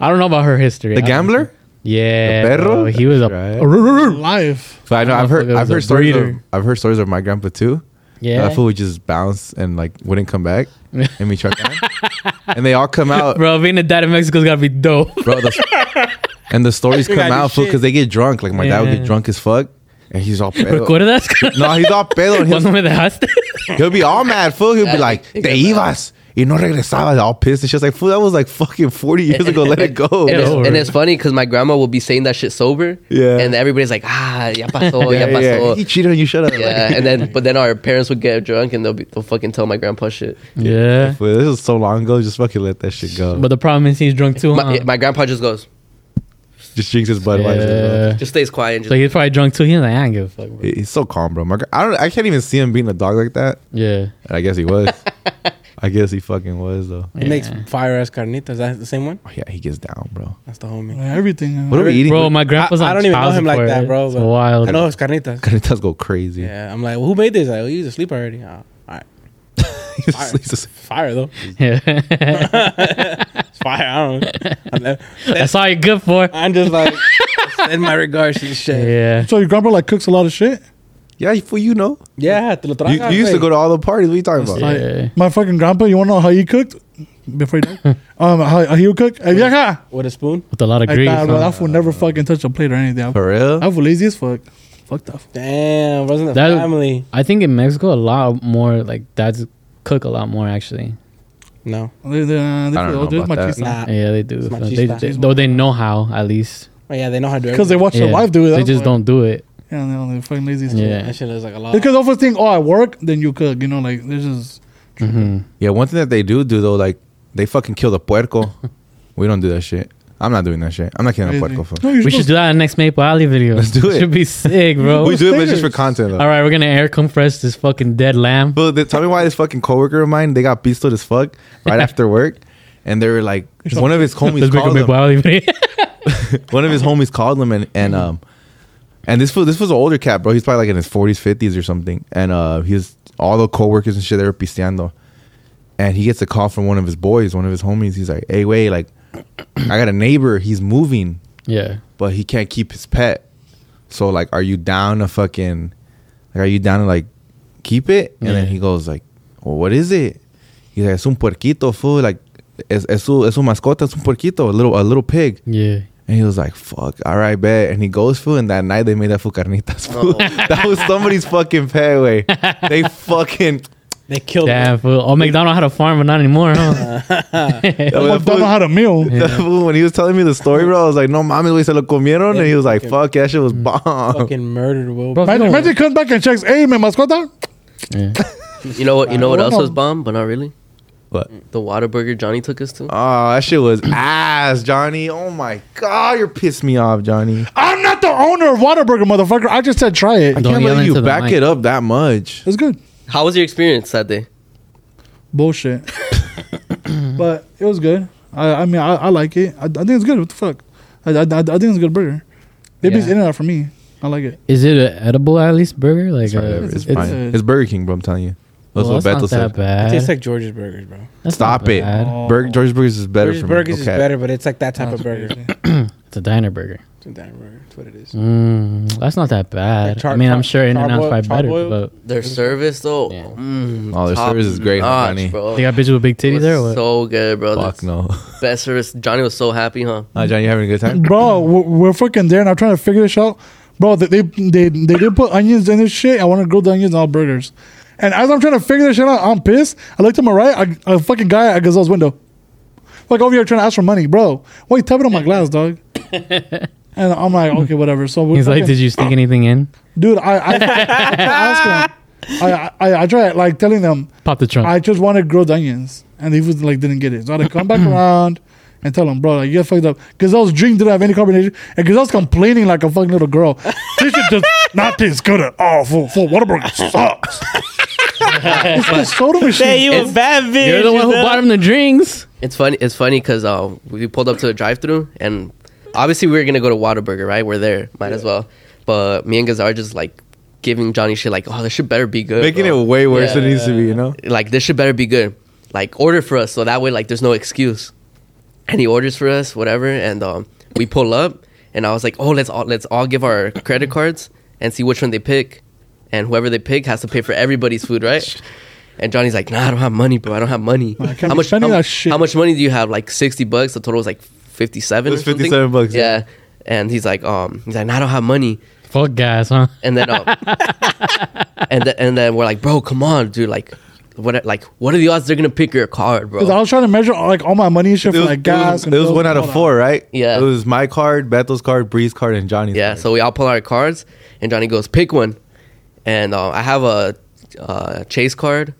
[SPEAKER 1] I don't know about her history.
[SPEAKER 3] The
[SPEAKER 1] I don't-
[SPEAKER 3] gambler?
[SPEAKER 1] Yeah.
[SPEAKER 3] The perro?
[SPEAKER 1] bro, he was a.
[SPEAKER 3] Right.
[SPEAKER 4] Live.
[SPEAKER 3] But I know I've heard
[SPEAKER 1] Motherfucker
[SPEAKER 3] I've
[SPEAKER 1] was a
[SPEAKER 3] heard stories of,
[SPEAKER 1] breeder.
[SPEAKER 3] I've heard stories of my grandpa too.
[SPEAKER 1] Yeah.
[SPEAKER 3] That fool would just bounce and like wouldn't come back and be chucked down. And they all come out, bro.
[SPEAKER 1] Bro, being a dad in Mexico's gotta be dope.
[SPEAKER 3] the- and the stories
[SPEAKER 2] You
[SPEAKER 3] come
[SPEAKER 2] gotta do
[SPEAKER 3] out, fool,
[SPEAKER 2] shit.
[SPEAKER 3] because they get drunk. Like my dad would
[SPEAKER 1] Yeah.
[SPEAKER 3] get drunk as fuck, and he's all pedo.
[SPEAKER 1] ¿Recuerdas?
[SPEAKER 3] No, he's all pedo. And he'll
[SPEAKER 1] Cuando me dejaste.
[SPEAKER 3] He'll be all mad, fool. He'll be like,
[SPEAKER 5] Yeah,
[SPEAKER 3] "Te ibas y no regresabas." All pissed and shit's like, "Fool, that was like fucking forty years ago. Let it go."
[SPEAKER 5] And it's,
[SPEAKER 1] Yeah.
[SPEAKER 5] and it's funny because my grandma will be saying that shit sober.
[SPEAKER 3] Yeah.
[SPEAKER 5] And everybody's like, ah, ya pasó,
[SPEAKER 3] yeah,
[SPEAKER 5] ya
[SPEAKER 3] yeah, yeah. He
[SPEAKER 5] pasó.
[SPEAKER 3] cheated on you. Shut up.
[SPEAKER 5] Yeah.
[SPEAKER 3] Like,
[SPEAKER 5] And then, but then our parents would get drunk and they'll, be, they'll fucking tell my grandpa shit.
[SPEAKER 1] yeah.
[SPEAKER 3] fool, this was so long ago. Just fucking let that shit go.
[SPEAKER 1] But the problem is he's drunk too, huh?
[SPEAKER 5] My, my grandpa just goes,
[SPEAKER 3] just drinks his Budweiser.
[SPEAKER 1] yeah.
[SPEAKER 5] just stays quiet and just,
[SPEAKER 1] So he's probably drunk too. He's like, I don't give a fuck, bro.
[SPEAKER 3] Bro. He's so calm, bro. My, gr- I don't. I can't even see him being a dog like that.
[SPEAKER 1] Yeah.
[SPEAKER 3] And I guess he was. I guess he fucking was though.
[SPEAKER 2] He makes fire ass carnitas. That's the same one.
[SPEAKER 3] Oh, yeah, he gets down, bro.
[SPEAKER 2] That's the homie.
[SPEAKER 4] Everything.
[SPEAKER 3] What are we eating?
[SPEAKER 1] Bro, my grandpa's
[SPEAKER 2] I-
[SPEAKER 1] on
[SPEAKER 2] I don't even
[SPEAKER 1] child
[SPEAKER 2] know him like
[SPEAKER 1] support.
[SPEAKER 2] that, bro,
[SPEAKER 1] It's
[SPEAKER 2] but-
[SPEAKER 1] wild.
[SPEAKER 2] I know it's carnitas.
[SPEAKER 3] Carnitas go crazy.
[SPEAKER 2] Yeah, I'm like, well, who made this? Like, oh, he's asleep already. Oh, all right,
[SPEAKER 3] He's just-
[SPEAKER 2] fire though.
[SPEAKER 1] Yeah.
[SPEAKER 2] It's fire. I don't. Know. I'm, like-
[SPEAKER 1] That's all you're good for.
[SPEAKER 2] I'm just like, send my regards to the shit.
[SPEAKER 1] Yeah.
[SPEAKER 4] So your grandpa like cooks a lot of shit.
[SPEAKER 3] yeah, fool, you know.
[SPEAKER 2] Yeah, te lo
[SPEAKER 3] You,
[SPEAKER 2] tragas,
[SPEAKER 3] you used to
[SPEAKER 2] güey.
[SPEAKER 3] go to all the parties. What are you talking about?
[SPEAKER 1] Yeah.
[SPEAKER 4] My fucking grandpa. You wanna know how he cooked before he died? um, how, how he would cook? Hey, vieja.
[SPEAKER 2] with a spoon.
[SPEAKER 1] With a lot of
[SPEAKER 4] Like
[SPEAKER 1] grease.
[SPEAKER 4] that, bro.
[SPEAKER 1] huh?
[SPEAKER 4] That fool never fucking touched a plate or anything.
[SPEAKER 3] For real?
[SPEAKER 4] That fool lazy as fuck. Fuck that. fool.
[SPEAKER 2] Damn, wasn't the
[SPEAKER 1] That-
[SPEAKER 2] family?
[SPEAKER 1] I think in Mexico, a lot more, like, dads cook a lot more, actually.
[SPEAKER 2] No,
[SPEAKER 4] They, they, they,
[SPEAKER 3] don't know about that.
[SPEAKER 2] nah.
[SPEAKER 1] Yeah, they do.
[SPEAKER 2] It's
[SPEAKER 1] They,
[SPEAKER 2] machista.
[SPEAKER 1] they- though they know how, at least.
[SPEAKER 2] Oh, yeah, they know how to do
[SPEAKER 4] Because they
[SPEAKER 2] everything.
[SPEAKER 4] watch
[SPEAKER 1] Yeah.
[SPEAKER 4] their wife do it.
[SPEAKER 1] They
[SPEAKER 4] that's
[SPEAKER 1] just
[SPEAKER 4] why.
[SPEAKER 1] don't do it.
[SPEAKER 4] Yeah, no, they're fucking lazy. As fuck.
[SPEAKER 1] Yeah.
[SPEAKER 2] That shit is like a lot.
[SPEAKER 4] Because they always think, oh, I work, then you cook. You know, like they're just
[SPEAKER 1] Mhm.
[SPEAKER 3] Yeah, one thing that they do do though, like they fucking kill the puerco. we don't do that shit. I'm not doing that shit. I'm not killing a
[SPEAKER 4] crazy.
[SPEAKER 3] puerco.
[SPEAKER 4] No,
[SPEAKER 3] For.
[SPEAKER 4] you're
[SPEAKER 1] We should do that next Maple Alley video.
[SPEAKER 3] Let's do it.
[SPEAKER 1] Should be sick, bro.
[SPEAKER 3] We do it, but it's just for content though.
[SPEAKER 1] All right, we're gonna air compress this fucking dead lamb.
[SPEAKER 3] But they- tell me why this fucking coworker of mine they got pistol as fuck right after work, and they were like, one of his homies
[SPEAKER 1] Let's make a
[SPEAKER 3] called him.
[SPEAKER 1] Maple Alley video.
[SPEAKER 3] One of his homies called him, and and um, and this fool, this was an older cat, bro. He's probably like in his 40s, 50s or something, and uh, he's all the coworkers and shit they were pisteando, and he gets a call from one of his boys, one of his homies. He's like, hey, wait, like, I got a neighbor. He's moving.
[SPEAKER 1] yeah,
[SPEAKER 3] but he can't keep his pet. So like, are you down to fucking like are you down to like keep it? And then
[SPEAKER 1] Yeah.
[SPEAKER 3] he goes like, well, what is it? He's like, es un puerquito, fool. Like, es, es, su, es un mascota, es un puerquito, a little a little pig.
[SPEAKER 1] yeah.
[SPEAKER 3] And he was like, fuck, all right, bet. And he goes, fool. And that night they made that fool carnitas, fool. that was somebody's fucking pay, way. They fucking.
[SPEAKER 2] They killed him.
[SPEAKER 1] Damn, fool. Oh, McDonald had a farm, but not anymore, huh?
[SPEAKER 3] that
[SPEAKER 4] don't know
[SPEAKER 3] fool-
[SPEAKER 4] how to meal.
[SPEAKER 3] that fool, when he was telling me the story, bro, I was like, no mames, güey, se lo comieron. And he was like, fuck, yeah, that shit was bomb.
[SPEAKER 2] Fucking murdered, Will.
[SPEAKER 1] Bro,
[SPEAKER 4] Imagine, imagine he comes back and checks, hey, man, mascota.
[SPEAKER 1] yeah.
[SPEAKER 5] You know what? You know what
[SPEAKER 4] Wow.
[SPEAKER 5] else was bomb, but not really.
[SPEAKER 3] What?
[SPEAKER 5] The Whataburger Johnny took us to.
[SPEAKER 3] Oh, that shit was ass, Johnny. Oh my God, you're pissed me off, Johnny.
[SPEAKER 4] I'm not the owner of Whataburger, motherfucker. I just said try it.
[SPEAKER 3] I
[SPEAKER 4] It
[SPEAKER 1] Don't
[SPEAKER 3] can't
[SPEAKER 1] yell
[SPEAKER 3] let you
[SPEAKER 1] into the
[SPEAKER 3] back
[SPEAKER 1] mic.
[SPEAKER 3] it up that much.
[SPEAKER 4] was good.
[SPEAKER 5] How was your experience that day?
[SPEAKER 4] Bullshit. but it was good. I, I mean, I, I like it. I, I think it's good. What the fuck? I, I, I I think it's a good burger. It beats
[SPEAKER 1] Yeah.
[SPEAKER 4] In and Out for me. I like it.
[SPEAKER 1] Is it an edible at least burger? Like, uh,
[SPEAKER 3] Whatever, It's,
[SPEAKER 1] it's-
[SPEAKER 3] fine.
[SPEAKER 4] it's-
[SPEAKER 3] It's Burger King, bro. I'm telling you. That's
[SPEAKER 1] well,
[SPEAKER 3] what
[SPEAKER 1] that's
[SPEAKER 3] Beto
[SPEAKER 1] not that
[SPEAKER 3] said.
[SPEAKER 2] It
[SPEAKER 1] bad.
[SPEAKER 2] tastes like George's Burgers, bro.
[SPEAKER 1] That's not
[SPEAKER 3] Stop it.
[SPEAKER 1] bad.
[SPEAKER 3] Burger, George's Burgers is better
[SPEAKER 2] Burgers
[SPEAKER 3] for me.
[SPEAKER 2] Burgers
[SPEAKER 3] Okay.
[SPEAKER 2] is better, but it's like that type of burger.
[SPEAKER 1] It's a diner burger.
[SPEAKER 2] It's a diner burger. That's what it is.
[SPEAKER 1] Mm, that's not that bad.
[SPEAKER 2] Like char-
[SPEAKER 1] I mean, I'm
[SPEAKER 2] char-
[SPEAKER 1] sure In and Out's
[SPEAKER 2] charboiled-
[SPEAKER 1] probably better,
[SPEAKER 2] charboiled?
[SPEAKER 1] but
[SPEAKER 5] Their service though.
[SPEAKER 1] Yeah.
[SPEAKER 5] mm,
[SPEAKER 3] Mm. Oh, their
[SPEAKER 5] top
[SPEAKER 3] service is great, huh,
[SPEAKER 5] notch,
[SPEAKER 3] Johnny?
[SPEAKER 5] bro.
[SPEAKER 1] they got bitches with big
[SPEAKER 5] It
[SPEAKER 1] titties
[SPEAKER 5] was
[SPEAKER 1] there. Or what?
[SPEAKER 5] So good, bro.
[SPEAKER 3] Fuck
[SPEAKER 5] That's
[SPEAKER 3] no.
[SPEAKER 5] Best service. Johnny was so happy, huh?
[SPEAKER 3] Uh, Johnny, you having a good time?
[SPEAKER 4] Bro, we're, we're fucking there and I'm trying to figure this out. Bro, they they they, they did put onions in this shit. I want to grill the onions on all burgers. And as I'm trying to figure this shit out, I'm pissed. I looked to my right, I, a fucking guy at Gazelle's window. Like over here trying to ask for money, bro. Why you tapping on my glass, dog? and I'm like, okay, whatever. So we
[SPEAKER 1] He's like,
[SPEAKER 4] fucking-
[SPEAKER 1] did you sneak anything in?
[SPEAKER 4] dude i i, I asked him I, I i tried like telling them
[SPEAKER 1] Pop the trunk.
[SPEAKER 4] i just wanted grilled onions and he was like didn't get it so i had to come back around and tell him, bro, like you fucked up. Gazelle's drink didn't have any carbonation, and Gazelle's complaining like a fucking little girl. This shit does not taste good at all. For for Whataburger sucks. it's the soda machine.
[SPEAKER 2] Say you a
[SPEAKER 5] It's-
[SPEAKER 2] bad bitch.
[SPEAKER 1] You're the one who
[SPEAKER 2] you know?
[SPEAKER 1] bought him the drinks.
[SPEAKER 5] It's funny. It's funny because uh, we pulled up to the drive-through, and obviously we were gonna go to Whataburger, right? We're there, might as well. But me and Gazar are just like giving Johnny shit, like, oh, this shit better be good.
[SPEAKER 3] Making it
[SPEAKER 5] bro.
[SPEAKER 3] way worse than it
[SPEAKER 5] Yeah.
[SPEAKER 3] needs to be, you know?
[SPEAKER 5] Like this shit better be good. Like order for us, so that way like there's no excuse. And he orders for us, whatever, and um, we pull up, and I was like, oh, let's all let's all give our credit cards and see which one they pick, and whoever they pick has to pay for everybody's food, right? And Johnny's like, nah, I don't have money, bro. I don't have money.
[SPEAKER 4] can't be spending
[SPEAKER 5] how,
[SPEAKER 4] that shit.
[SPEAKER 5] how much money do you have? Like sixty bucks. The total was like fifty-seven.
[SPEAKER 3] It was
[SPEAKER 5] or something.
[SPEAKER 3] 57 bucks, yeah.
[SPEAKER 5] Yeah. And he's like, um, he's like, nah, I don't have money.
[SPEAKER 1] Fuck guys, huh?
[SPEAKER 5] And then, um, and then, and then we're like, bro, come on, dude. Like, what? Like, what are the odds they're gonna pick your card,
[SPEAKER 4] 'Cause I
[SPEAKER 5] bro?
[SPEAKER 4] was trying to measure like all my money and shit
[SPEAKER 3] It
[SPEAKER 4] for
[SPEAKER 3] was,
[SPEAKER 4] like
[SPEAKER 3] it was-
[SPEAKER 4] gas. and
[SPEAKER 3] it was
[SPEAKER 4] bills
[SPEAKER 3] one
[SPEAKER 4] and
[SPEAKER 3] out
[SPEAKER 4] all
[SPEAKER 3] of
[SPEAKER 4] that.
[SPEAKER 3] four, right?
[SPEAKER 5] Yeah.
[SPEAKER 3] It was my card, Bethel's card, Bree's card, and Johnny's
[SPEAKER 5] Yeah.
[SPEAKER 3] card.
[SPEAKER 5] So we all pull out our cards, and Johnny goes, pick one. And uh, I have a uh, chase card.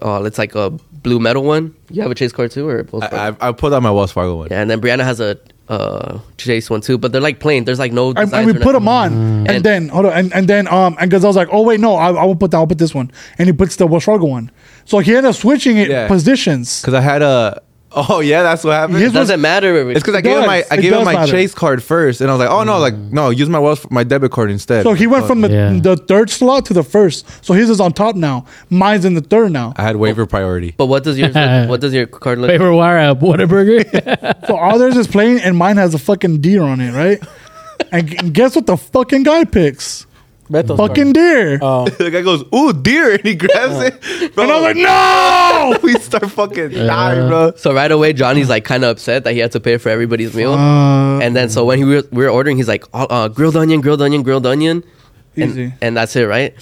[SPEAKER 5] Uh, it's like a blue metal one. You have a chase card too, or both?
[SPEAKER 3] I, I, I pulled out my Wells Fargo one.
[SPEAKER 5] yeah. And then Brianna has a uh, chase one too, but they're like plain. There's like no.
[SPEAKER 4] and,
[SPEAKER 5] designs
[SPEAKER 4] and we
[SPEAKER 5] or
[SPEAKER 4] put
[SPEAKER 5] nothing.
[SPEAKER 4] them on,
[SPEAKER 2] Mm.
[SPEAKER 4] and,
[SPEAKER 5] And-
[SPEAKER 4] then hold on, and, and then um, and Gazelle's like, oh wait, no, I, I will put that, I'll put this one, and he puts the Welsh Fargo one. So he ended up switching it
[SPEAKER 3] Yeah.
[SPEAKER 4] positions.
[SPEAKER 3] Because I had a. Oh, yeah, that's what happened.
[SPEAKER 4] His
[SPEAKER 5] It doesn't matter.
[SPEAKER 3] It's because I
[SPEAKER 4] It
[SPEAKER 3] gave him my
[SPEAKER 4] does.
[SPEAKER 3] I
[SPEAKER 4] It
[SPEAKER 3] gave him
[SPEAKER 4] does
[SPEAKER 3] my
[SPEAKER 4] matter. Mm-hmm.
[SPEAKER 3] Chase card first, and I was like, oh no, like no, use my Wells my debit card instead.
[SPEAKER 4] So he went
[SPEAKER 3] Fuck.
[SPEAKER 4] from the,
[SPEAKER 1] Yeah.
[SPEAKER 4] the third slot to the first. So his is on top now. Mine's in the third now.
[SPEAKER 3] I had waiver priority.
[SPEAKER 5] But what does yours? Look, what does your card look?
[SPEAKER 1] Paper wire at Whataburger.
[SPEAKER 4] So others is playing, and mine has a fucking deer on it, right? and g- guess what the fucking guy picks?
[SPEAKER 2] Beto's
[SPEAKER 4] Fucking deer.
[SPEAKER 3] the guy goes, ooh, deer, and he grabs it.
[SPEAKER 4] Uh-huh.
[SPEAKER 3] Bro,
[SPEAKER 4] and I was like, no.
[SPEAKER 3] we start fucking dying, bro.
[SPEAKER 5] So right away, Johnny's like kind of upset that he had to pay for everybody's meal. and then so when he re- we were ordering, he's like, "Oh, uh, grilled onion, grilled onion, grilled onion. And,
[SPEAKER 4] Easy.
[SPEAKER 5] and that's it, right?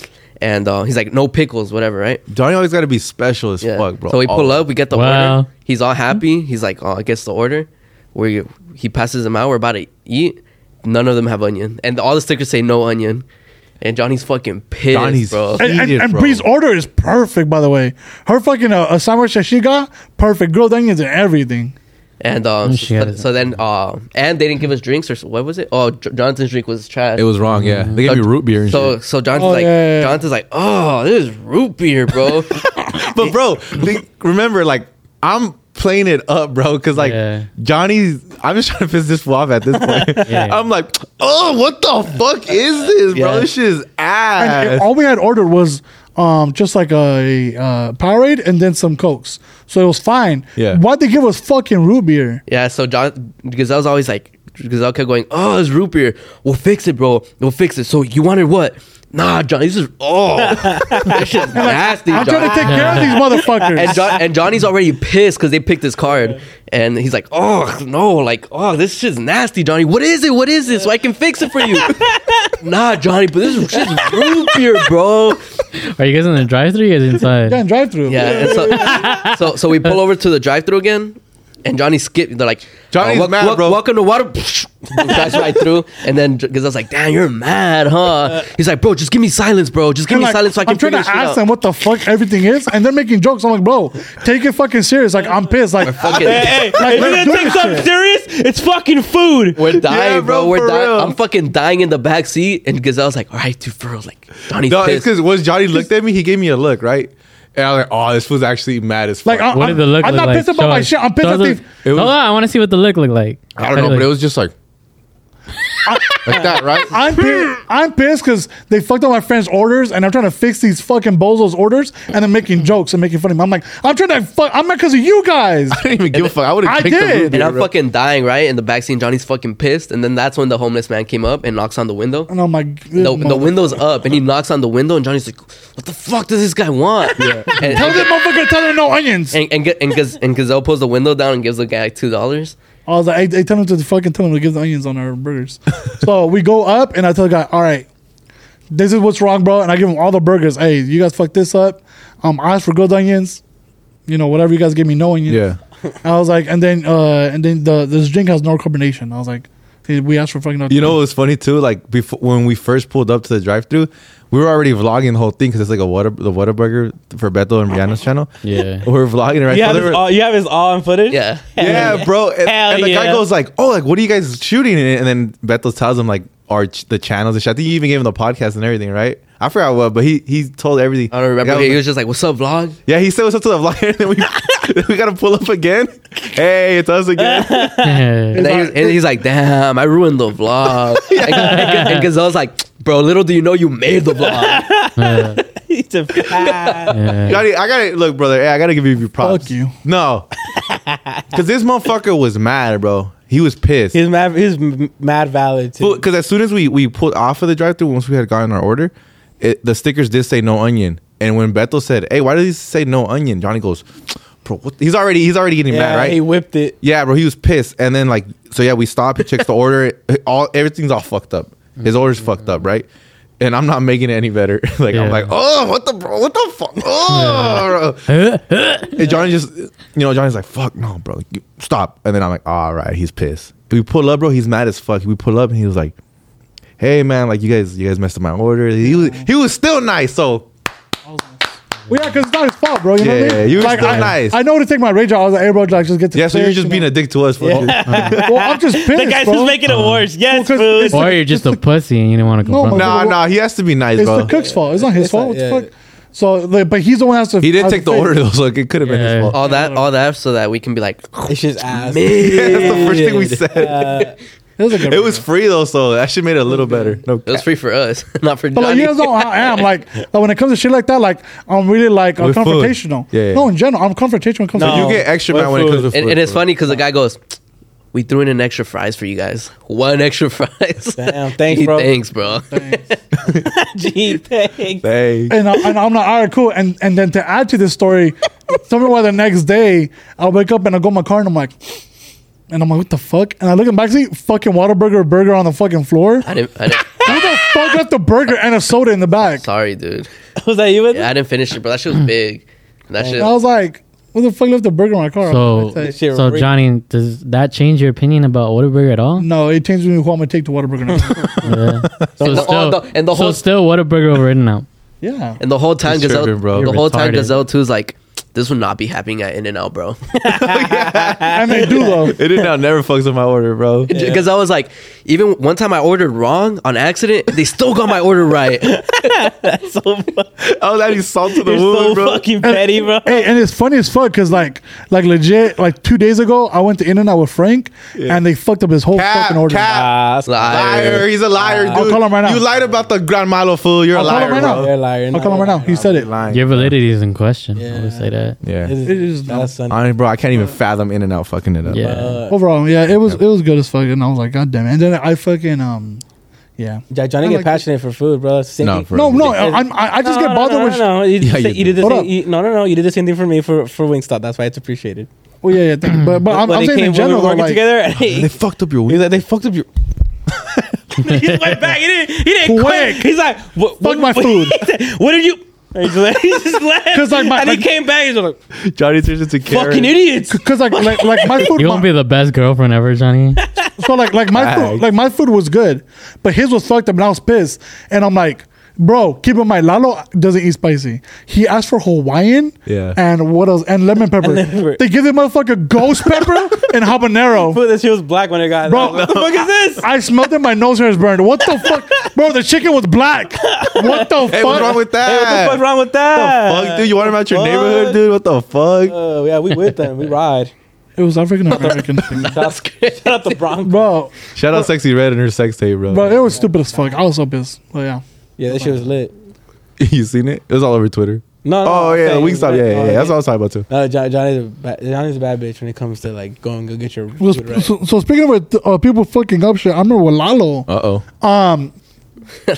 [SPEAKER 5] And uh, he's like, no pickles, whatever, right?
[SPEAKER 3] Johnny always got to be special as
[SPEAKER 5] Yeah.
[SPEAKER 3] fuck, bro. Oh.
[SPEAKER 5] So we pull
[SPEAKER 3] Always.
[SPEAKER 5] up, we get the
[SPEAKER 1] Wow.
[SPEAKER 5] order. He's all happy. He's like, oh, I guess the order. We he passes them out. We're about to eat. None of them have onion, and all the stickers say no onion. And Johnny's fucking pissed,
[SPEAKER 3] Johnny's
[SPEAKER 5] bro.
[SPEAKER 3] pissed.
[SPEAKER 4] And, and,
[SPEAKER 3] Eat it,
[SPEAKER 4] and
[SPEAKER 3] bro.
[SPEAKER 4] Bree's order is perfect, by the way. Her fucking uh, a sandwich that she got, perfect grilled onions and everything.
[SPEAKER 5] And um,
[SPEAKER 1] Oh,
[SPEAKER 5] so,
[SPEAKER 1] shit.
[SPEAKER 5] so then, uh, and they didn't give us drinks or so, what was it? Oh, J- Jonathan's drink was trash.
[SPEAKER 3] It was wrong, yeah.
[SPEAKER 4] Mm-hmm.
[SPEAKER 3] They gave me root beer and
[SPEAKER 5] so
[SPEAKER 3] shit.
[SPEAKER 5] so Jonathan's
[SPEAKER 4] Oh,
[SPEAKER 5] like
[SPEAKER 4] yeah, yeah, yeah.
[SPEAKER 5] Jonathan's like, oh, this is root beer, bro.
[SPEAKER 3] But bro, like, remember, like I'm playing it up, bro, because like
[SPEAKER 1] Yeah.
[SPEAKER 3] Johnny's, I'm just trying to piss this fool off at this point.
[SPEAKER 1] Yeah.
[SPEAKER 3] I'm like, oh, what the fuck is this, bro?
[SPEAKER 5] Yeah.
[SPEAKER 3] This shit is
[SPEAKER 4] And
[SPEAKER 3] ass.
[SPEAKER 4] it- all we had ordered was um, just like a uh, Powerade and then some Cokes. So it was fine.
[SPEAKER 3] Yeah.
[SPEAKER 4] Why'd they give us fucking root beer?
[SPEAKER 5] yeah. So John Gazelle's always like, Gazelle kept going, oh, it's root beer. We'll fix it, bro. We'll fix it. So you wanted what? Nah, Johnny. This is oh, that shit's nasty.
[SPEAKER 4] I'm
[SPEAKER 5] Johnny."
[SPEAKER 4] trying to take care of these
[SPEAKER 5] and,
[SPEAKER 4] motherfuckers.
[SPEAKER 5] John, and Johnny's already pissed because they picked his card, and he's like, "Oh no, like oh this shit's nasty, Johnny. What is it? What is it? So I can fix it for you." nah, Johnny, but this is shit's root beer, bro.
[SPEAKER 1] Are you guys in the drive-through? You guys inside?
[SPEAKER 4] yeah, drive through.
[SPEAKER 5] Yeah. And so, so so we pull over to the drive-through again, and Johnny skipped. They're like, "Oh,
[SPEAKER 3] Johnny's
[SPEAKER 5] wel-
[SPEAKER 3] mad,
[SPEAKER 5] wel-
[SPEAKER 3] bro."
[SPEAKER 5] Welcome to water. Drives right through, and then because I was like, "Damn, you're mad, huh?" He's like, "Bro, just give me silence, bro. Just give
[SPEAKER 4] I'm,
[SPEAKER 5] me
[SPEAKER 4] like,
[SPEAKER 5] silence so I can
[SPEAKER 4] I'm trying to
[SPEAKER 5] figure this shit
[SPEAKER 4] ask
[SPEAKER 5] out."
[SPEAKER 4] them what the fuck everything is, and they're making jokes. I'm like, bro, take it fucking serious. Like, I'm pissed. Like,
[SPEAKER 5] Fucking-
[SPEAKER 2] Hey, hey,
[SPEAKER 4] Like,
[SPEAKER 2] if
[SPEAKER 4] we're
[SPEAKER 2] you're
[SPEAKER 4] doing
[SPEAKER 2] gonna take something
[SPEAKER 4] shit.
[SPEAKER 2] serious, it's fucking food.
[SPEAKER 5] We're dying,
[SPEAKER 3] bro,
[SPEAKER 5] bro. We're
[SPEAKER 3] for
[SPEAKER 5] dying.
[SPEAKER 3] real.
[SPEAKER 5] I'm fucking dying in the back seat. And Gazelle's like, all right, dude, for real. Like, Johnny's
[SPEAKER 3] No, it's
[SPEAKER 5] pissed.
[SPEAKER 3] because once Johnny looked at me, he gave me a look, right? And I was like, "Oh, this was actually mad as
[SPEAKER 4] like
[SPEAKER 3] fuck."
[SPEAKER 4] I'm,
[SPEAKER 1] What
[SPEAKER 4] I'm,
[SPEAKER 1] did the look
[SPEAKER 4] I'm
[SPEAKER 1] look
[SPEAKER 4] not
[SPEAKER 1] like?
[SPEAKER 4] pissed about
[SPEAKER 1] Show
[SPEAKER 4] my
[SPEAKER 1] us.
[SPEAKER 4] shit. I'm pissed
[SPEAKER 1] Show
[SPEAKER 4] at
[SPEAKER 1] us
[SPEAKER 4] these.
[SPEAKER 1] the-
[SPEAKER 3] It was-
[SPEAKER 1] Hold on, I want to see what the look looked like.
[SPEAKER 3] I don't know,
[SPEAKER 1] Like-
[SPEAKER 3] but it was just like like that, right?
[SPEAKER 4] I'm pissed. I'm pissed because they fucked up my friend's orders, and I'm trying to fix these fucking bozos' orders, and they're making jokes and making fun of me. I'm like, I'm trying to fuck. I'm not because of you guys.
[SPEAKER 3] I didn't even give a fuck. I would
[SPEAKER 4] I
[SPEAKER 3] have kicked the
[SPEAKER 4] did.
[SPEAKER 3] root
[SPEAKER 5] and
[SPEAKER 3] beer,
[SPEAKER 5] I'm
[SPEAKER 3] bro.
[SPEAKER 5] fucking dying, right? In the back seat, Johnny's fucking pissed. And then that's when the homeless man came up and knocks on the window.
[SPEAKER 4] And I'm like,
[SPEAKER 5] The, the window's up, and he knocks on the window, and Johnny's like, what the fuck does this guy want? And,
[SPEAKER 4] Tell
[SPEAKER 5] and,
[SPEAKER 4] that motherfucker, tell him no onions.
[SPEAKER 5] and, and, Ga- and, Gaz- and Gazelle pulls the window down and gives the guy $2.
[SPEAKER 4] I was like, hey, hey, tell him to fucking tell him to give the onions on our burgers. so we go up, and I tell the guy, all right, this is what's wrong, bro. And I give him all the burgers. Hey, you guys fucked this up. Um, I asked for good onions. You know, whatever you guys give me, no onions.
[SPEAKER 3] Yeah.
[SPEAKER 4] I was like, and then uh, and then the this drink has no carbonation. I was like, hey, we asked for fucking. no-
[SPEAKER 3] You know, it was funny too. Like before, when we first pulled up to the drive-through, we were already vlogging the whole thing because it's like a water, the Whataburger for Beto and Rihanna's channel.
[SPEAKER 1] Yeah.
[SPEAKER 3] we were vlogging it, right.
[SPEAKER 2] You
[SPEAKER 3] So
[SPEAKER 2] have,
[SPEAKER 3] they
[SPEAKER 2] his
[SPEAKER 3] were-
[SPEAKER 2] all, you have his all in footage?
[SPEAKER 5] Yeah.
[SPEAKER 3] yeah, bro. And,
[SPEAKER 2] Hell
[SPEAKER 3] and the guy
[SPEAKER 2] yeah.
[SPEAKER 3] goes like, "Oh, like what are you guys shooting?" And, and then Beto tells him like, "Our ch- the channels and shit." I think you even gave him the podcast and everything, right? I forgot what, but he he told everything.
[SPEAKER 5] I don't
[SPEAKER 3] The
[SPEAKER 5] remember.
[SPEAKER 3] guy was
[SPEAKER 5] He
[SPEAKER 3] like-
[SPEAKER 5] was just like, what's up, vlog?
[SPEAKER 3] yeah, he said what's up to the vlog, and then we we gotta pull up again. Hey, it's us again.
[SPEAKER 5] And, then he was, and he's like, damn, I ruined the vlog. and, and, and Gazelle's like, bro, little do you know you made the vlog.
[SPEAKER 2] He's a fat.
[SPEAKER 1] Yeah.
[SPEAKER 3] Johnny, I gotta look, brother. Hey, I gotta give you props.
[SPEAKER 4] Fuck you.
[SPEAKER 3] No, because this motherfucker was mad, bro. He was pissed.
[SPEAKER 2] He's mad. He's m- mad valid too.
[SPEAKER 3] Because as soon as we we pulled off of the drive-through, once we had gotten our order, it, the stickers did say no onion. And when Beto said, "Hey, why did he say no onion?" Johnny goes, "Bro, what? he's already he's already getting
[SPEAKER 2] yeah,
[SPEAKER 3] mad, right?"
[SPEAKER 2] He whipped it.
[SPEAKER 3] yeah, bro. He was pissed. And then like, so yeah, we stop. He checks the order. All everything's all fucked up. His order's fucked up, right? And I'm not making it any better. like
[SPEAKER 1] Yeah.
[SPEAKER 3] I'm like, oh, what the bro, what the fuck? Oh, bro. And Johnny just, you know, Johnny's like, fuck no, bro, like, you- stop. And then I'm like, all right, he's pissed. We pull up, bro. He's mad as fuck. We pull up, and he was like, hey man, like you guys, you guys messed up my order. He was, he was still nice. So
[SPEAKER 4] well, yeah, because it's not his fault, bro. You know
[SPEAKER 3] Yeah,
[SPEAKER 4] what I
[SPEAKER 3] yeah,
[SPEAKER 4] mean?
[SPEAKER 3] you were
[SPEAKER 4] like,
[SPEAKER 3] still
[SPEAKER 4] I,
[SPEAKER 3] nice.
[SPEAKER 4] I know to take my rage out. I was like, hey, bro, like, just get to
[SPEAKER 3] yeah, so you're
[SPEAKER 4] fix,
[SPEAKER 3] just
[SPEAKER 4] you
[SPEAKER 3] being
[SPEAKER 4] know?
[SPEAKER 3] a dick to us. fuck you.
[SPEAKER 4] Well, I'm just pissed.
[SPEAKER 2] The guy's
[SPEAKER 4] bro.
[SPEAKER 2] just making it worse. Yes,
[SPEAKER 4] Well, 'cause
[SPEAKER 2] food.
[SPEAKER 4] it's-
[SPEAKER 1] Or you're just a pussy and you didn't want to
[SPEAKER 4] No,
[SPEAKER 1] confront.
[SPEAKER 4] no.
[SPEAKER 3] Nah, nah, he has to be nice,
[SPEAKER 4] It's
[SPEAKER 3] bro.
[SPEAKER 4] the cook's fault. It's not his fault. What the
[SPEAKER 2] yeah,
[SPEAKER 4] fuck? So, like, but he's the one who has to.
[SPEAKER 3] He did
[SPEAKER 4] has
[SPEAKER 3] take
[SPEAKER 4] to
[SPEAKER 3] the
[SPEAKER 4] fix.
[SPEAKER 3] order though, so like, it could have been
[SPEAKER 1] Yeah.
[SPEAKER 3] his fault.
[SPEAKER 5] all that, all that, so that we can be like, "Oh,
[SPEAKER 2] It's just ass.
[SPEAKER 3] That's the first thing we said.
[SPEAKER 4] It was, a good
[SPEAKER 3] It was free though, so that should made it a little better. No,
[SPEAKER 5] It was free for us, not for
[SPEAKER 4] But like,
[SPEAKER 5] Johnny.
[SPEAKER 4] you guys know how I am. Like, like, when it comes to shit like that, like I'm really like uh,
[SPEAKER 3] With food.
[SPEAKER 4] confrontational.
[SPEAKER 3] Yeah, yeah.
[SPEAKER 4] No, in general, I'm confrontational when it comes
[SPEAKER 2] No.
[SPEAKER 4] to
[SPEAKER 3] you get extra
[SPEAKER 2] What
[SPEAKER 3] mad when it
[SPEAKER 2] food?
[SPEAKER 3] comes to food.
[SPEAKER 5] and, and it's
[SPEAKER 3] bro.
[SPEAKER 5] funny because the guy goes, "We threw in an extra fries for you guys. One extra fries.
[SPEAKER 2] Damn, thanks,
[SPEAKER 5] Gee,
[SPEAKER 2] bro.
[SPEAKER 5] Thanks, bro.
[SPEAKER 2] Gee, thanks.
[SPEAKER 3] Hey,
[SPEAKER 4] and, I, and I'm like, all right, cool. And and then to add to this story, tell me why the next day I wake up and I go in my car and I'm like, and I'm like, what the fuck? And I look in the backseat, fucking Whataburger burger on the fucking floor.
[SPEAKER 5] I didn't. I didn't
[SPEAKER 4] Who the fuck left the burger and a soda in the back?
[SPEAKER 5] sorry, dude.
[SPEAKER 2] Was that you with?
[SPEAKER 5] Yeah,
[SPEAKER 2] Yeah.
[SPEAKER 5] I didn't finish it, bro. That shit was big. And that shit.
[SPEAKER 4] And I was like, what the fuck left the burger in my car?
[SPEAKER 1] So,
[SPEAKER 4] It's like,
[SPEAKER 2] shit
[SPEAKER 1] so
[SPEAKER 2] ripped.
[SPEAKER 1] Johnny, does that change your opinion about Whataburger at all?
[SPEAKER 4] no, it changed me who I'm gonna take to Whataburger now.
[SPEAKER 1] Yeah. So
[SPEAKER 5] And the-
[SPEAKER 1] still,
[SPEAKER 5] oh, the- and the
[SPEAKER 1] so
[SPEAKER 5] whole-
[SPEAKER 1] still Whataburger over in and out.
[SPEAKER 4] yeah.
[SPEAKER 5] And the whole time,
[SPEAKER 3] You're
[SPEAKER 5] Gazelle.
[SPEAKER 3] tripping, bro.
[SPEAKER 5] The whole time,
[SPEAKER 1] Retarded.
[SPEAKER 5] Gazelle too is like, "This would not be happening at In and Out, bro."
[SPEAKER 4] And they do though.
[SPEAKER 3] it did not never fucks up my order, bro.
[SPEAKER 5] Because I was like, even one time I ordered wrong on accident, they still got my order right.
[SPEAKER 2] So fu-
[SPEAKER 3] I was adding salt to the
[SPEAKER 2] you're so
[SPEAKER 3] wound, bro.
[SPEAKER 2] fucking petty, bro.
[SPEAKER 4] Hey, and it's funny as fuck because like, like legit, like two days ago, I went to In and Out with Frank, and they fucked up his whole
[SPEAKER 3] Cap,
[SPEAKER 4] fucking order.
[SPEAKER 3] cap.
[SPEAKER 2] Ah, that's
[SPEAKER 5] Liar.
[SPEAKER 3] Liar, he's a liar, dude.
[SPEAKER 4] I'll call him right now.
[SPEAKER 3] You lied about the Grand Malo fool. You're a
[SPEAKER 4] I'll call
[SPEAKER 3] liar,
[SPEAKER 4] him right
[SPEAKER 3] bro.
[SPEAKER 4] now.
[SPEAKER 2] You're a liar.
[SPEAKER 4] I'll call him right now. He said it.
[SPEAKER 3] Lying.
[SPEAKER 1] Your validity is in question. I
[SPEAKER 2] Yeah.
[SPEAKER 1] would say that. that.
[SPEAKER 3] Yeah.
[SPEAKER 4] It is
[SPEAKER 2] not
[SPEAKER 4] dumb.
[SPEAKER 2] Sunday.
[SPEAKER 3] Honestly, bro, I can't even fathom In and Out fucking it up.
[SPEAKER 1] Yeah.
[SPEAKER 2] Uh,
[SPEAKER 4] Overall, yeah, it was it was good as fuck, and I was like, God damn it! And then I fucking um, yeah.
[SPEAKER 2] Yeah, Johnny
[SPEAKER 4] I
[SPEAKER 2] get
[SPEAKER 4] like-
[SPEAKER 2] passionate for food, bro. It's
[SPEAKER 3] No,
[SPEAKER 2] sinking-
[SPEAKER 3] for-
[SPEAKER 4] No, no,
[SPEAKER 2] Yeah.
[SPEAKER 4] I, I'm- I, I just
[SPEAKER 2] No,
[SPEAKER 4] get
[SPEAKER 2] no,
[SPEAKER 4] bothered
[SPEAKER 2] no,
[SPEAKER 4] when.
[SPEAKER 2] no,
[SPEAKER 4] sh-
[SPEAKER 2] no. You,
[SPEAKER 3] Yeah,
[SPEAKER 2] did the-
[SPEAKER 3] you
[SPEAKER 2] you did the
[SPEAKER 4] Hold
[SPEAKER 2] same.
[SPEAKER 4] up.
[SPEAKER 2] You, no, no, no. You did the same thing for me for for Wingstop. That's why it's appreciated.
[SPEAKER 4] Well, yeah, yeah. thank- But but I'm,
[SPEAKER 2] When
[SPEAKER 4] I'm
[SPEAKER 2] they came- when
[SPEAKER 4] saying in
[SPEAKER 2] we
[SPEAKER 4] general,
[SPEAKER 2] were
[SPEAKER 4] though,
[SPEAKER 2] working
[SPEAKER 4] like,
[SPEAKER 2] together. and
[SPEAKER 3] They
[SPEAKER 2] he-
[SPEAKER 3] fucked up your
[SPEAKER 2] He's
[SPEAKER 3] week.
[SPEAKER 2] like, they fucked up your. he went back. He didn't. He didn't
[SPEAKER 4] Quick.
[SPEAKER 2] quit. He's like, what,
[SPEAKER 4] Fuck
[SPEAKER 2] what,
[SPEAKER 4] my
[SPEAKER 2] what-
[SPEAKER 4] food.
[SPEAKER 2] he said, what did you? And He just, left- he just left.
[SPEAKER 4] 'Cause, like, my-
[SPEAKER 2] and
[SPEAKER 4] like-
[SPEAKER 2] he came back. He's like,
[SPEAKER 3] Johnny turns into
[SPEAKER 2] fucking idiots.
[SPEAKER 4] Cause like like like my food,
[SPEAKER 1] You won't be the best girlfriend ever, Johnny.
[SPEAKER 4] so like like my food,
[SPEAKER 3] Facts.
[SPEAKER 4] like my food was good, but his was fucked up, and I was pissed, and I'm like, bro, keep in mind, Lalo doesn't eat spicy. He asked for Hawaiian,
[SPEAKER 3] Yeah.
[SPEAKER 4] and what else, and lemon pepper.
[SPEAKER 2] lemon pepper.
[SPEAKER 4] They give the motherfucker ghost pepper and habanero.
[SPEAKER 2] Food that she was black when it got.
[SPEAKER 4] Bro,
[SPEAKER 2] what the fuck is this?
[SPEAKER 4] I smelled it. My nose hairs burned. What the fuck, bro? The chicken was black. What the
[SPEAKER 3] Hey,
[SPEAKER 4] fuck?
[SPEAKER 3] what's wrong with
[SPEAKER 2] Hey, what the
[SPEAKER 3] that?
[SPEAKER 2] fuck wrong with that?
[SPEAKER 3] Fuck, dude, you want him out your
[SPEAKER 2] What?
[SPEAKER 3] neighborhood, dude? What the fuck?
[SPEAKER 2] Uh, yeah, we with them. We ride.
[SPEAKER 4] it was African American thing,
[SPEAKER 2] That's good. Shout out the Bronx.
[SPEAKER 4] bro.
[SPEAKER 3] Shout out Sexy Red and her sex tape, bro.
[SPEAKER 4] Bro, it was stupid as fuck. I was so pissed. But yeah,
[SPEAKER 2] Yeah, that shit was lit.
[SPEAKER 3] you seen it? It was all over Twitter.
[SPEAKER 2] No, no.
[SPEAKER 3] Oh,
[SPEAKER 2] I'm
[SPEAKER 3] yeah,
[SPEAKER 2] saying,
[SPEAKER 3] Wingstop.
[SPEAKER 2] like,
[SPEAKER 3] Yeah, yeah,
[SPEAKER 2] oh,
[SPEAKER 3] yeah. That's what I was talking about, too.
[SPEAKER 2] No, John, uh, Johnny's a bad, Johnny's a bad bitch when it comes to like going go get your
[SPEAKER 4] Well,
[SPEAKER 2] food right.
[SPEAKER 4] so, so speaking of it, uh, people fucking up shit, I remember with Lalo.
[SPEAKER 3] Uh oh.
[SPEAKER 4] Um,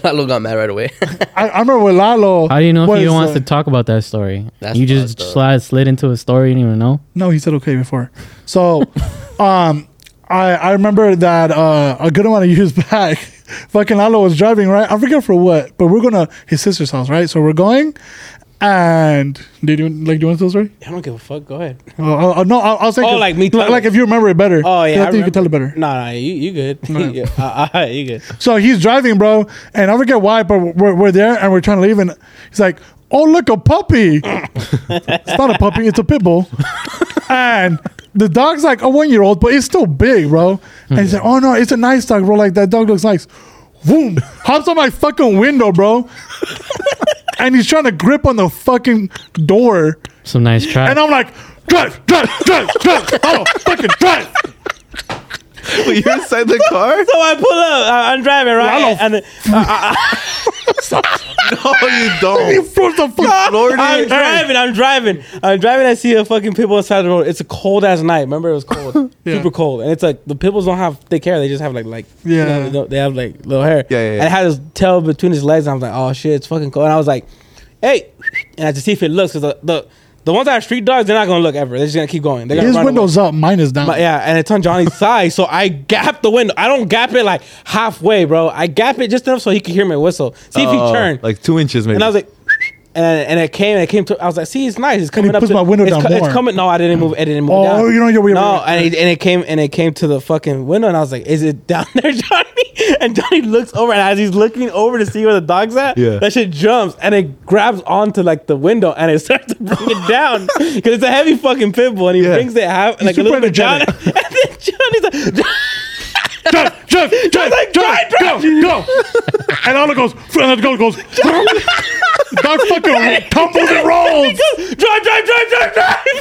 [SPEAKER 5] Lalo got mad right away.
[SPEAKER 4] I, I remember with Lalo.
[SPEAKER 1] How do you know if
[SPEAKER 4] was,
[SPEAKER 1] he wants
[SPEAKER 4] uh,
[SPEAKER 1] to talk about that story?
[SPEAKER 5] That's
[SPEAKER 1] you just
[SPEAKER 5] fucked up.
[SPEAKER 1] slid, slid into a story you didn't even know.
[SPEAKER 4] No, he said okay before. So, um, I I remember that uh, a good amount of years back, fucking Lalo was driving right. I forget for what, but we're going to his sister's house, right? So we're going, and did you like do you want to tell the story?
[SPEAKER 2] I don't give a fuck. Go ahead.
[SPEAKER 4] Uh, uh, no, I, I was saying
[SPEAKER 2] Oh,
[SPEAKER 4] 'cause-
[SPEAKER 2] like me
[SPEAKER 4] like,
[SPEAKER 2] telling-
[SPEAKER 4] like if you remember it better.
[SPEAKER 2] Oh
[SPEAKER 4] 'Cause
[SPEAKER 2] yeah,
[SPEAKER 4] I, think you can tell it better.
[SPEAKER 2] No, no, you you good. yeah, uh, uh, you good.
[SPEAKER 4] So he's driving, bro, and I forget why, but we're, we're there and we're trying to leave, and he's like, "Oh, look, a puppy! it's not a puppy; it's a pit bull." and the dog's like a one-year-old, but it's still big, bro. And he said, "Oh no, it's a nice dog, bro. Like that dog looks nice." Boom! Hops on my fucking window, bro. and he's trying to grip on the fucking door,
[SPEAKER 1] Some nice try.
[SPEAKER 4] and I'm like, "Drive, drive, drive, drive! Oh, fucking drive!"
[SPEAKER 3] Wait, you're inside the car?
[SPEAKER 2] So I pull up. I, I'm driving right,
[SPEAKER 4] Lalo.
[SPEAKER 2] and uh, then
[SPEAKER 3] No, you
[SPEAKER 4] He
[SPEAKER 3] don't.
[SPEAKER 4] throws the fuck.
[SPEAKER 3] Florida.
[SPEAKER 2] I'm driving. I'm driving. I'm driving. I see a fucking pitbull outside the road. It's a cold ass night. Remember, it was cold,
[SPEAKER 4] Yeah.
[SPEAKER 2] super cold, and it's like the pitbulls don't have thick hair. They just have like like you
[SPEAKER 4] Yeah.
[SPEAKER 2] know, they, don't- they have like little hair.
[SPEAKER 3] Yeah, yeah, yeah.
[SPEAKER 2] And I had his tail between his legs. And I was like, oh shit, it's fucking cold. And I was like, hey, and I had to see if it looks because the, the the ones that are street dogs, they're not gonna look ever. They're just gonna keep going. They're gonna
[SPEAKER 4] His
[SPEAKER 2] run away.
[SPEAKER 4] window's up, mine is down.
[SPEAKER 2] But yeah, and it's on Johnny's side, so I gap the window. I don't gap it like halfway, bro. I gap it just enough so he could hear my whistle. See if
[SPEAKER 3] Oh,
[SPEAKER 2] he turned.
[SPEAKER 3] Like two inches, maybe.
[SPEAKER 2] and I was like, and, and it came, and it came to. I was like, see, it's nice. It's
[SPEAKER 4] he
[SPEAKER 2] coming up.
[SPEAKER 4] pushed
[SPEAKER 2] to,
[SPEAKER 4] my window
[SPEAKER 2] it's
[SPEAKER 4] down
[SPEAKER 2] co-
[SPEAKER 4] more.
[SPEAKER 2] It's coming. No, I didn't move. I didn't move.
[SPEAKER 4] Oh,
[SPEAKER 2] it down.
[SPEAKER 4] you know, you're- you're-
[SPEAKER 2] No, and it, and it came and it came to the fucking window, and I was like, is it down there, Johnny? And Johnny looks over, and as he's looking over to see where the dog's at,
[SPEAKER 3] Yeah.
[SPEAKER 2] that shit jumps and it grabs onto like the window and it starts to bring it down because it's a heavy fucking pit bull, and he
[SPEAKER 3] Yeah.
[SPEAKER 2] brings it half like a
[SPEAKER 4] super
[SPEAKER 2] little bit down, and then Johnny's
[SPEAKER 4] energetic.
[SPEAKER 2] like.
[SPEAKER 4] drive, drive, drive,
[SPEAKER 2] like,
[SPEAKER 4] drive,
[SPEAKER 2] drive,
[SPEAKER 4] go, go. and Aldo goes, and Aldo goes, that fucking tumbles and rolls.
[SPEAKER 2] Drive, drive, drive, drive,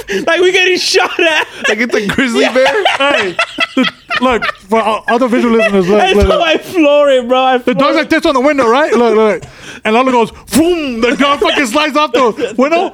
[SPEAKER 2] drive! Like we getting shot at.
[SPEAKER 3] like it's a grizzly bear?
[SPEAKER 4] Hey, the, look, for o- other visual listeners, look,
[SPEAKER 2] And
[SPEAKER 4] look,
[SPEAKER 2] so
[SPEAKER 4] look.
[SPEAKER 2] I floor it, bro. I
[SPEAKER 4] The dog's like this on the window, right? Look, look. And Aldo goes, boom, the dog fucking slides off the window,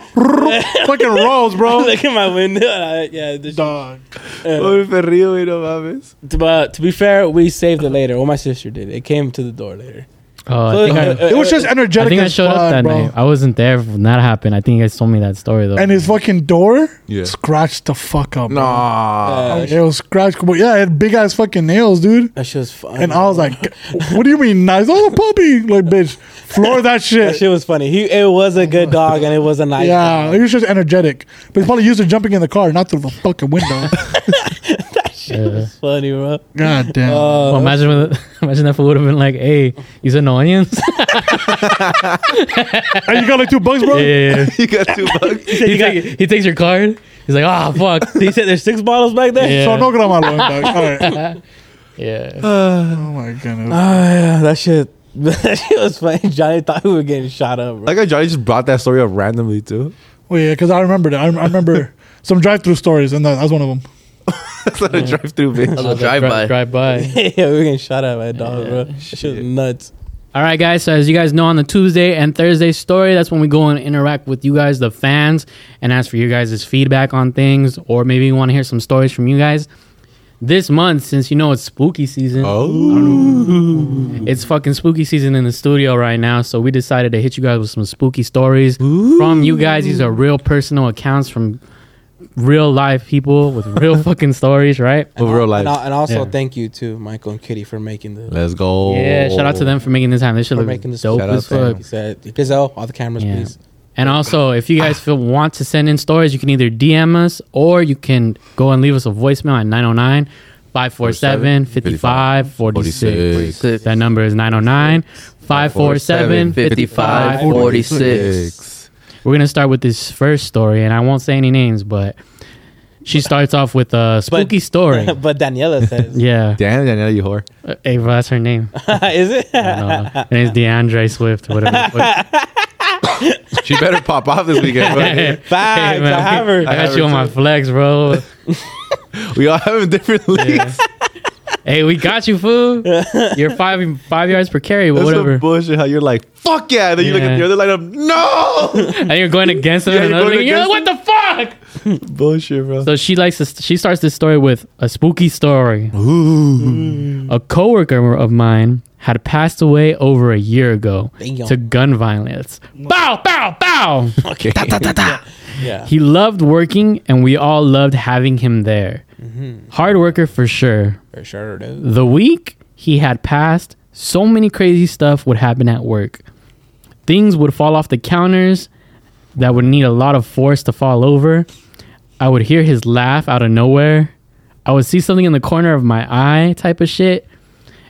[SPEAKER 4] fucking rolls, bro.
[SPEAKER 2] Look at my window. and I- yeah, this-
[SPEAKER 4] Dog.
[SPEAKER 3] Pobre perrillo, güey, no mames.
[SPEAKER 2] but to be fair, we saved it later. Well, my sister did. It came to the door later. uh,
[SPEAKER 1] oh, I think I,
[SPEAKER 4] It was just energetic.
[SPEAKER 1] I think I
[SPEAKER 4] as
[SPEAKER 1] showed
[SPEAKER 4] fuck,
[SPEAKER 1] up that
[SPEAKER 4] bro.
[SPEAKER 1] night. I wasn't there when that happened. I think you guys told me that story though.
[SPEAKER 4] And his fucking door
[SPEAKER 3] Yeah.
[SPEAKER 4] scratched the fuck up. bro.
[SPEAKER 3] Nah.
[SPEAKER 2] Uh,
[SPEAKER 4] It was scratched. But yeah, it had big ass fucking nails, dude.
[SPEAKER 2] that shit was fun.
[SPEAKER 4] And I was like, "What do you mean nice? Oh, a puppy! Like, bitch, floor that
[SPEAKER 2] that
[SPEAKER 4] shit."
[SPEAKER 2] shit was funny. He, it was a good dog, and it was a nice.
[SPEAKER 4] Yeah, he was just energetic, but he's probably used to jumping in the car, not through the fucking window.
[SPEAKER 1] Yeah.
[SPEAKER 2] dog. funny, bro.
[SPEAKER 4] God damn.
[SPEAKER 2] Uh,
[SPEAKER 1] Well, imagine when the, imagine that fool would have been like, "Hey, you said no onions."
[SPEAKER 4] and you got like two bugs, bro.
[SPEAKER 1] yeah.
[SPEAKER 3] You got two bucks?
[SPEAKER 1] he, take, he takes your card. He's like, "Ah, fuck."
[SPEAKER 2] he said there's six bottles back there.
[SPEAKER 1] Yeah.
[SPEAKER 4] So no grandma alone, dog. All right.
[SPEAKER 1] Yeah.
[SPEAKER 4] Oh my goodness.
[SPEAKER 2] Oh yeah, that shit. That shit was funny. Johnny thought we were getting shot up. Bro.
[SPEAKER 3] Like how Johnny just brought that story up randomly, too.
[SPEAKER 4] Well, yeah, because I remembered it. I, I remember some drive-through stories, and that, that was one of them.
[SPEAKER 3] That's not a drive through, bitch.
[SPEAKER 5] Drive by.
[SPEAKER 1] Drive by.
[SPEAKER 2] yeah, we were getting shot at by a dog, bro. That shit was nuts.
[SPEAKER 1] All right, guys. So as you guys know, on the Tuesday and Thursday story, that's when we go and interact with you guys, the fans, and ask for you guys' feedback on things, or maybe you want to hear some stories from you guys. This month, since you know it's spooky season,
[SPEAKER 3] Oh,
[SPEAKER 1] it's fucking spooky season in the studio right now, so we decided to hit you guys with some spooky stories from you guys. These are real personal accounts from real live people with real fucking stories, right?
[SPEAKER 3] Of real life.
[SPEAKER 2] And, al- and also,
[SPEAKER 1] Yeah.
[SPEAKER 2] thank you to Michael and Kitty for making the
[SPEAKER 3] Let's go.
[SPEAKER 1] Yeah, shout out to them for making this happen. This shit
[SPEAKER 2] for making
[SPEAKER 1] looks
[SPEAKER 2] this
[SPEAKER 1] dope
[SPEAKER 3] Shout
[SPEAKER 1] as
[SPEAKER 3] out to
[SPEAKER 1] fuck.
[SPEAKER 2] He said, Gazelle, all the cameras,
[SPEAKER 1] Yeah.
[SPEAKER 2] please.
[SPEAKER 1] And also, if you guys feel want to send in stories, you can either DM us or you can go and leave us a voicemail at 909 547 5546.
[SPEAKER 5] Six.
[SPEAKER 1] That number is 909 547 5546.
[SPEAKER 5] 5546.
[SPEAKER 1] We're going to start with this first story, and I won't say any names, but she starts off with a spooky story.
[SPEAKER 2] but Daniela says,
[SPEAKER 1] yeah.
[SPEAKER 3] Damn, Danielle, you whore.
[SPEAKER 1] Ava, that's her name.
[SPEAKER 2] is it?
[SPEAKER 1] I don't know. Her name's DeAndre Swift, whatever. the fuck.
[SPEAKER 3] She better pop off this weekend. bro.
[SPEAKER 2] Facts,
[SPEAKER 1] man,
[SPEAKER 2] I have her.
[SPEAKER 1] I
[SPEAKER 3] I have
[SPEAKER 1] got
[SPEAKER 3] her
[SPEAKER 1] you on my
[SPEAKER 3] too.
[SPEAKER 1] flex, bro.
[SPEAKER 3] we all have different leagues.
[SPEAKER 1] hey, we got you, fool. You're five five yards per carry, but
[SPEAKER 3] That's
[SPEAKER 1] whatever.
[SPEAKER 3] some bullshit. How you're like, fuck yeah, and then you look at
[SPEAKER 1] Yeah.
[SPEAKER 3] the other lineup, no,
[SPEAKER 1] and you're going against him
[SPEAKER 3] Yeah,
[SPEAKER 1] in
[SPEAKER 3] you're
[SPEAKER 1] another
[SPEAKER 3] going
[SPEAKER 1] league. You're like, what
[SPEAKER 3] against
[SPEAKER 1] the fuck?
[SPEAKER 3] bullshit, bro.
[SPEAKER 1] So she likes this. She starts this story with a spooky story. Mm. A coworker of mine had passed away over a year ago
[SPEAKER 2] Damn.
[SPEAKER 1] to gun violence. Bow, bow, bow.
[SPEAKER 3] Mm. Okay,
[SPEAKER 2] Yeah.
[SPEAKER 1] He loved working, and we all loved having him there.
[SPEAKER 3] Mm-hmm.
[SPEAKER 1] Hard worker for sure.
[SPEAKER 2] For sure, dude.
[SPEAKER 1] The week he had passed, so many crazy stuff would happen at work. Things would fall off the counters that would need a lot of force to fall over. I would hear his laugh out of nowhere. I would see something in the corner of my eye, type of shit.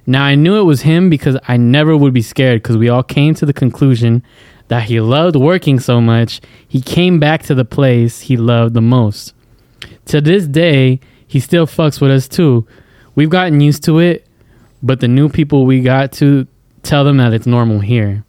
[SPEAKER 1] Now I knew it was him because I never would be scared because we all came to the conclusion that he loved working so much, he came back to the place he loved the most. To this day, he still fucks with us too. We've gotten used to it, but the new people we got to tell them that it's normal here.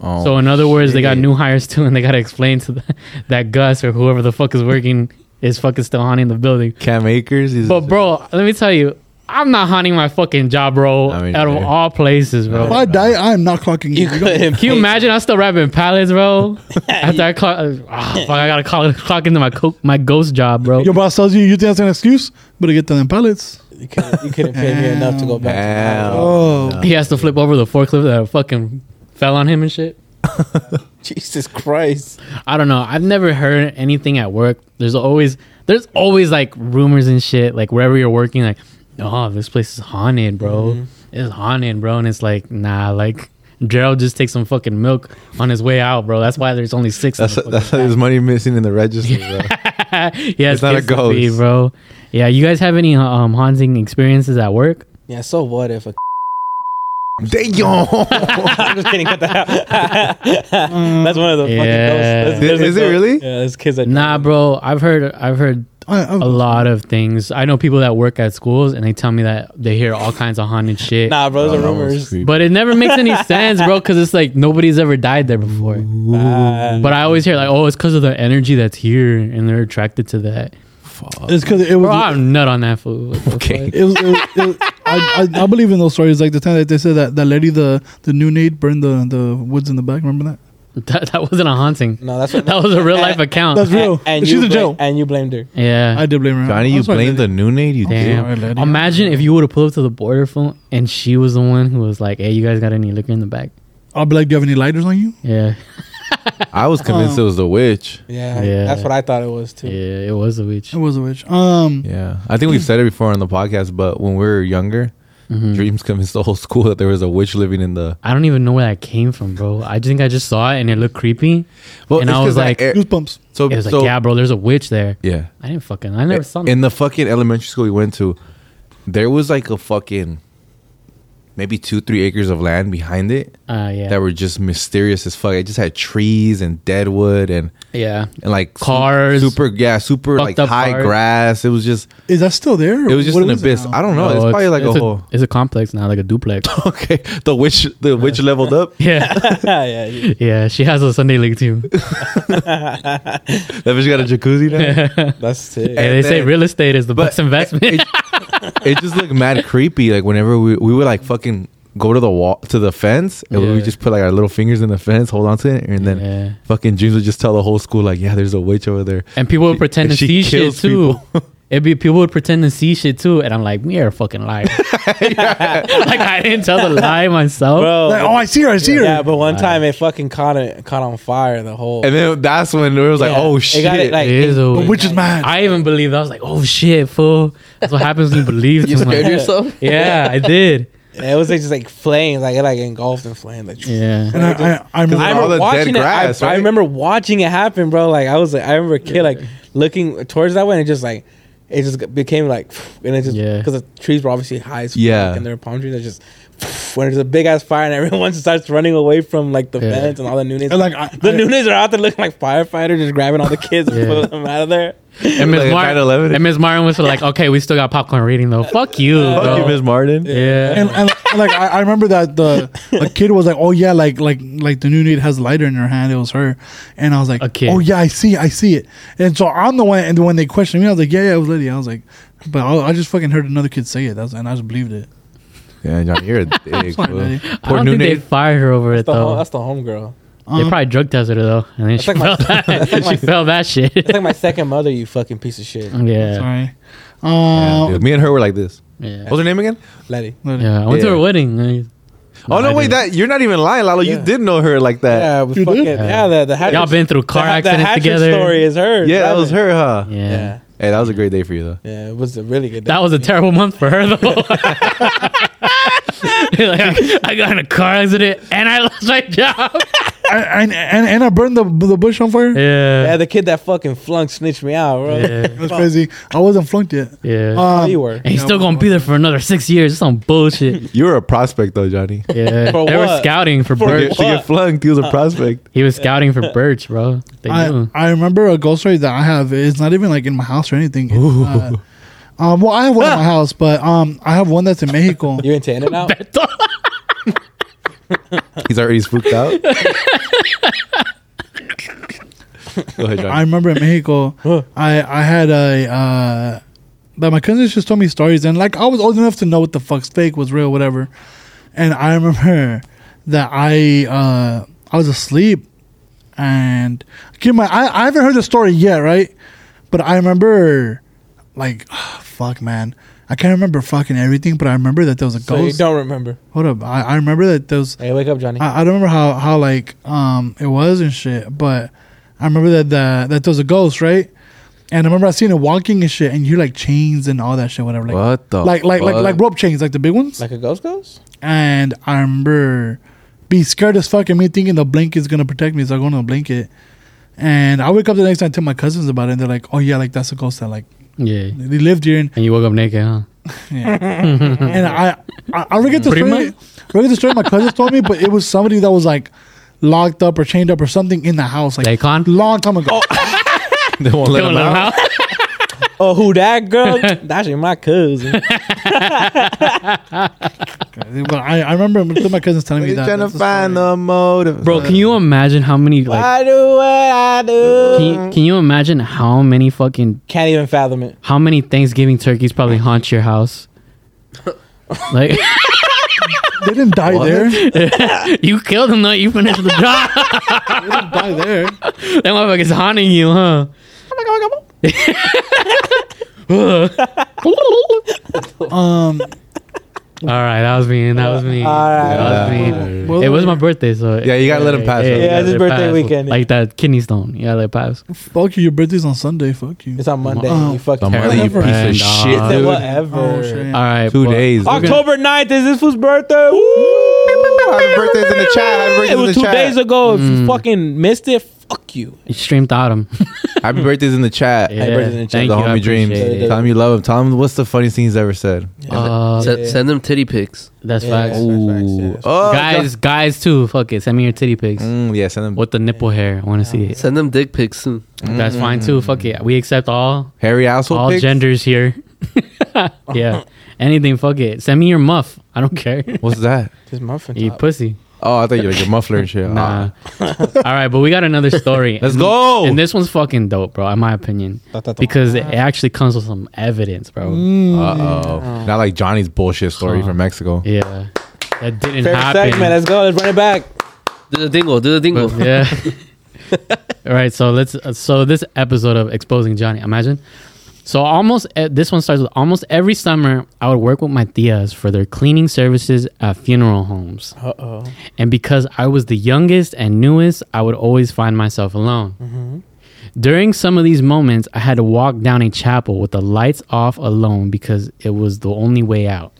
[SPEAKER 3] Oh,
[SPEAKER 1] so in other words, they got new hires too, and they got to explain to the, that Gus or whoever the fuck is working is fucking still haunting the building.
[SPEAKER 3] Cam Akers is.
[SPEAKER 1] But bro, let me tell you, I'm not haunting my fucking job, bro.
[SPEAKER 3] I mean,
[SPEAKER 1] out of
[SPEAKER 3] yeah.
[SPEAKER 1] all places, bro.
[SPEAKER 4] If I die, I am not clocking
[SPEAKER 2] You
[SPEAKER 4] you.
[SPEAKER 2] couldn't.
[SPEAKER 1] Can you imagine? I'm still rapping pallets, bro. After I clock, oh, fuck, I gotta call, clock into my co- my ghost job, bro.
[SPEAKER 4] Your boss tells you you think that's an excuse, better get to them pallets.
[SPEAKER 2] You couldn't, you couldn't pay me enough to go back.
[SPEAKER 3] Damn.
[SPEAKER 2] To
[SPEAKER 4] Oh,
[SPEAKER 1] He has to flip over the forklift that fucking fell on him and shit.
[SPEAKER 2] Jesus Christ.
[SPEAKER 1] I don't know. I've never heard anything at work. There's always there's always like rumors and shit. Like wherever you're working, like, oh, this place is haunted, bro.
[SPEAKER 3] Mm-hmm.
[SPEAKER 1] It's haunted, bro. And it's like, nah, like Gerald just takes some fucking milk on his way out, bro. That's why there's only six.
[SPEAKER 3] that's
[SPEAKER 1] in the
[SPEAKER 3] that's why there's money missing in the register, bro.
[SPEAKER 1] fucking- yeah,
[SPEAKER 3] it's not a ghost.
[SPEAKER 1] bro. Yeah, you guys have any um haunting experiences at work?
[SPEAKER 2] Yeah, so what if a.
[SPEAKER 3] Damn.
[SPEAKER 2] I'm just kidding. Cut that out. that's one of the
[SPEAKER 1] Yeah.
[SPEAKER 2] fucking ghosts. There's a
[SPEAKER 3] Is it
[SPEAKER 2] ghost-
[SPEAKER 3] really?
[SPEAKER 2] Yeah, there's kids that.
[SPEAKER 1] Nah, bro. I've heard I've heard
[SPEAKER 4] I, I,
[SPEAKER 1] a lot of things. I know people that work at schools and they tell me that they hear all kinds of haunted shit.
[SPEAKER 2] Nah, bro, those are
[SPEAKER 3] That was
[SPEAKER 2] rumors.
[SPEAKER 3] creepy.
[SPEAKER 1] But it never makes any sense, bro, because it's like nobody's ever died there before.
[SPEAKER 2] Ah,
[SPEAKER 1] But I always hear like, oh, it's because of the energy that's here, and they're attracted to that.
[SPEAKER 4] it's because it was.
[SPEAKER 1] Bro, I'm nut on that food.
[SPEAKER 3] Okay.
[SPEAKER 4] It was, it was, it was- I, I, I believe in those stories. Like the time that they said that that lady, the the new Nate, burned the, the woods in the back. Remember that?
[SPEAKER 1] That, that wasn't a haunting.
[SPEAKER 2] no, that's what.
[SPEAKER 1] That was a real life account.
[SPEAKER 4] That's real.
[SPEAKER 2] And
[SPEAKER 4] She's
[SPEAKER 2] you
[SPEAKER 4] in jail.
[SPEAKER 2] bla- And you blamed her.
[SPEAKER 1] yeah.
[SPEAKER 4] I did blame her.
[SPEAKER 3] Johnny,
[SPEAKER 4] I'm
[SPEAKER 3] you
[SPEAKER 4] sorry,
[SPEAKER 3] blame
[SPEAKER 4] lady.
[SPEAKER 3] the new Nate. You
[SPEAKER 1] Damn.
[SPEAKER 4] Sorry, lady.
[SPEAKER 1] Imagine if you would have pulled up to the border phone and she was the one who was like, hey, you guys got any liquor in the back?
[SPEAKER 4] I'll be like, do you have any lighters on you?
[SPEAKER 1] Yeah.
[SPEAKER 3] dick. I was
[SPEAKER 1] Oh.
[SPEAKER 3] convinced it was the witch.
[SPEAKER 2] Yeah,
[SPEAKER 1] Yeah.
[SPEAKER 2] that's what I thought it was too.
[SPEAKER 1] Yeah, it was a witch.
[SPEAKER 4] It was a witch. Um,
[SPEAKER 3] Yeah, I think we've said it before on the podcast, but when we were younger,
[SPEAKER 1] Mm-hmm.
[SPEAKER 3] dreams convinced the whole school that there was a witch living in the.
[SPEAKER 1] I don't even know where that came from, bro. I think I just saw it and it looked creepy.
[SPEAKER 3] Well,
[SPEAKER 1] And
[SPEAKER 3] it's
[SPEAKER 1] I was
[SPEAKER 3] 'cause that
[SPEAKER 1] like-
[SPEAKER 3] air-
[SPEAKER 4] goosebumps.
[SPEAKER 3] so
[SPEAKER 1] It was
[SPEAKER 3] so-
[SPEAKER 1] like, yeah, bro, there's a witch there.
[SPEAKER 3] yeah.
[SPEAKER 1] I didn't fucking, I never saw
[SPEAKER 3] in the fucking elementary school we went to, there was like a fucking maybe two, three acres of land behind it
[SPEAKER 1] Uh, yeah.
[SPEAKER 3] that were just mysterious as fuck. It just had trees and dead wood and
[SPEAKER 1] yeah.
[SPEAKER 3] and like su-
[SPEAKER 1] Cars.
[SPEAKER 3] super yeah, super
[SPEAKER 1] Fucked
[SPEAKER 3] like
[SPEAKER 1] up
[SPEAKER 3] high
[SPEAKER 1] cars.
[SPEAKER 3] grass. It was just
[SPEAKER 4] Is that still there?
[SPEAKER 3] it was just
[SPEAKER 4] What
[SPEAKER 3] an
[SPEAKER 4] is it
[SPEAKER 3] abyss.
[SPEAKER 4] now?
[SPEAKER 3] I don't know. it's probably like a, whole
[SPEAKER 1] It's a complex now, like a duplex.
[SPEAKER 3] okay. The witch the witch leveled up.
[SPEAKER 1] yeah,
[SPEAKER 2] yeah, yeah.
[SPEAKER 1] yeah. She has a Sunday league team.
[SPEAKER 3] That bitch got a jacuzzi now.
[SPEAKER 2] That's sick.
[SPEAKER 1] And they say
[SPEAKER 3] then-
[SPEAKER 1] real estate is the best investment.
[SPEAKER 3] It, it just looked mad creepy. Like whenever we we would like fucking go to the wall to the fence, and we
[SPEAKER 1] Yeah.
[SPEAKER 3] would just put like our little fingers in the fence, hold on to it, and then
[SPEAKER 1] Yeah.
[SPEAKER 3] fucking James would just tell the whole school like, yeah, there's a witch over there.
[SPEAKER 1] And people would pretend to
[SPEAKER 3] she
[SPEAKER 1] see shit
[SPEAKER 3] kills
[SPEAKER 1] too. It'd be people would pretend to see shit too, and I'm like, we are a fucking liar. like I didn't tell the lie myself.
[SPEAKER 2] bro.
[SPEAKER 4] Like, oh, I see her. I see her.
[SPEAKER 2] yeah, but one time it fucking caught it caught on fire. The whole
[SPEAKER 3] And then that's when it was like,
[SPEAKER 2] Yeah.
[SPEAKER 3] oh
[SPEAKER 2] It
[SPEAKER 3] shit.
[SPEAKER 2] got it, like-
[SPEAKER 1] It is a
[SPEAKER 4] But which is mad.
[SPEAKER 1] I even believed. I was like, oh shit, fool. That's what happens when you believe
[SPEAKER 5] You
[SPEAKER 1] too much.
[SPEAKER 5] scared yourself?
[SPEAKER 1] Yeah, I did.
[SPEAKER 2] it was like, just like flames, like it like engulfed in flames. Like
[SPEAKER 1] Yeah.
[SPEAKER 4] and I, I, I remember.
[SPEAKER 2] I
[SPEAKER 3] All
[SPEAKER 2] remember
[SPEAKER 3] the dead
[SPEAKER 2] watching it. I-
[SPEAKER 3] grass,
[SPEAKER 2] I,
[SPEAKER 3] right?
[SPEAKER 2] remember watching it happen, bro. Like I was, like, I remember a kid like looking towards that one and just like it just became like, and it just
[SPEAKER 1] Yeah.
[SPEAKER 2] because the trees were obviously high as fuck,
[SPEAKER 3] Yeah.
[SPEAKER 2] and there were palm trees. That just when there's a big ass fire and everyone starts running away from like the
[SPEAKER 1] Yeah.
[SPEAKER 2] fence and all the Nunes.
[SPEAKER 4] And, like, I-
[SPEAKER 2] the
[SPEAKER 4] I-
[SPEAKER 2] Nunes are out there looking like firefighters, just grabbing all the kids
[SPEAKER 1] Yeah.
[SPEAKER 2] and pulling them out of there.
[SPEAKER 1] And Ms.
[SPEAKER 3] Like,
[SPEAKER 1] Martin,
[SPEAKER 3] 9/11.
[SPEAKER 1] and Ms. Martin was like, okay, we still got popcorn reading though. Fuck you.
[SPEAKER 3] Fuck
[SPEAKER 1] bro.
[SPEAKER 3] you, Miss Martin.
[SPEAKER 1] oh. Yeah.
[SPEAKER 4] and, and, and, like I, I remember that the a kid was like, "Oh yeah, like like like the new kid has a lighter in her hand." It was her, and I was like,
[SPEAKER 1] A kid.
[SPEAKER 4] "Oh yeah, I see, I see it." And so I'm the one, and when they questioned me, I was like, "Yeah, yeah, it was Lydia." I was like, "But I, I just fucking heard another kid say it, That's, and I just believed it."
[SPEAKER 3] Yeah, John, you're a dick.
[SPEAKER 4] Sorry,
[SPEAKER 3] bro.
[SPEAKER 4] buddy.
[SPEAKER 1] I don't
[SPEAKER 3] Poor
[SPEAKER 1] think they
[SPEAKER 3] Nunez.
[SPEAKER 1] fired her over it
[SPEAKER 2] The
[SPEAKER 3] Oh.
[SPEAKER 2] home,
[SPEAKER 1] though.
[SPEAKER 2] that's the homegirl.
[SPEAKER 1] They probably drug tested her though, and then she
[SPEAKER 2] like my-
[SPEAKER 1] felt that.
[SPEAKER 2] that's like my-
[SPEAKER 1] she felt that shit.
[SPEAKER 2] It's like my second mother, you fucking piece of shit,
[SPEAKER 3] Mm.
[SPEAKER 1] yeah.
[SPEAKER 4] Sorry,
[SPEAKER 3] Yeah,
[SPEAKER 4] uh,
[SPEAKER 3] dude. me and her were like this.
[SPEAKER 1] Yeah.
[SPEAKER 3] What was her name again?
[SPEAKER 2] Letty.
[SPEAKER 4] Lydia.
[SPEAKER 1] Yeah. I went to
[SPEAKER 3] Yeah.
[SPEAKER 1] her wedding. I-
[SPEAKER 3] Oh no,
[SPEAKER 1] I
[SPEAKER 3] wait,
[SPEAKER 1] didn't.
[SPEAKER 3] that you're not even lying, Lalo.
[SPEAKER 2] Yeah.
[SPEAKER 3] You did know her like that.
[SPEAKER 2] Yeah, we
[SPEAKER 4] You
[SPEAKER 2] fucking,
[SPEAKER 4] did?
[SPEAKER 2] yeah. The, the Hattrick-
[SPEAKER 1] Y'all been through car
[SPEAKER 2] the, the
[SPEAKER 1] accidents
[SPEAKER 2] Hattrick
[SPEAKER 1] together.
[SPEAKER 2] Story is
[SPEAKER 3] Yeah,
[SPEAKER 2] hers.
[SPEAKER 3] that was her, huh?
[SPEAKER 1] Yeah.
[SPEAKER 2] Yeah.
[SPEAKER 3] Hey, that was a great day for you though.
[SPEAKER 2] Yeah, it was a really good. Day.
[SPEAKER 1] That was a terrible month for her though. like, I, I got in a car accident and I lost my job.
[SPEAKER 4] I, I, and and I burned the the bush on fire.
[SPEAKER 2] yeah,
[SPEAKER 1] Yeah.
[SPEAKER 2] the kid that fucking flunk snitched me out, bro.
[SPEAKER 1] Yeah.
[SPEAKER 4] That's crazy. I wasn't flunked yet.
[SPEAKER 1] yeah.
[SPEAKER 2] Oh,
[SPEAKER 4] Um,
[SPEAKER 2] you were.
[SPEAKER 1] and he's still gonna be there for another six years. It's some bullshit.
[SPEAKER 3] You were a prospect though, Johnny.
[SPEAKER 1] Yeah.
[SPEAKER 2] For
[SPEAKER 1] they
[SPEAKER 2] what?
[SPEAKER 1] were scouting for, Uh,
[SPEAKER 3] To
[SPEAKER 1] Birch.
[SPEAKER 3] get, to get
[SPEAKER 2] what?
[SPEAKER 3] flunked, he was a prospect.
[SPEAKER 1] He was scouting for Birch, bro. They
[SPEAKER 4] I,
[SPEAKER 1] knew.
[SPEAKER 4] I remember a ghost story that I have. It's not even like in my house or anything. It's, uh, um, well, I have one in my house, but um, I have one that's in Mexico.
[SPEAKER 2] You into In and Out?
[SPEAKER 3] He's already spooked out. Go ahead,
[SPEAKER 4] I
[SPEAKER 3] Johnny.
[SPEAKER 4] remember in Mexico, I I had a uh, that my cousins just told me stories, and like I was old enough to know what the fuck's fake was real, whatever. And I remember that I uh, I was asleep, and keep in mind I I haven't heard the story yet, right? But I remember, like, fuck, man. I can't remember fucking everything, but I remember that there was a
[SPEAKER 2] So you
[SPEAKER 4] ghost.
[SPEAKER 2] don't remember?
[SPEAKER 4] Hold up, I, I remember that there was
[SPEAKER 2] Hey, wake up, Johnny.
[SPEAKER 4] I, I don't remember how how like um it was and shit, but I remember that that that there was a ghost, right? And I remember I seen it walking and shit, and you like chains and all that shit, whatever. Like,
[SPEAKER 3] What the
[SPEAKER 4] like like like
[SPEAKER 3] fuck?
[SPEAKER 4] like rope chains, like the big ones.
[SPEAKER 2] like a ghost ghost?
[SPEAKER 4] and I remember be scared as fuck, and me thinking the blanket's gonna protect me, so I go in the blanket. And I wake up the next night, and tell my cousins about it, and they're like, "Oh yeah, like that's a ghost that like
[SPEAKER 1] Yeah.
[SPEAKER 4] they lived here." And,
[SPEAKER 1] And you woke up naked, huh?
[SPEAKER 4] and I, I I forget the
[SPEAKER 1] Prima?
[SPEAKER 4] story. I forget the story my cousins told me, but it was somebody that was like locked up or chained up or something in the house, like
[SPEAKER 1] Lacon?
[SPEAKER 4] long time ago.
[SPEAKER 3] They won't let him out.
[SPEAKER 2] Oh, who that girl? That's actually my cousin.
[SPEAKER 4] but I, I remember my cousins telling me
[SPEAKER 3] He's
[SPEAKER 4] that.
[SPEAKER 3] trying to
[SPEAKER 4] That's the story.
[SPEAKER 3] find the motive.
[SPEAKER 1] Bro, can you imagine how many like
[SPEAKER 2] I do what I do.
[SPEAKER 1] can you, can you imagine how many fucking
[SPEAKER 2] Can't even fathom it.
[SPEAKER 1] how many Thanksgiving turkeys probably haunt your house? Like
[SPEAKER 4] They didn't die there. They
[SPEAKER 1] you killed them though, you finished the job.
[SPEAKER 4] didn't die there.
[SPEAKER 1] that motherfucker's haunting you, huh?
[SPEAKER 4] Um,
[SPEAKER 1] All right, that was me. That was me.
[SPEAKER 2] Alright.
[SPEAKER 1] That was me.
[SPEAKER 4] well,
[SPEAKER 1] It was my birthday, so
[SPEAKER 3] Yeah, you gotta let him pass, bro.
[SPEAKER 1] you
[SPEAKER 2] Yeah,
[SPEAKER 1] gotta
[SPEAKER 2] it's his
[SPEAKER 1] let it
[SPEAKER 2] birthday weekend.
[SPEAKER 1] Like that kidney stone. Yeah, let it pass.
[SPEAKER 4] fuck you. Your birthday's on Sunday. Fuck you.
[SPEAKER 2] It's on Monday.
[SPEAKER 4] Oh.
[SPEAKER 2] you fucking
[SPEAKER 3] The mother, you piece
[SPEAKER 4] Whatever.
[SPEAKER 3] of
[SPEAKER 1] And,
[SPEAKER 3] shit,
[SPEAKER 1] uh,
[SPEAKER 2] Said
[SPEAKER 3] dude.
[SPEAKER 2] whatever.
[SPEAKER 4] Oh, shit.
[SPEAKER 1] All right,
[SPEAKER 3] Two
[SPEAKER 1] well,
[SPEAKER 3] days.
[SPEAKER 2] October 9th is this fool's birthday. Woo!
[SPEAKER 3] Happy birthdays in the chat. Happy birthdays
[SPEAKER 2] It
[SPEAKER 3] in the
[SPEAKER 2] was two
[SPEAKER 3] chat.
[SPEAKER 2] days ago. If you fucking missed it, fuck you.
[SPEAKER 1] You streamed out him.
[SPEAKER 3] Happy birthdays in the chat.
[SPEAKER 1] Yeah,
[SPEAKER 2] birthday in the chat.
[SPEAKER 1] thank
[SPEAKER 3] the
[SPEAKER 1] you. I
[SPEAKER 3] homie dreams.
[SPEAKER 1] appreciate it.
[SPEAKER 3] Tell him you love him. Tell him what's the funniest thing he's ever said.
[SPEAKER 1] Uh,
[SPEAKER 5] Send, send them titty pics.
[SPEAKER 1] that's
[SPEAKER 2] Yeah.
[SPEAKER 1] facts.
[SPEAKER 2] Ooh.
[SPEAKER 3] Oh,
[SPEAKER 1] guys, guys too. Fuck it. Send me your titty pics.
[SPEAKER 3] Mm, yeah, send him
[SPEAKER 1] With the nipple hair, I want to see it.
[SPEAKER 5] Send them dick pics soon.
[SPEAKER 1] That's fine too. Fuck it. We accept all
[SPEAKER 3] Harry asshole
[SPEAKER 1] all
[SPEAKER 3] Mm. pics?
[SPEAKER 1] genders here. yeah, anything. Fuck it. Send me your muff. I don't care.
[SPEAKER 3] What's that?
[SPEAKER 2] This muffin.
[SPEAKER 1] You
[SPEAKER 2] top.
[SPEAKER 1] pussy.
[SPEAKER 3] Oh, I thought you were like your muffler and shit.
[SPEAKER 1] Nah.
[SPEAKER 3] Nah.
[SPEAKER 1] all right, but we got another story.
[SPEAKER 3] Ah. Let's
[SPEAKER 1] And-
[SPEAKER 3] go.
[SPEAKER 1] And this one's fucking dope, bro. In my opinion,
[SPEAKER 2] Da, da, da.
[SPEAKER 1] because it actually comes with some evidence, bro.
[SPEAKER 3] Uh oh. Not like Johnny's bullshit story
[SPEAKER 1] Huh.
[SPEAKER 3] from Mexico.
[SPEAKER 1] Yeah. That didn't
[SPEAKER 2] Favorite
[SPEAKER 1] happen.
[SPEAKER 2] segment. Let's go. Let's run it back.
[SPEAKER 5] Do the dingle. Do the dingle.
[SPEAKER 1] But, yeah. All right. So let's. uh, So this episode of exposing Johnny. Imagine. So almost uh, this one starts with almost every summer I would work with my tias for their cleaning services at funeral homes.
[SPEAKER 2] Uh oh.
[SPEAKER 1] And because I was the youngest and newest, I would always find myself alone. During some of these moments, I had to walk down a chapel with the lights off alone because it was the only way out.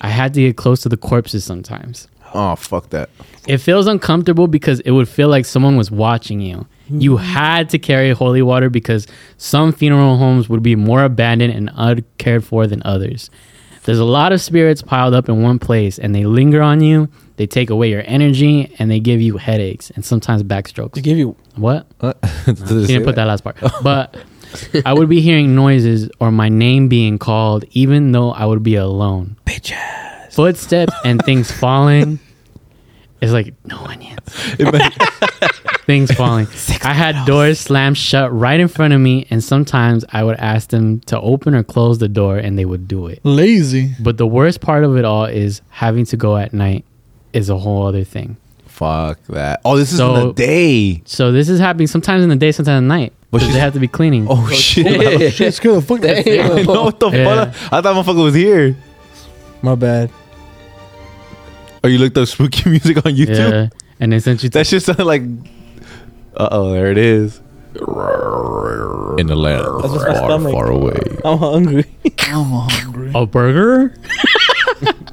[SPEAKER 1] I had to get close to the corpses sometimes.
[SPEAKER 3] Oh fuck that.
[SPEAKER 1] It feels uncomfortable because it would feel like someone was watching you. You
[SPEAKER 3] Hmm.
[SPEAKER 1] had to carry holy water because some funeral homes would be more abandoned and uncared for than others. There's a lot of spirits piled up in one place and they linger on you, they take away your energy, and they give you headaches and sometimes backstrokes.
[SPEAKER 2] To give you
[SPEAKER 1] what?
[SPEAKER 3] Did it
[SPEAKER 1] You
[SPEAKER 3] say
[SPEAKER 1] didn't put that last part. But I would be hearing noises or my name being called, even though I would be alone.
[SPEAKER 2] bitch ass.
[SPEAKER 1] Footsteps and things falling. It's like no onions. things falling. I had doors slammed shut right in front of me, and sometimes I would ask them to open or close the door, and they would do it.
[SPEAKER 4] Lazy.
[SPEAKER 1] But the worst part of it all is having to go at night is a whole other thing.
[SPEAKER 3] Fuck that. Oh, this is in
[SPEAKER 1] So-
[SPEAKER 3] the day.
[SPEAKER 1] So this is happening sometimes in the day, sometimes at night.
[SPEAKER 3] But
[SPEAKER 1] Because they
[SPEAKER 3] she's-
[SPEAKER 1] have to be cleaning.
[SPEAKER 3] Oh shit.
[SPEAKER 4] Shit, scare the fuck out of me.
[SPEAKER 3] I know what the
[SPEAKER 1] Yeah.
[SPEAKER 3] fuck. I thought motherfucker was here.
[SPEAKER 2] My bad.
[SPEAKER 3] Or Oh, you looked up spooky music on YouTube.
[SPEAKER 1] yeah. And they sent you to
[SPEAKER 3] That shit sounded like. Uh oh, there it is. In the land
[SPEAKER 2] That's just my
[SPEAKER 3] far,
[SPEAKER 2] stomach.
[SPEAKER 3] far away.
[SPEAKER 2] I'm hungry.
[SPEAKER 4] I'm hungry.
[SPEAKER 1] a burger.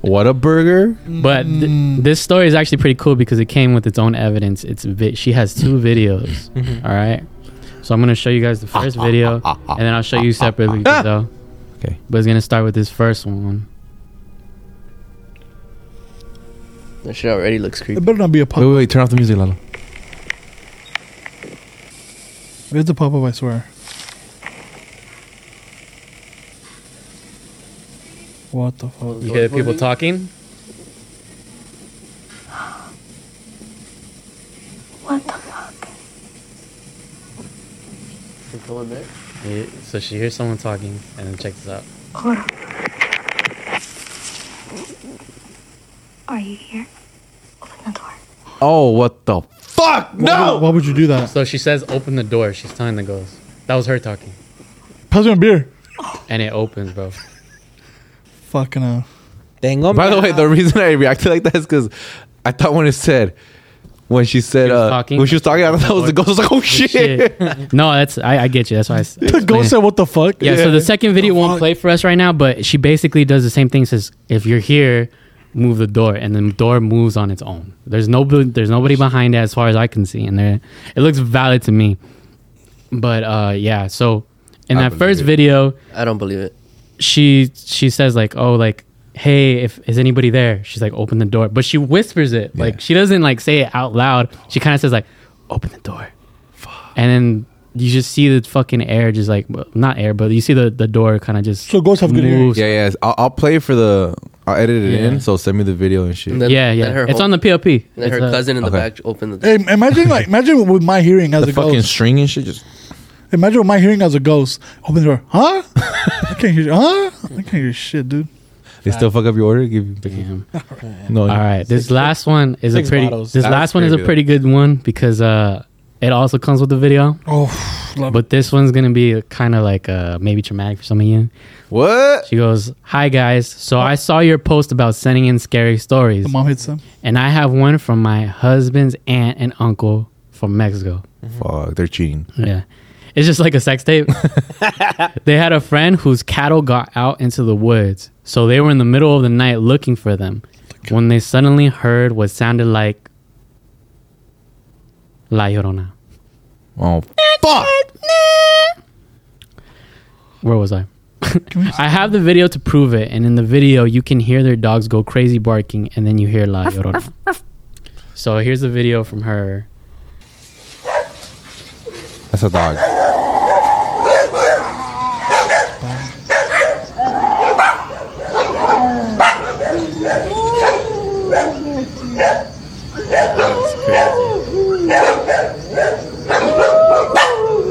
[SPEAKER 3] What a burger!
[SPEAKER 1] But th- this story is actually pretty cool because it came with its own evidence. It's vi- she has two videos. all right, so I'm gonna show you guys the first video, and then I'll show you separately. so,
[SPEAKER 3] Okay.
[SPEAKER 1] but it's gonna start with this first one.
[SPEAKER 5] That shit already looks
[SPEAKER 4] It
[SPEAKER 5] creepy.
[SPEAKER 4] better not be a
[SPEAKER 3] Wait,
[SPEAKER 4] pop.
[SPEAKER 3] wait, wait! Turn off the music, Lalo.
[SPEAKER 4] It's a pop up, I swear. What the fuck?
[SPEAKER 1] You hear people talking?
[SPEAKER 6] What the fuck?
[SPEAKER 1] so she hears someone talking, and then check this out.
[SPEAKER 6] Hold on. Are you here? Open the door.
[SPEAKER 3] Oh, what the fuck?
[SPEAKER 4] Why would-
[SPEAKER 3] No!
[SPEAKER 4] Why would you do that?
[SPEAKER 1] So she says, "Open the door." She's telling the ghost. That was her talking,
[SPEAKER 4] Pass me a beer.
[SPEAKER 1] and it opens, bro.
[SPEAKER 4] Fucking uh.
[SPEAKER 2] Dang on.
[SPEAKER 3] By the way, the reason I reacted like that is because I thought when it said, when she said,
[SPEAKER 1] She was
[SPEAKER 3] uh,
[SPEAKER 1] talking?
[SPEAKER 3] when she was talking, I thought that was the ghost. I was like, oh shit!
[SPEAKER 1] Shit. no, that's I, I get you. That's why I, s- I
[SPEAKER 4] The
[SPEAKER 1] explained it.
[SPEAKER 4] ghost said, "What the fuck?"
[SPEAKER 1] Yeah, so the second video
[SPEAKER 4] fuck?
[SPEAKER 1] won't play for us right now, but she basically does the same thing. Says, if you're here, move the door, and the door moves on its own. There's no, there's nobody behind it as far as I can see, and there, it looks valid to me. But uh, yeah, so in
[SPEAKER 3] I
[SPEAKER 1] that first
[SPEAKER 3] believe it.
[SPEAKER 1] video,
[SPEAKER 5] I don't believe it.
[SPEAKER 1] she she says like, oh, like, hey, if is anybody there? She's like, open the door, but she whispers it.
[SPEAKER 3] Yeah.
[SPEAKER 1] Like she doesn't like say it out loud. She kind of says like, open the door, and then. You just see the fucking air, just like well, not air, but you see the, the door kind of just
[SPEAKER 4] So ghosts have good
[SPEAKER 1] moves.
[SPEAKER 3] Yeah, yeah. I'll, I'll play for the. I'll edit it
[SPEAKER 1] Yeah.
[SPEAKER 3] in. So send me the video and shit.
[SPEAKER 5] And then-
[SPEAKER 1] yeah,
[SPEAKER 5] then
[SPEAKER 1] yeah.
[SPEAKER 5] her
[SPEAKER 1] It's
[SPEAKER 5] whole-
[SPEAKER 1] on the POP.
[SPEAKER 5] And then
[SPEAKER 1] It's,
[SPEAKER 5] her
[SPEAKER 1] uh,
[SPEAKER 5] cousin in the
[SPEAKER 3] okay.
[SPEAKER 5] back opened the door.
[SPEAKER 4] Hey, imagine like imagine with my hearing as
[SPEAKER 3] the
[SPEAKER 4] a
[SPEAKER 3] fucking
[SPEAKER 4] ghost.
[SPEAKER 3] string and shit. Just
[SPEAKER 4] Imagine with my hearing as a ghost. Open the door. Huh? I can't hear. Huh? I can't hear shit, dude.
[SPEAKER 3] they still fuck up your order. Give you
[SPEAKER 1] Damn.
[SPEAKER 3] no.
[SPEAKER 1] All right, this last one is a
[SPEAKER 2] six
[SPEAKER 1] pretty.
[SPEAKER 2] bottles.
[SPEAKER 1] This
[SPEAKER 3] That's
[SPEAKER 1] last one is a
[SPEAKER 3] pretty
[SPEAKER 1] pretty good one because uh, it also comes with the video.
[SPEAKER 4] Oh, love
[SPEAKER 1] But this one's gonna be kind of like uh, maybe traumatic for some of you.
[SPEAKER 3] What?
[SPEAKER 1] She goes, "Hi guys, so I saw your post about sending in scary stories,
[SPEAKER 4] the mom hits them.
[SPEAKER 1] and I have one from my husband's aunt and uncle from Mexico."
[SPEAKER 3] Fuck, they're cheating.
[SPEAKER 1] Yeah. It's just like a sex tape. they had a friend whose cattle got out into the woods. So they were in the middle of the night looking for them when they suddenly heard what sounded like La Llorona.
[SPEAKER 3] Oh fuck!
[SPEAKER 1] Where was I? I have the video to prove it. And in the video, you can hear their dogs go crazy barking and then you hear La Llorona. So here's the video from her.
[SPEAKER 3] That's a dog.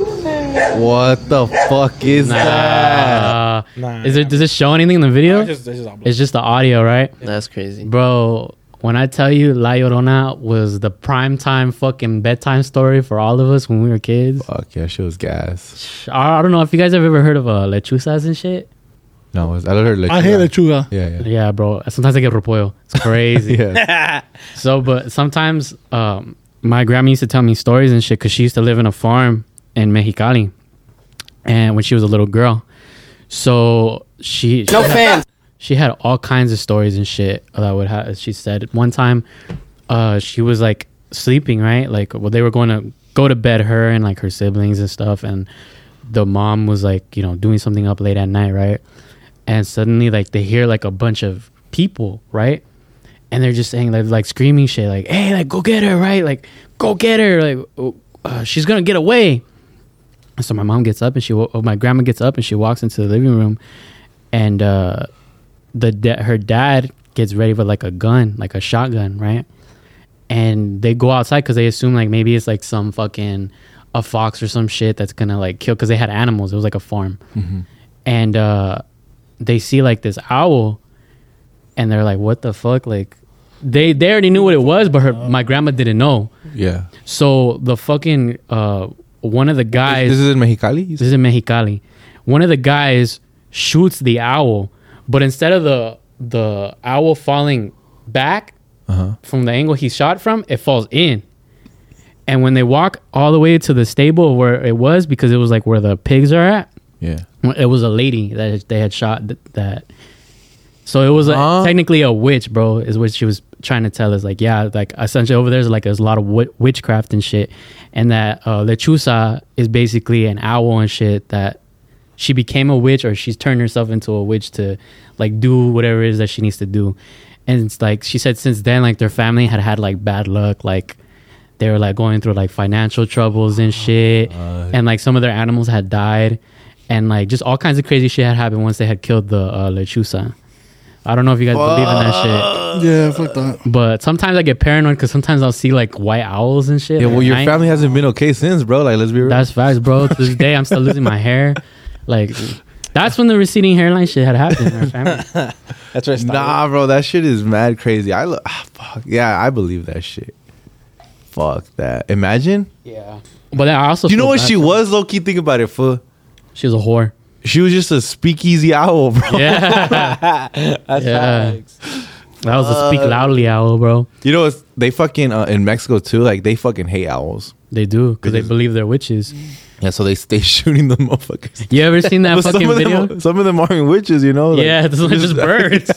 [SPEAKER 3] What the fuck is that?
[SPEAKER 1] Uh,
[SPEAKER 2] Nah,
[SPEAKER 1] is it, does it show anything in the video?
[SPEAKER 2] It's just, it's just all black.
[SPEAKER 1] It's just the audio, right?
[SPEAKER 5] That's crazy.
[SPEAKER 1] Bro, When I tell you La Llorona was the prime time fucking bedtime story for all of us when we were kids.
[SPEAKER 3] Fuck yeah, she was gas.
[SPEAKER 1] I, I don't know if you guys have ever heard of uh, lechuzas and shit.
[SPEAKER 3] No, it was, I heard lechuga.
[SPEAKER 4] I hate lechuga.
[SPEAKER 3] Yeah, yeah.
[SPEAKER 1] Yeah, bro. Sometimes I get repollo. It's crazy.
[SPEAKER 3] Yeah.
[SPEAKER 1] So, but sometimes um, my grandma used to tell me stories and shit because she used to live in a farm in Mexicali, and when she was a little girl, so she
[SPEAKER 5] No fans.
[SPEAKER 1] she had all kinds of stories and shit that would ha She said one time, uh, she was like sleeping, right? Like, well, they were going to go to bed, her and like her siblings and stuff, and the mom was like, you know, doing something up late at night, right? And suddenly, like, they hear like a bunch of people, right? And they're just saying, like, like screaming shit, like, hey, like, go get her, right? Like, go get her, like, oh, uh, she's gonna get away. And so my mom gets up and she, wa- oh, my grandma gets up and she walks into the living room, and uh, the da- her dad gets ready with like a gun, like a shotgun, right? And they go outside because they assume like maybe it's like some fucking a fox or some shit that's gonna like kill because they had animals. It was like a farm,
[SPEAKER 3] Mm-hmm.
[SPEAKER 1] and uh, they see like this owl, and they're like, "What the fuck?" Like they they already knew what it was, but her my grandma didn't know.
[SPEAKER 3] Yeah.
[SPEAKER 1] So the fucking uh, one of the guys
[SPEAKER 3] This is in Mexicali?
[SPEAKER 1] this is in Mexicali. One of the guys shoots the owl, but instead of the the owl falling back from the angle he shot from, it falls in. And when they walk all the way to the stable where it was, because it was like where the pigs are at,
[SPEAKER 3] yeah.
[SPEAKER 1] it was a lady that they had shot th- that. So it was a,
[SPEAKER 3] Huh?
[SPEAKER 1] technically a witch, bro, is what she was trying to tell us. Like, yeah, like essentially over there's like there's a lot of wi- witchcraft and shit, and that uh, lechusa is basically an owl and shit that she became a witch or she's turned herself into a witch to like do whatever it is that she needs to do. And it's like she said since then, like their family had had like bad luck, like they were like going through like financial troubles and
[SPEAKER 3] Oh,
[SPEAKER 1] shit, and like some of their animals had died, and like just all kinds of crazy shit had happened once they had killed the uh, lechusa. I don't know if you guys believe in that
[SPEAKER 4] Yeah, fuck that.
[SPEAKER 1] shit, but sometimes I get paranoid because sometimes I'll see like white owls and shit.
[SPEAKER 3] Yeah,
[SPEAKER 1] at
[SPEAKER 3] well, your
[SPEAKER 1] night.
[SPEAKER 3] family hasn't been okay since, bro. Like, let's be real.
[SPEAKER 1] That's facts, bro. to this day, I'm still losing my hair. Like, that's when the receding hairline shit had happened. in our family.
[SPEAKER 2] That's where it started.
[SPEAKER 3] nah, bro. That shit is mad crazy. I look. Ah, fuck. Yeah, I believe that shit. Fuck that. Imagine.
[SPEAKER 1] Yeah. But then I also
[SPEAKER 3] You know
[SPEAKER 1] feel
[SPEAKER 3] what
[SPEAKER 1] bad
[SPEAKER 3] she
[SPEAKER 1] for-
[SPEAKER 3] was, low key? Think about it, fool.
[SPEAKER 1] She was a whore.
[SPEAKER 3] She was just a speakeasy owl, bro.
[SPEAKER 1] Yeah.
[SPEAKER 2] That's
[SPEAKER 1] Yeah.
[SPEAKER 2] facts.
[SPEAKER 1] that was a
[SPEAKER 3] Uh,
[SPEAKER 1] speak loudly owl, bro.
[SPEAKER 3] You know, it's, they fucking uh, in Mexico too. Like they fucking hate owls.
[SPEAKER 1] They do because they believe they're witches.
[SPEAKER 3] Yeah, so they stay shooting the motherfuckers.
[SPEAKER 1] You ever seen that
[SPEAKER 3] But
[SPEAKER 1] fucking
[SPEAKER 3] some of
[SPEAKER 1] video?
[SPEAKER 3] them, some of them aren't witches. You know. like-
[SPEAKER 1] yeah, those are just birds.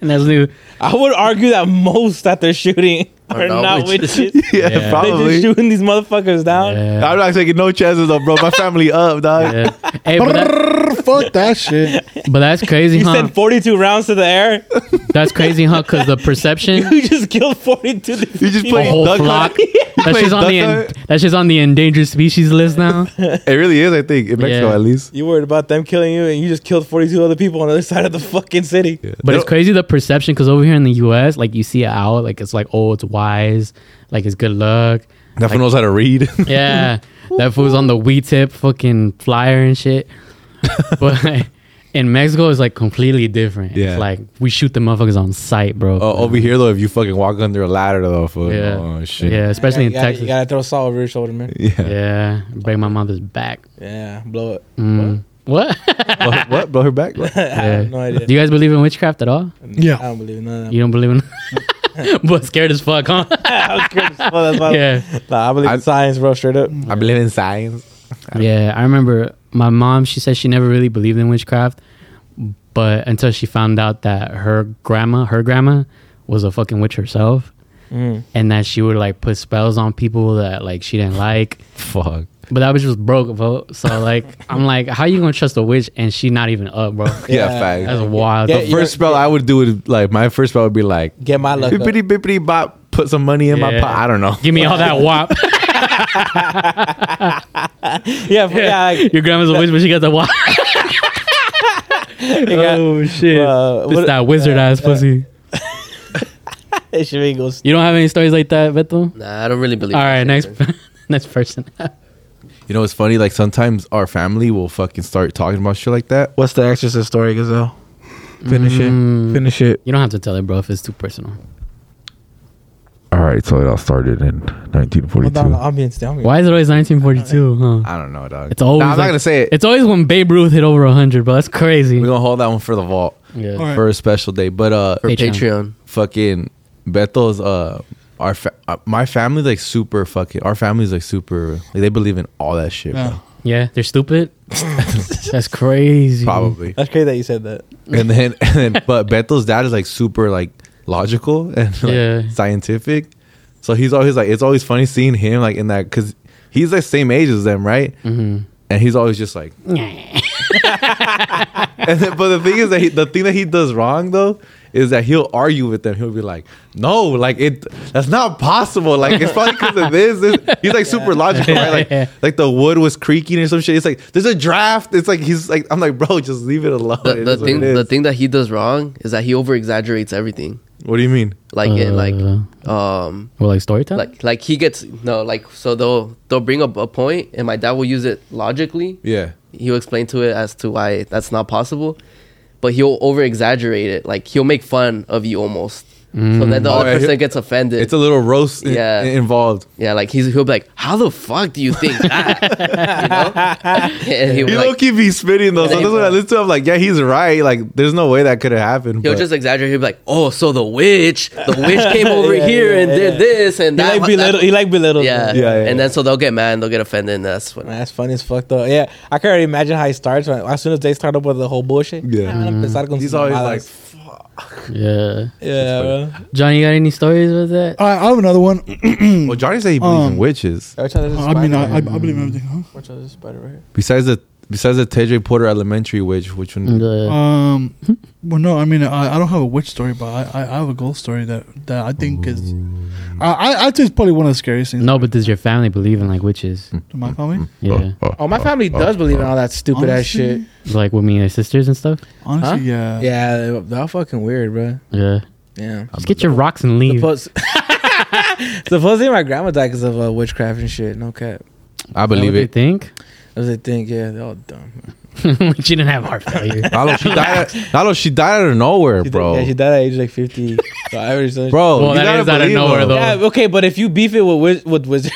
[SPEAKER 1] and that's new.
[SPEAKER 2] I would argue that most that they're shooting
[SPEAKER 5] Are
[SPEAKER 2] are
[SPEAKER 5] not
[SPEAKER 2] not
[SPEAKER 5] witches.
[SPEAKER 2] witches.
[SPEAKER 3] Yeah,
[SPEAKER 1] Yeah.
[SPEAKER 2] They're
[SPEAKER 3] probably.
[SPEAKER 2] just shooting these motherfuckers down.
[SPEAKER 1] Yeah.
[SPEAKER 3] I'm not taking no chances though, bro. My family up, dog.
[SPEAKER 1] yeah. Hey, but, that-
[SPEAKER 4] Brrr, fuck that shit.
[SPEAKER 1] but that's crazy,
[SPEAKER 2] You
[SPEAKER 1] huh?
[SPEAKER 2] sent 42 rounds to the air.
[SPEAKER 1] that's crazy, huh? Because the perception,
[SPEAKER 2] You just killed 42 different
[SPEAKER 3] You just
[SPEAKER 2] people.
[SPEAKER 1] a
[SPEAKER 3] play
[SPEAKER 1] whole
[SPEAKER 3] duck
[SPEAKER 1] flock.
[SPEAKER 3] hunt.
[SPEAKER 1] That
[SPEAKER 3] Wait,
[SPEAKER 1] shit's on the en-
[SPEAKER 3] that's
[SPEAKER 1] that shit's on the endangered species list now.
[SPEAKER 3] It really is, I think, in Mexico
[SPEAKER 1] Yeah.
[SPEAKER 3] at least.
[SPEAKER 2] You worried about them killing you, and you just killed 42 other people on the other side of the fucking city.
[SPEAKER 1] But it's crazy the perception because over here in the U.S., like you see an owl, like it's like oh, it's wise, like it's good luck.
[SPEAKER 3] That fool knows how to read.
[SPEAKER 1] Yeah, that fool's on the wee tip, fucking flyer and shit. but in Mexico, it's like completely different.
[SPEAKER 3] Yeah.
[SPEAKER 1] It's like we shoot the motherfuckers on sight, bro.
[SPEAKER 3] Uh, over here though, if you fucking walk under a ladder though, fool.
[SPEAKER 1] yeah,
[SPEAKER 3] Oh shit.
[SPEAKER 1] yeah, especially
[SPEAKER 2] You
[SPEAKER 1] in
[SPEAKER 2] gotta,
[SPEAKER 1] Texas.
[SPEAKER 2] you gotta throw salt over your shoulder, man.
[SPEAKER 3] Yeah.
[SPEAKER 1] yeah, break my mother's back.
[SPEAKER 2] Yeah, blow it.
[SPEAKER 1] Mm. What?
[SPEAKER 3] what, what? Blow her back? What?
[SPEAKER 2] I have no idea.
[SPEAKER 1] Do you guys believe in witchcraft at all?
[SPEAKER 2] I
[SPEAKER 4] Yeah.
[SPEAKER 2] don't believe in none of
[SPEAKER 1] You
[SPEAKER 2] that.
[SPEAKER 1] don't believe in? but scared as fuck, huh?
[SPEAKER 2] I'm scared as fuck, that's why-
[SPEAKER 1] yeah.
[SPEAKER 2] Nah, I believe
[SPEAKER 3] I-
[SPEAKER 2] in science, bro. Straight up.
[SPEAKER 3] I believe in science.
[SPEAKER 1] Yeah, I remember my mom, she said she never really believed in witchcraft, but until she found out that her grandma, her grandma was a fucking witch herself
[SPEAKER 2] Mm.
[SPEAKER 1] and that she would like put spells on people that like she didn't like.
[SPEAKER 3] Fuck.
[SPEAKER 1] But that was just broke, bro. So like I'm like, how you gonna trust a witch and she not even up, bro?
[SPEAKER 3] Yeah,
[SPEAKER 2] Yeah.
[SPEAKER 3] fact.
[SPEAKER 1] That's wild.
[SPEAKER 2] Yeah,
[SPEAKER 3] the
[SPEAKER 2] you know-
[SPEAKER 3] first spell I would do would like my first spell would be like
[SPEAKER 2] Get my luck. up.
[SPEAKER 3] bippity bippity bop, put some money in my
[SPEAKER 1] Yeah.
[SPEAKER 3] pot. I don't know.
[SPEAKER 1] Give me all that wop.
[SPEAKER 2] Yeah, for- yeah. like,
[SPEAKER 1] Your grandma's a witch, but she got the wop. oh shit!
[SPEAKER 2] Uh,
[SPEAKER 1] This
[SPEAKER 2] what-
[SPEAKER 1] that wizard ass pussy.
[SPEAKER 2] It should be go.
[SPEAKER 1] You don't have any stories like that, Beto?
[SPEAKER 5] Nah, I don't really believe.
[SPEAKER 1] All
[SPEAKER 5] that
[SPEAKER 1] right,
[SPEAKER 5] shit,
[SPEAKER 1] next,
[SPEAKER 5] man.
[SPEAKER 1] next person.
[SPEAKER 3] You know, it's funny. Like sometimes our family will fucking start talking about shit like that.
[SPEAKER 7] What's the Exorcist story, Gazelle? Finish it. Finish it.
[SPEAKER 2] Mm.
[SPEAKER 1] You don't have to tell it, bro, if it's too personal.
[SPEAKER 7] All right, so it all started in 1942.
[SPEAKER 2] Hold on, I'll be in I'll be-
[SPEAKER 1] Why is it always 1942? Huh?
[SPEAKER 3] I don't know, dog.
[SPEAKER 1] It's always.
[SPEAKER 3] Nah, I'm not
[SPEAKER 1] like-
[SPEAKER 3] gonna say it.
[SPEAKER 1] It's always when Babe Ruth hit over 100, bro. That's crazy.
[SPEAKER 3] We're gonna hold that one for the vault
[SPEAKER 1] Yeah.
[SPEAKER 4] All right.
[SPEAKER 3] for a special day. But uh,
[SPEAKER 5] for
[SPEAKER 1] Patreon.
[SPEAKER 5] Patreon.
[SPEAKER 3] fucking Beto's uh our fa- uh, my family like super fucking our family's like super like they believe in all that shit bro.
[SPEAKER 4] Yeah.
[SPEAKER 1] Yeah, they're stupid. That's crazy.
[SPEAKER 3] probably
[SPEAKER 2] That's crazy that you said that.
[SPEAKER 3] and then and then but Beto's dad is like super like logical and like,
[SPEAKER 1] Yeah.
[SPEAKER 3] scientific so he's always like it's always funny seeing him like in that because he's like same age as them right mm-hmm. and he's always just like and then, but the thing is that he, the thing that he does wrong though is that he'll argue with them. He'll be like, "No, like it, that's not possible. Like it's probably because of this, this." He's like super logical, right? Like,
[SPEAKER 1] Yeah.
[SPEAKER 3] like the wood was creaking or some shit. It's like there's a draft. It's like he's like, I'm like, bro, just leave it alone.
[SPEAKER 5] The,
[SPEAKER 3] It
[SPEAKER 5] the
[SPEAKER 3] is what
[SPEAKER 5] thing,
[SPEAKER 3] it
[SPEAKER 5] the
[SPEAKER 3] is."
[SPEAKER 5] thing that he does wrong is that he over exaggerates everything.
[SPEAKER 3] What do you mean?
[SPEAKER 5] Like it, like,
[SPEAKER 1] Uh,
[SPEAKER 5] um,
[SPEAKER 1] Well, like story time.
[SPEAKER 5] like like he gets no like so they'll they'll bring up a point and my dad will use it logically
[SPEAKER 3] Yeah,
[SPEAKER 5] he'll explain to it as to why that's not possible but he'll over exaggerate it like he'll make fun of you almost so then the
[SPEAKER 3] Oh,
[SPEAKER 5] other
[SPEAKER 3] yeah,
[SPEAKER 5] person
[SPEAKER 3] he-
[SPEAKER 5] gets offended
[SPEAKER 3] it's a little roast in-
[SPEAKER 5] Yeah.
[SPEAKER 3] involved.
[SPEAKER 5] yeah like he's he'll be like how the fuck do you think that you know and he'll,
[SPEAKER 3] You
[SPEAKER 5] be
[SPEAKER 3] low
[SPEAKER 5] like,
[SPEAKER 3] key be spitting though. So
[SPEAKER 5] Yeah.
[SPEAKER 3] that's what I listen to. I'm like, yeah, he's right. Like, there's no way that could have happened.
[SPEAKER 5] he'll
[SPEAKER 3] but-
[SPEAKER 5] just exaggerate he'll be like oh so the witch the witch came over here and did this and
[SPEAKER 2] He
[SPEAKER 5] that,
[SPEAKER 2] like belittle.
[SPEAKER 5] that.
[SPEAKER 2] He like belittle.
[SPEAKER 5] yeah.
[SPEAKER 3] Yeah, yeah,
[SPEAKER 5] and
[SPEAKER 3] yeah.
[SPEAKER 5] then so they'll get mad and they'll get offended and that's when
[SPEAKER 2] Man, that's funny as fuck though. Yeah, I can already imagine how it starts. When, as soon as they start up with the whole bullshit,
[SPEAKER 3] Yeah.
[SPEAKER 2] "Ah, van a empezar con
[SPEAKER 3] he's
[SPEAKER 2] sus
[SPEAKER 3] always
[SPEAKER 2] mamadas."
[SPEAKER 3] like,
[SPEAKER 1] yeah.
[SPEAKER 2] yeah, bro.
[SPEAKER 1] Johnny, you got any stories with that?
[SPEAKER 4] All right, I have another one.
[SPEAKER 3] well, Johnny said he believes in
[SPEAKER 4] Um,
[SPEAKER 3] witches.
[SPEAKER 2] Which one is this
[SPEAKER 4] I mean,
[SPEAKER 2] spider?
[SPEAKER 4] I, I, I believe in everything. Huh?
[SPEAKER 2] Which one is this spider right here?
[SPEAKER 3] Besides the besides the Tedrick Porter Elementary witch, which one?
[SPEAKER 1] The-
[SPEAKER 4] Um, well, no, I mean, I, I don't have a witch story, but I, I, I have a ghost story that, that I think is, I, I, I'd say it's probably one of the scariest things.
[SPEAKER 1] no, but does your family believe in like witches?
[SPEAKER 4] to my family.
[SPEAKER 1] Yeah,
[SPEAKER 2] Oh, my family does believe in
[SPEAKER 3] oh.
[SPEAKER 2] all that stupid ass shit.
[SPEAKER 4] Honestly?
[SPEAKER 1] like with me and your sisters and stuff.
[SPEAKER 4] Honestly,
[SPEAKER 2] Huh?
[SPEAKER 4] yeah.
[SPEAKER 2] Yeah, they- they're all fucking weird, bro.
[SPEAKER 1] Yeah,
[SPEAKER 2] Yeah.
[SPEAKER 1] just get your rocks and leave.
[SPEAKER 2] Supposed- Supposedly my grandma died because of uh, witchcraft and shit. No cap.
[SPEAKER 3] I
[SPEAKER 1] Is that
[SPEAKER 3] believe
[SPEAKER 1] what
[SPEAKER 3] it.
[SPEAKER 1] They think
[SPEAKER 2] That's the thing. Yeah, they're all dumb.
[SPEAKER 1] she didn't have heart failure.
[SPEAKER 3] Lalo, she died. At, Lalo, she died out of nowhere,
[SPEAKER 2] She
[SPEAKER 3] bro.
[SPEAKER 2] Died, yeah, she died at age like fifty. so I already said-
[SPEAKER 3] bro,
[SPEAKER 1] Well,
[SPEAKER 3] you
[SPEAKER 1] that
[SPEAKER 3] gotta
[SPEAKER 1] is out of
[SPEAKER 3] believe
[SPEAKER 1] nowhere,
[SPEAKER 3] him.
[SPEAKER 1] though.
[SPEAKER 2] Yeah, okay, but if you beef it with wiz- with wizard,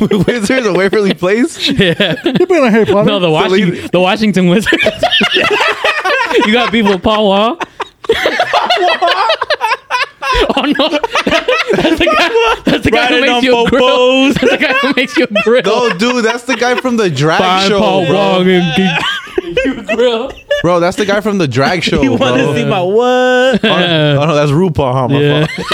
[SPEAKER 3] Wizards of Waverly Place.
[SPEAKER 1] yeah.
[SPEAKER 4] You're bringing up Harry Potter.
[SPEAKER 1] No, the Washington, the Washington Wizards. you got people Paul Wall. oh no! That's the guy. That's the guy who
[SPEAKER 2] Riding on
[SPEAKER 1] makes you a grill.
[SPEAKER 2] popos.
[SPEAKER 1] That's the guy who makes you a grill.
[SPEAKER 3] No, dude, that's the guy from the drag
[SPEAKER 1] Find
[SPEAKER 3] show,
[SPEAKER 1] Paul
[SPEAKER 3] bro.
[SPEAKER 1] Wall and get you a grill.
[SPEAKER 3] Bro, that's the guy from the drag show,
[SPEAKER 2] you want to
[SPEAKER 3] bro.
[SPEAKER 2] see my what?
[SPEAKER 3] Oh, no, oh, no, that's RuPaul. Huh? My
[SPEAKER 1] Yeah.
[SPEAKER 3] fault.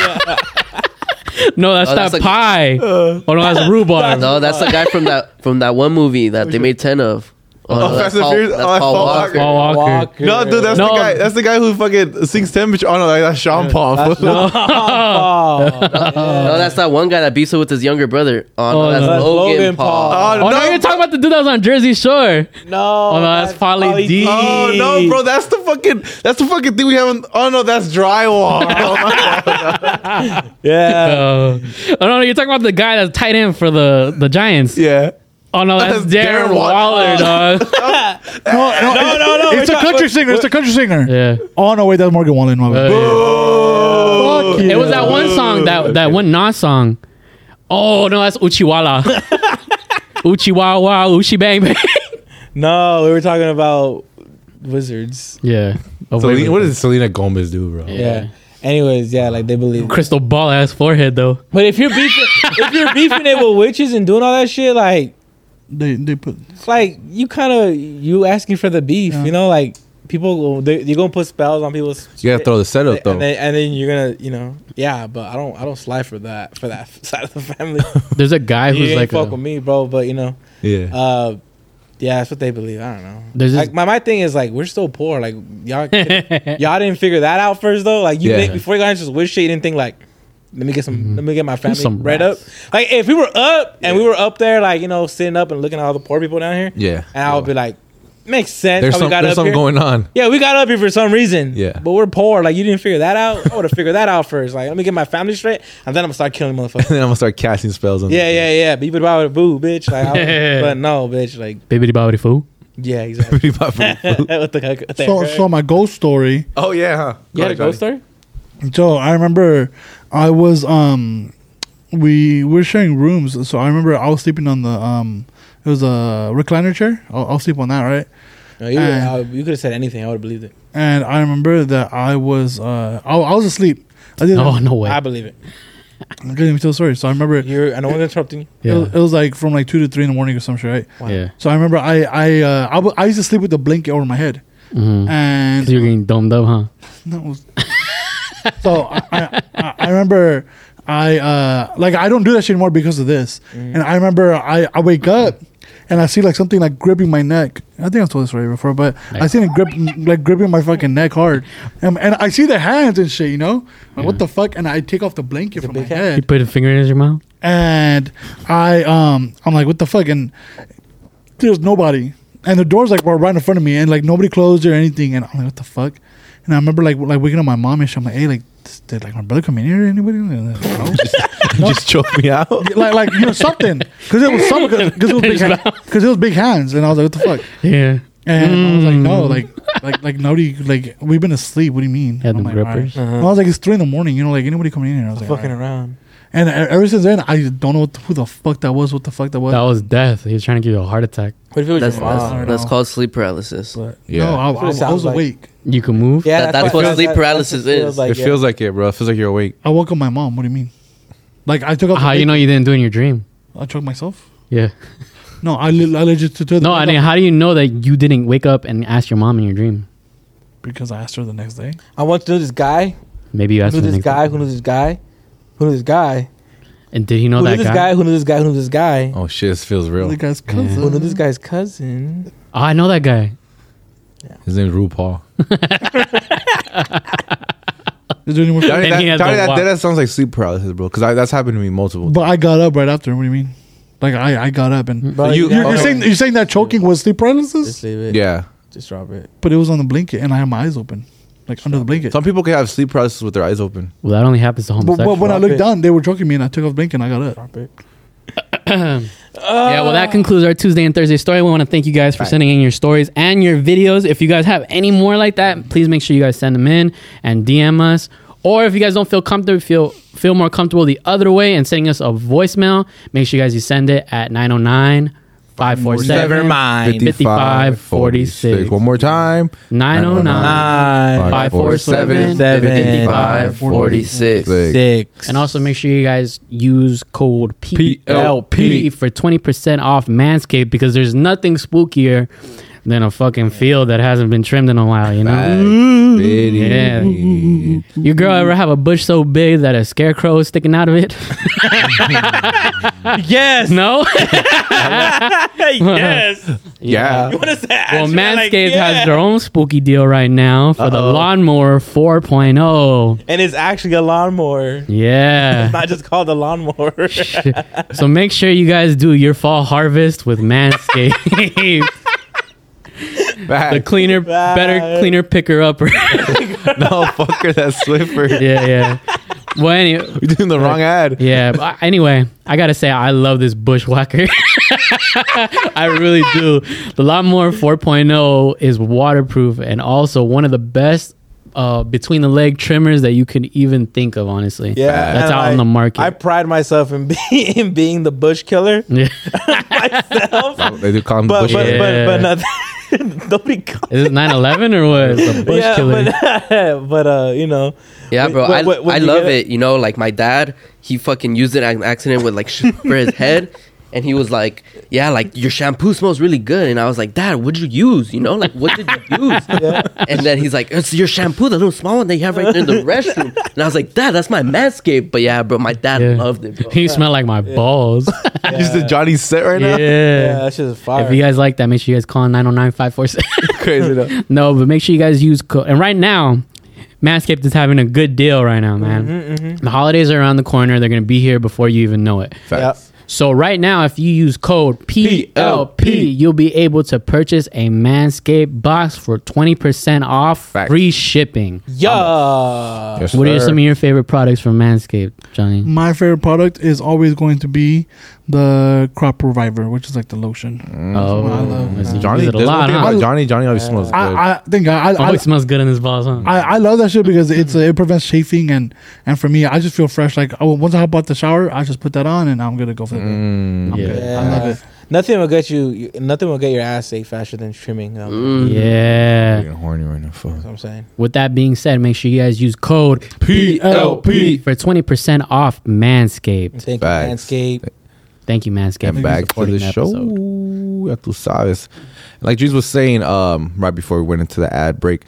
[SPEAKER 1] no, that's
[SPEAKER 5] Oh,
[SPEAKER 1] that
[SPEAKER 5] that's a-
[SPEAKER 1] pie. oh no, that's rhubarb.
[SPEAKER 5] No, that's the guy from that from that one movie that they made ten of. Uh,
[SPEAKER 3] Oh, Fast and Furious? Oh, that's Paul Walker.
[SPEAKER 1] Paul Walker.
[SPEAKER 3] No, dude, that's
[SPEAKER 1] No.
[SPEAKER 3] the guy. That's the guy who fucking sings temperature. Oh no, that's Sean Paul.
[SPEAKER 1] Uh,
[SPEAKER 3] Oh,
[SPEAKER 5] No, that's that one guy that beats her with his younger brother. Oh, no,
[SPEAKER 1] Oh,
[SPEAKER 5] that's,
[SPEAKER 1] no,
[SPEAKER 2] that's
[SPEAKER 5] Logan,
[SPEAKER 2] Logan
[SPEAKER 5] Paul.
[SPEAKER 2] Paul.
[SPEAKER 1] Oh no, you're talking about the dude that was on Jersey Shore.
[SPEAKER 2] No.
[SPEAKER 1] Oh, no, that's Polly D.
[SPEAKER 3] Oh no, bro, that's the fucking that's the fucking thing we haven't. Oh no, that's drywall.
[SPEAKER 2] Yeah.
[SPEAKER 1] Oh. oh no, you're talking about the guy that's tight end for the the Giants.
[SPEAKER 3] yeah.
[SPEAKER 1] Oh no, that's
[SPEAKER 3] That's
[SPEAKER 1] Darren
[SPEAKER 3] Darren Waller.
[SPEAKER 1] Waller, dog.
[SPEAKER 4] no,
[SPEAKER 2] No, no, no.
[SPEAKER 4] It's a country singer. It's a country singer.
[SPEAKER 1] yeah.
[SPEAKER 4] Oh no, wait, that's Morgan Wallen. My bad.
[SPEAKER 3] Oh,
[SPEAKER 4] Fuck you.
[SPEAKER 1] It was that one song that that one Nas song. Oh no, that's Uchiwala. Uchiwawa, Uchi Bang Bang.
[SPEAKER 2] No, we were talking about wizards.
[SPEAKER 1] Yeah. Oh, wait,
[SPEAKER 3] Selena,
[SPEAKER 1] wait.
[SPEAKER 3] what does Selena Gomez do, bro?
[SPEAKER 2] Yeah. Anyways, yeah, like they believe.
[SPEAKER 1] Crystal ball ass forehead though.
[SPEAKER 2] But if you're beefing, if you're beefing it with witches and doing all that shit, like,
[SPEAKER 4] They they put
[SPEAKER 2] it's like you kind of you asking for the beef,
[SPEAKER 4] Yeah.
[SPEAKER 2] you know, like people go, they, you're gonna put spells on people's.
[SPEAKER 3] You gotta throw the setup though.
[SPEAKER 2] and then, and then you're gonna, you know, yeah, but I don't, I don't slide for that, for that side of the family.
[SPEAKER 1] There's a guy
[SPEAKER 2] you
[SPEAKER 1] who's
[SPEAKER 2] ain't
[SPEAKER 1] like
[SPEAKER 2] fuck
[SPEAKER 1] a-
[SPEAKER 2] with me, bro. But you know,
[SPEAKER 3] yeah.
[SPEAKER 2] uh, yeah, that's what they believe. I don't know.
[SPEAKER 1] There's this-
[SPEAKER 2] like my, my thing is like we're still poor. Like y'all y'all didn't figure that out first though. Like you
[SPEAKER 3] Yeah.
[SPEAKER 2] think before you guys just wish shit, you didn't think like let me get some let me get my family
[SPEAKER 1] Mm-hmm. some
[SPEAKER 2] bread
[SPEAKER 1] rats.
[SPEAKER 2] up. Like if we were up and we were up there, like, you know, sitting up and looking at all the poor people down here,
[SPEAKER 3] Yeah.
[SPEAKER 2] and I would be like, makes sense.
[SPEAKER 3] there's
[SPEAKER 2] how we
[SPEAKER 3] some,
[SPEAKER 2] got
[SPEAKER 3] there's
[SPEAKER 2] up
[SPEAKER 3] something
[SPEAKER 2] here.
[SPEAKER 3] going on.
[SPEAKER 2] Yeah, we got up here for some reason.
[SPEAKER 3] Yeah.
[SPEAKER 2] But we're poor. Like you didn't figure that out. I would have figured that out first. Like, let me get my family straight and then I'm gonna start killing motherfuckers.
[SPEAKER 3] And then I'm gonna start casting spells on.
[SPEAKER 2] yeah,
[SPEAKER 3] this
[SPEAKER 2] yeah, yeah. But you would buy with a boo, bitch. Like I would- but no, bitch, like
[SPEAKER 1] Bibbidi Bobbidi Foo.
[SPEAKER 2] yeah, exactly.
[SPEAKER 3] thing. Pretty popular.
[SPEAKER 2] What the heck- what the
[SPEAKER 4] so
[SPEAKER 2] heck?
[SPEAKER 4] so my ghost story.
[SPEAKER 3] oh yeah, huh?
[SPEAKER 2] You had a ghost story?
[SPEAKER 4] So I remember I was um we were sharing rooms. So I remember I was sleeping on the um, it was a recliner chair. I'll, I'll sleep on that, right?
[SPEAKER 2] No, you,
[SPEAKER 4] Uh,
[SPEAKER 2] uh, you could have said anything. I would have believed it.
[SPEAKER 4] And I remember that I was uh, I, I was asleep. I didn't.
[SPEAKER 1] Oh no way!
[SPEAKER 2] I believe it.
[SPEAKER 4] I'm getting so sorry. So I remember it,
[SPEAKER 2] You're. I know I'm interrupting you.
[SPEAKER 1] yeah,
[SPEAKER 4] was, it was like from like two to three in the morning or some shit, right?
[SPEAKER 1] yeah.
[SPEAKER 4] So I remember I I uh, I, w- I used to sleep with a blanket over my head,
[SPEAKER 1] Mm-hmm.
[SPEAKER 4] and
[SPEAKER 1] You're getting domed up, huh?
[SPEAKER 4] No. it was- so I, I, I- I remember I uh, like I don't do that shit anymore because of this. And I remember I, I wake up and I see like something like gripping my neck. I think I told this story before, but I
[SPEAKER 1] Nice.
[SPEAKER 4] seen it grip like gripping my fucking neck hard, and, and I see the hands and shit. You know, like what
[SPEAKER 1] Yeah.
[SPEAKER 4] the fuck? And I take off the blanket from my
[SPEAKER 2] big hand?
[SPEAKER 4] head
[SPEAKER 1] You put a finger in your mouth.
[SPEAKER 4] and I um I'm like, what the fuck? And there's nobody, and the doors like were right in front of me, and like nobody closed or anything, and I'm like, what the fuck? And I remember like w- like waking up my mom and shit. I'm like, hey, like s- did like my brother come in here? or Anybody? And they're like, "No."
[SPEAKER 3] just choke me out.
[SPEAKER 4] like like you know something because it was something because it was big because it was big hands, and I was like, what the fuck?
[SPEAKER 1] Yeah,
[SPEAKER 4] And I was like, no,
[SPEAKER 1] Mm.
[SPEAKER 4] like like like nobody like we've been asleep. What do you mean?
[SPEAKER 1] had them
[SPEAKER 4] I'm like,
[SPEAKER 1] grippers.
[SPEAKER 4] "Alright." And I was like, it's three in the morning. You know, like anybody coming in here? I was like,
[SPEAKER 2] Fucking
[SPEAKER 4] "Alright."
[SPEAKER 2] around.
[SPEAKER 4] And e- ever since then, I don't know who the fuck that was. What the fuck that was?
[SPEAKER 1] That was death. He was trying to give you a heart attack.
[SPEAKER 2] What if it was
[SPEAKER 5] That's,
[SPEAKER 2] your mom?
[SPEAKER 4] right
[SPEAKER 5] that's, that's
[SPEAKER 4] now.
[SPEAKER 5] called sleep paralysis.
[SPEAKER 4] But
[SPEAKER 3] Yeah.
[SPEAKER 4] no, I,
[SPEAKER 2] That's what it
[SPEAKER 4] I, I
[SPEAKER 2] sounds
[SPEAKER 4] was
[SPEAKER 2] like.
[SPEAKER 4] awake.
[SPEAKER 1] You can move.
[SPEAKER 2] Yeah,
[SPEAKER 5] That- that's what
[SPEAKER 2] it feels
[SPEAKER 5] sleep
[SPEAKER 2] like. That's
[SPEAKER 5] paralysis
[SPEAKER 2] it feels
[SPEAKER 5] is.
[SPEAKER 2] like,
[SPEAKER 3] it
[SPEAKER 2] yeah.
[SPEAKER 3] feels like it, bro. It feels like you're awake.
[SPEAKER 4] I woke up my mom. What do you mean? Like I took out.
[SPEAKER 1] How
[SPEAKER 4] the
[SPEAKER 1] you know you didn't do it in your dream?
[SPEAKER 4] I choked myself.
[SPEAKER 1] Yeah.
[SPEAKER 4] No, I, li- I legit took the
[SPEAKER 1] No, I mean, how do you know that you didn't wake up and ask your mom in your dream?
[SPEAKER 4] because I asked her the next day.
[SPEAKER 2] I once knew this guy.
[SPEAKER 1] Maybe you asked
[SPEAKER 2] Who
[SPEAKER 1] her
[SPEAKER 2] knew
[SPEAKER 1] the next
[SPEAKER 2] this guy?
[SPEAKER 1] day.
[SPEAKER 2] Who knew this guy? Who knew this guy?
[SPEAKER 1] And did he know
[SPEAKER 2] who knew
[SPEAKER 1] that
[SPEAKER 2] this
[SPEAKER 1] guy?
[SPEAKER 2] guy? Who knew this guy? Who knew this guy?
[SPEAKER 3] Oh shit, this feels real.
[SPEAKER 4] The guy's cousin.
[SPEAKER 2] Who knew this guy's cousin?
[SPEAKER 1] Oh, I know that guy.
[SPEAKER 3] His name's RuPaul.
[SPEAKER 4] Is there any more?
[SPEAKER 3] Johnny,
[SPEAKER 1] And
[SPEAKER 3] that,
[SPEAKER 1] he has
[SPEAKER 3] Johnny,
[SPEAKER 1] the
[SPEAKER 3] that,
[SPEAKER 1] walk.
[SPEAKER 3] that sounds like sleep paralysis, bro. Because that's happened to me multiple.
[SPEAKER 4] but I got up right after. What do you mean? Like I, I got up and
[SPEAKER 2] Bro,
[SPEAKER 3] You-
[SPEAKER 4] you're, you're
[SPEAKER 3] Okay.
[SPEAKER 4] saying you're saying that choking was sleep
[SPEAKER 2] Just
[SPEAKER 4] paralysis,
[SPEAKER 2] leave it.
[SPEAKER 3] times. Yeah.
[SPEAKER 2] Just drop it.
[SPEAKER 4] but it was on the blanket and I had my eyes open, like under the blanket.
[SPEAKER 3] Some people can have sleep paralysis with their eyes open.
[SPEAKER 1] Well, that only happens to
[SPEAKER 4] But, but
[SPEAKER 1] homosexuals.
[SPEAKER 4] when I
[SPEAKER 2] Drop
[SPEAKER 4] looked
[SPEAKER 2] it.
[SPEAKER 4] down, they were choking me, and I took off the blanket and I got up.
[SPEAKER 2] Drop it.
[SPEAKER 1] yeah, well, that concludes our Tuesday and Thursday story. We want to thank you guys for sending in your stories and your videos. If you guys have any more like that, please make sure you guys send them in and DM us. Or if you guys don't feel comfortable, feel feel more comfortable the other way and sending us a voicemail, make sure you guys you send it at 909 547 5546.
[SPEAKER 3] One more oh time.
[SPEAKER 2] Mm-hmm.
[SPEAKER 1] 909
[SPEAKER 2] Nine.
[SPEAKER 1] Five, four, seven,
[SPEAKER 5] Five forty six.
[SPEAKER 2] Six.
[SPEAKER 1] And also make sure you guys use code
[SPEAKER 3] PLP.
[SPEAKER 1] PLP for 20% off Manscaped because there's nothing spookier than a fucking field that hasn't been trimmed in a while, you know? Yeah.
[SPEAKER 3] Yeah.
[SPEAKER 1] Your girl ever have a bush so big that a scarecrow is sticking out of it?
[SPEAKER 2] Yes.
[SPEAKER 1] no?
[SPEAKER 2] yes.
[SPEAKER 3] yeah.
[SPEAKER 2] What is that?
[SPEAKER 1] well,
[SPEAKER 2] You're
[SPEAKER 1] Manscaped
[SPEAKER 2] like, yeah.
[SPEAKER 1] has their own spooky deal right now for the
[SPEAKER 2] Uh-oh.
[SPEAKER 1] lawnmower 4.0.
[SPEAKER 2] and it's actually a lawnmower.
[SPEAKER 1] Yeah.
[SPEAKER 2] It's not just called a lawnmower.
[SPEAKER 1] so make sure you guys do your fall harvest with Manscaped. the
[SPEAKER 3] Back.
[SPEAKER 1] cleaner, better
[SPEAKER 2] Right.
[SPEAKER 1] cleaner picker upper.
[SPEAKER 3] no, fucker, that Swiffer.
[SPEAKER 1] yeah, yeah. Well, any,
[SPEAKER 3] You're doing the wrong ad.
[SPEAKER 1] yeah. But I- anyway, I gotta say I love this bushwhacker. I really do. The lawnmower 4.0 is waterproof and also one of the best uh, between the leg trimmers that you can even think of. Honestly,
[SPEAKER 2] yeah,
[SPEAKER 1] that's
[SPEAKER 2] and
[SPEAKER 1] out
[SPEAKER 2] I-
[SPEAKER 1] on the market.
[SPEAKER 2] I pride myself in, be- in being the bush killer
[SPEAKER 1] yeah.
[SPEAKER 2] myself, but
[SPEAKER 3] They do call him
[SPEAKER 2] but,
[SPEAKER 3] Bush.
[SPEAKER 2] but
[SPEAKER 1] Yeah.
[SPEAKER 2] but nothing. Nobody call.
[SPEAKER 1] Is it 911 or what? It's a bush
[SPEAKER 2] yeah,
[SPEAKER 1] killer.
[SPEAKER 2] but, but uh, you know,
[SPEAKER 5] Yeah,
[SPEAKER 2] When-
[SPEAKER 5] bro. I,
[SPEAKER 2] when- when-
[SPEAKER 5] I
[SPEAKER 2] when you
[SPEAKER 5] love
[SPEAKER 2] get
[SPEAKER 5] it. You know, like my dad, he fucking used it at an accident with like sh- for his head. And he was like, "Yeah, like your shampoo smells really good." And I was like, "Dad, what'd you use? You know, like what did you use?" And then he's like, "It's your shampoo, the little small one they have right there in the restroom." And I was like, "Dad, that's my Manscaped." But yeah, bro, my dad
[SPEAKER 1] Yeah.
[SPEAKER 5] loved it, bro.
[SPEAKER 1] You smell like my balls.
[SPEAKER 3] Just the Johnny set right now.
[SPEAKER 2] Yeah,
[SPEAKER 1] yeah.
[SPEAKER 2] that shit is fire.
[SPEAKER 1] If you guys like that, make sure you guys call 909 547.
[SPEAKER 3] Crazy though.
[SPEAKER 1] No, but make sure you guys use code. And right now, Manscaped is having a
[SPEAKER 4] Mm-hmm,
[SPEAKER 1] good deal right now, man. The holidays are around the corner. They're going to be here before you even know it.
[SPEAKER 3] Facts.
[SPEAKER 1] So right now, if you use code PLP,
[SPEAKER 3] PLP,
[SPEAKER 1] you'll be able to purchase a Manscaped box for 20% off
[SPEAKER 3] Facts.
[SPEAKER 1] free shipping.
[SPEAKER 2] Yeah.
[SPEAKER 3] Yes,
[SPEAKER 1] What are
[SPEAKER 3] sir.
[SPEAKER 1] some of your favorite products from Manscaped, Johnny?
[SPEAKER 4] My favorite product is always going to be the Crop Reviver, which is like the lotion.
[SPEAKER 1] Oh,
[SPEAKER 4] Mm. I love
[SPEAKER 1] is
[SPEAKER 4] that.
[SPEAKER 1] it-
[SPEAKER 3] Johnny,
[SPEAKER 1] is it a
[SPEAKER 3] there's one
[SPEAKER 1] lot,
[SPEAKER 3] thing
[SPEAKER 1] huh?
[SPEAKER 3] about Johnny. Johnny always smells good.
[SPEAKER 4] I, I think I
[SPEAKER 1] Oh,
[SPEAKER 4] I, I,
[SPEAKER 1] it smells good in his balls, huh?
[SPEAKER 4] I I love that shit because it's uh, it prevents chafing and and for me I just feel fresh. Like oh, once I hop out the shower, I just put that on and I'm gonna go for the day.
[SPEAKER 3] Mm.
[SPEAKER 4] I'm
[SPEAKER 1] Yeah.
[SPEAKER 4] good. I
[SPEAKER 2] Yeah.
[SPEAKER 4] love it.
[SPEAKER 2] Nothing will get you, you. Nothing will get your ass ate faster than trimming. That's
[SPEAKER 3] I'm
[SPEAKER 1] yeah.
[SPEAKER 3] getting horny right now. Fuck.
[SPEAKER 2] what I'm saying.
[SPEAKER 1] With that being said, make sure you guys use code
[SPEAKER 3] PLP.
[SPEAKER 1] for 20% off Manscaped.
[SPEAKER 2] Thank
[SPEAKER 3] Facts.
[SPEAKER 2] you, Manscaped.
[SPEAKER 1] Thank you, Manscaped.
[SPEAKER 3] And
[SPEAKER 1] for
[SPEAKER 3] back to
[SPEAKER 1] supporting
[SPEAKER 3] the
[SPEAKER 1] the
[SPEAKER 3] show.
[SPEAKER 1] episode.
[SPEAKER 3] Ya tú sabes. Like Jesus was saying um, right before we went into the ad break.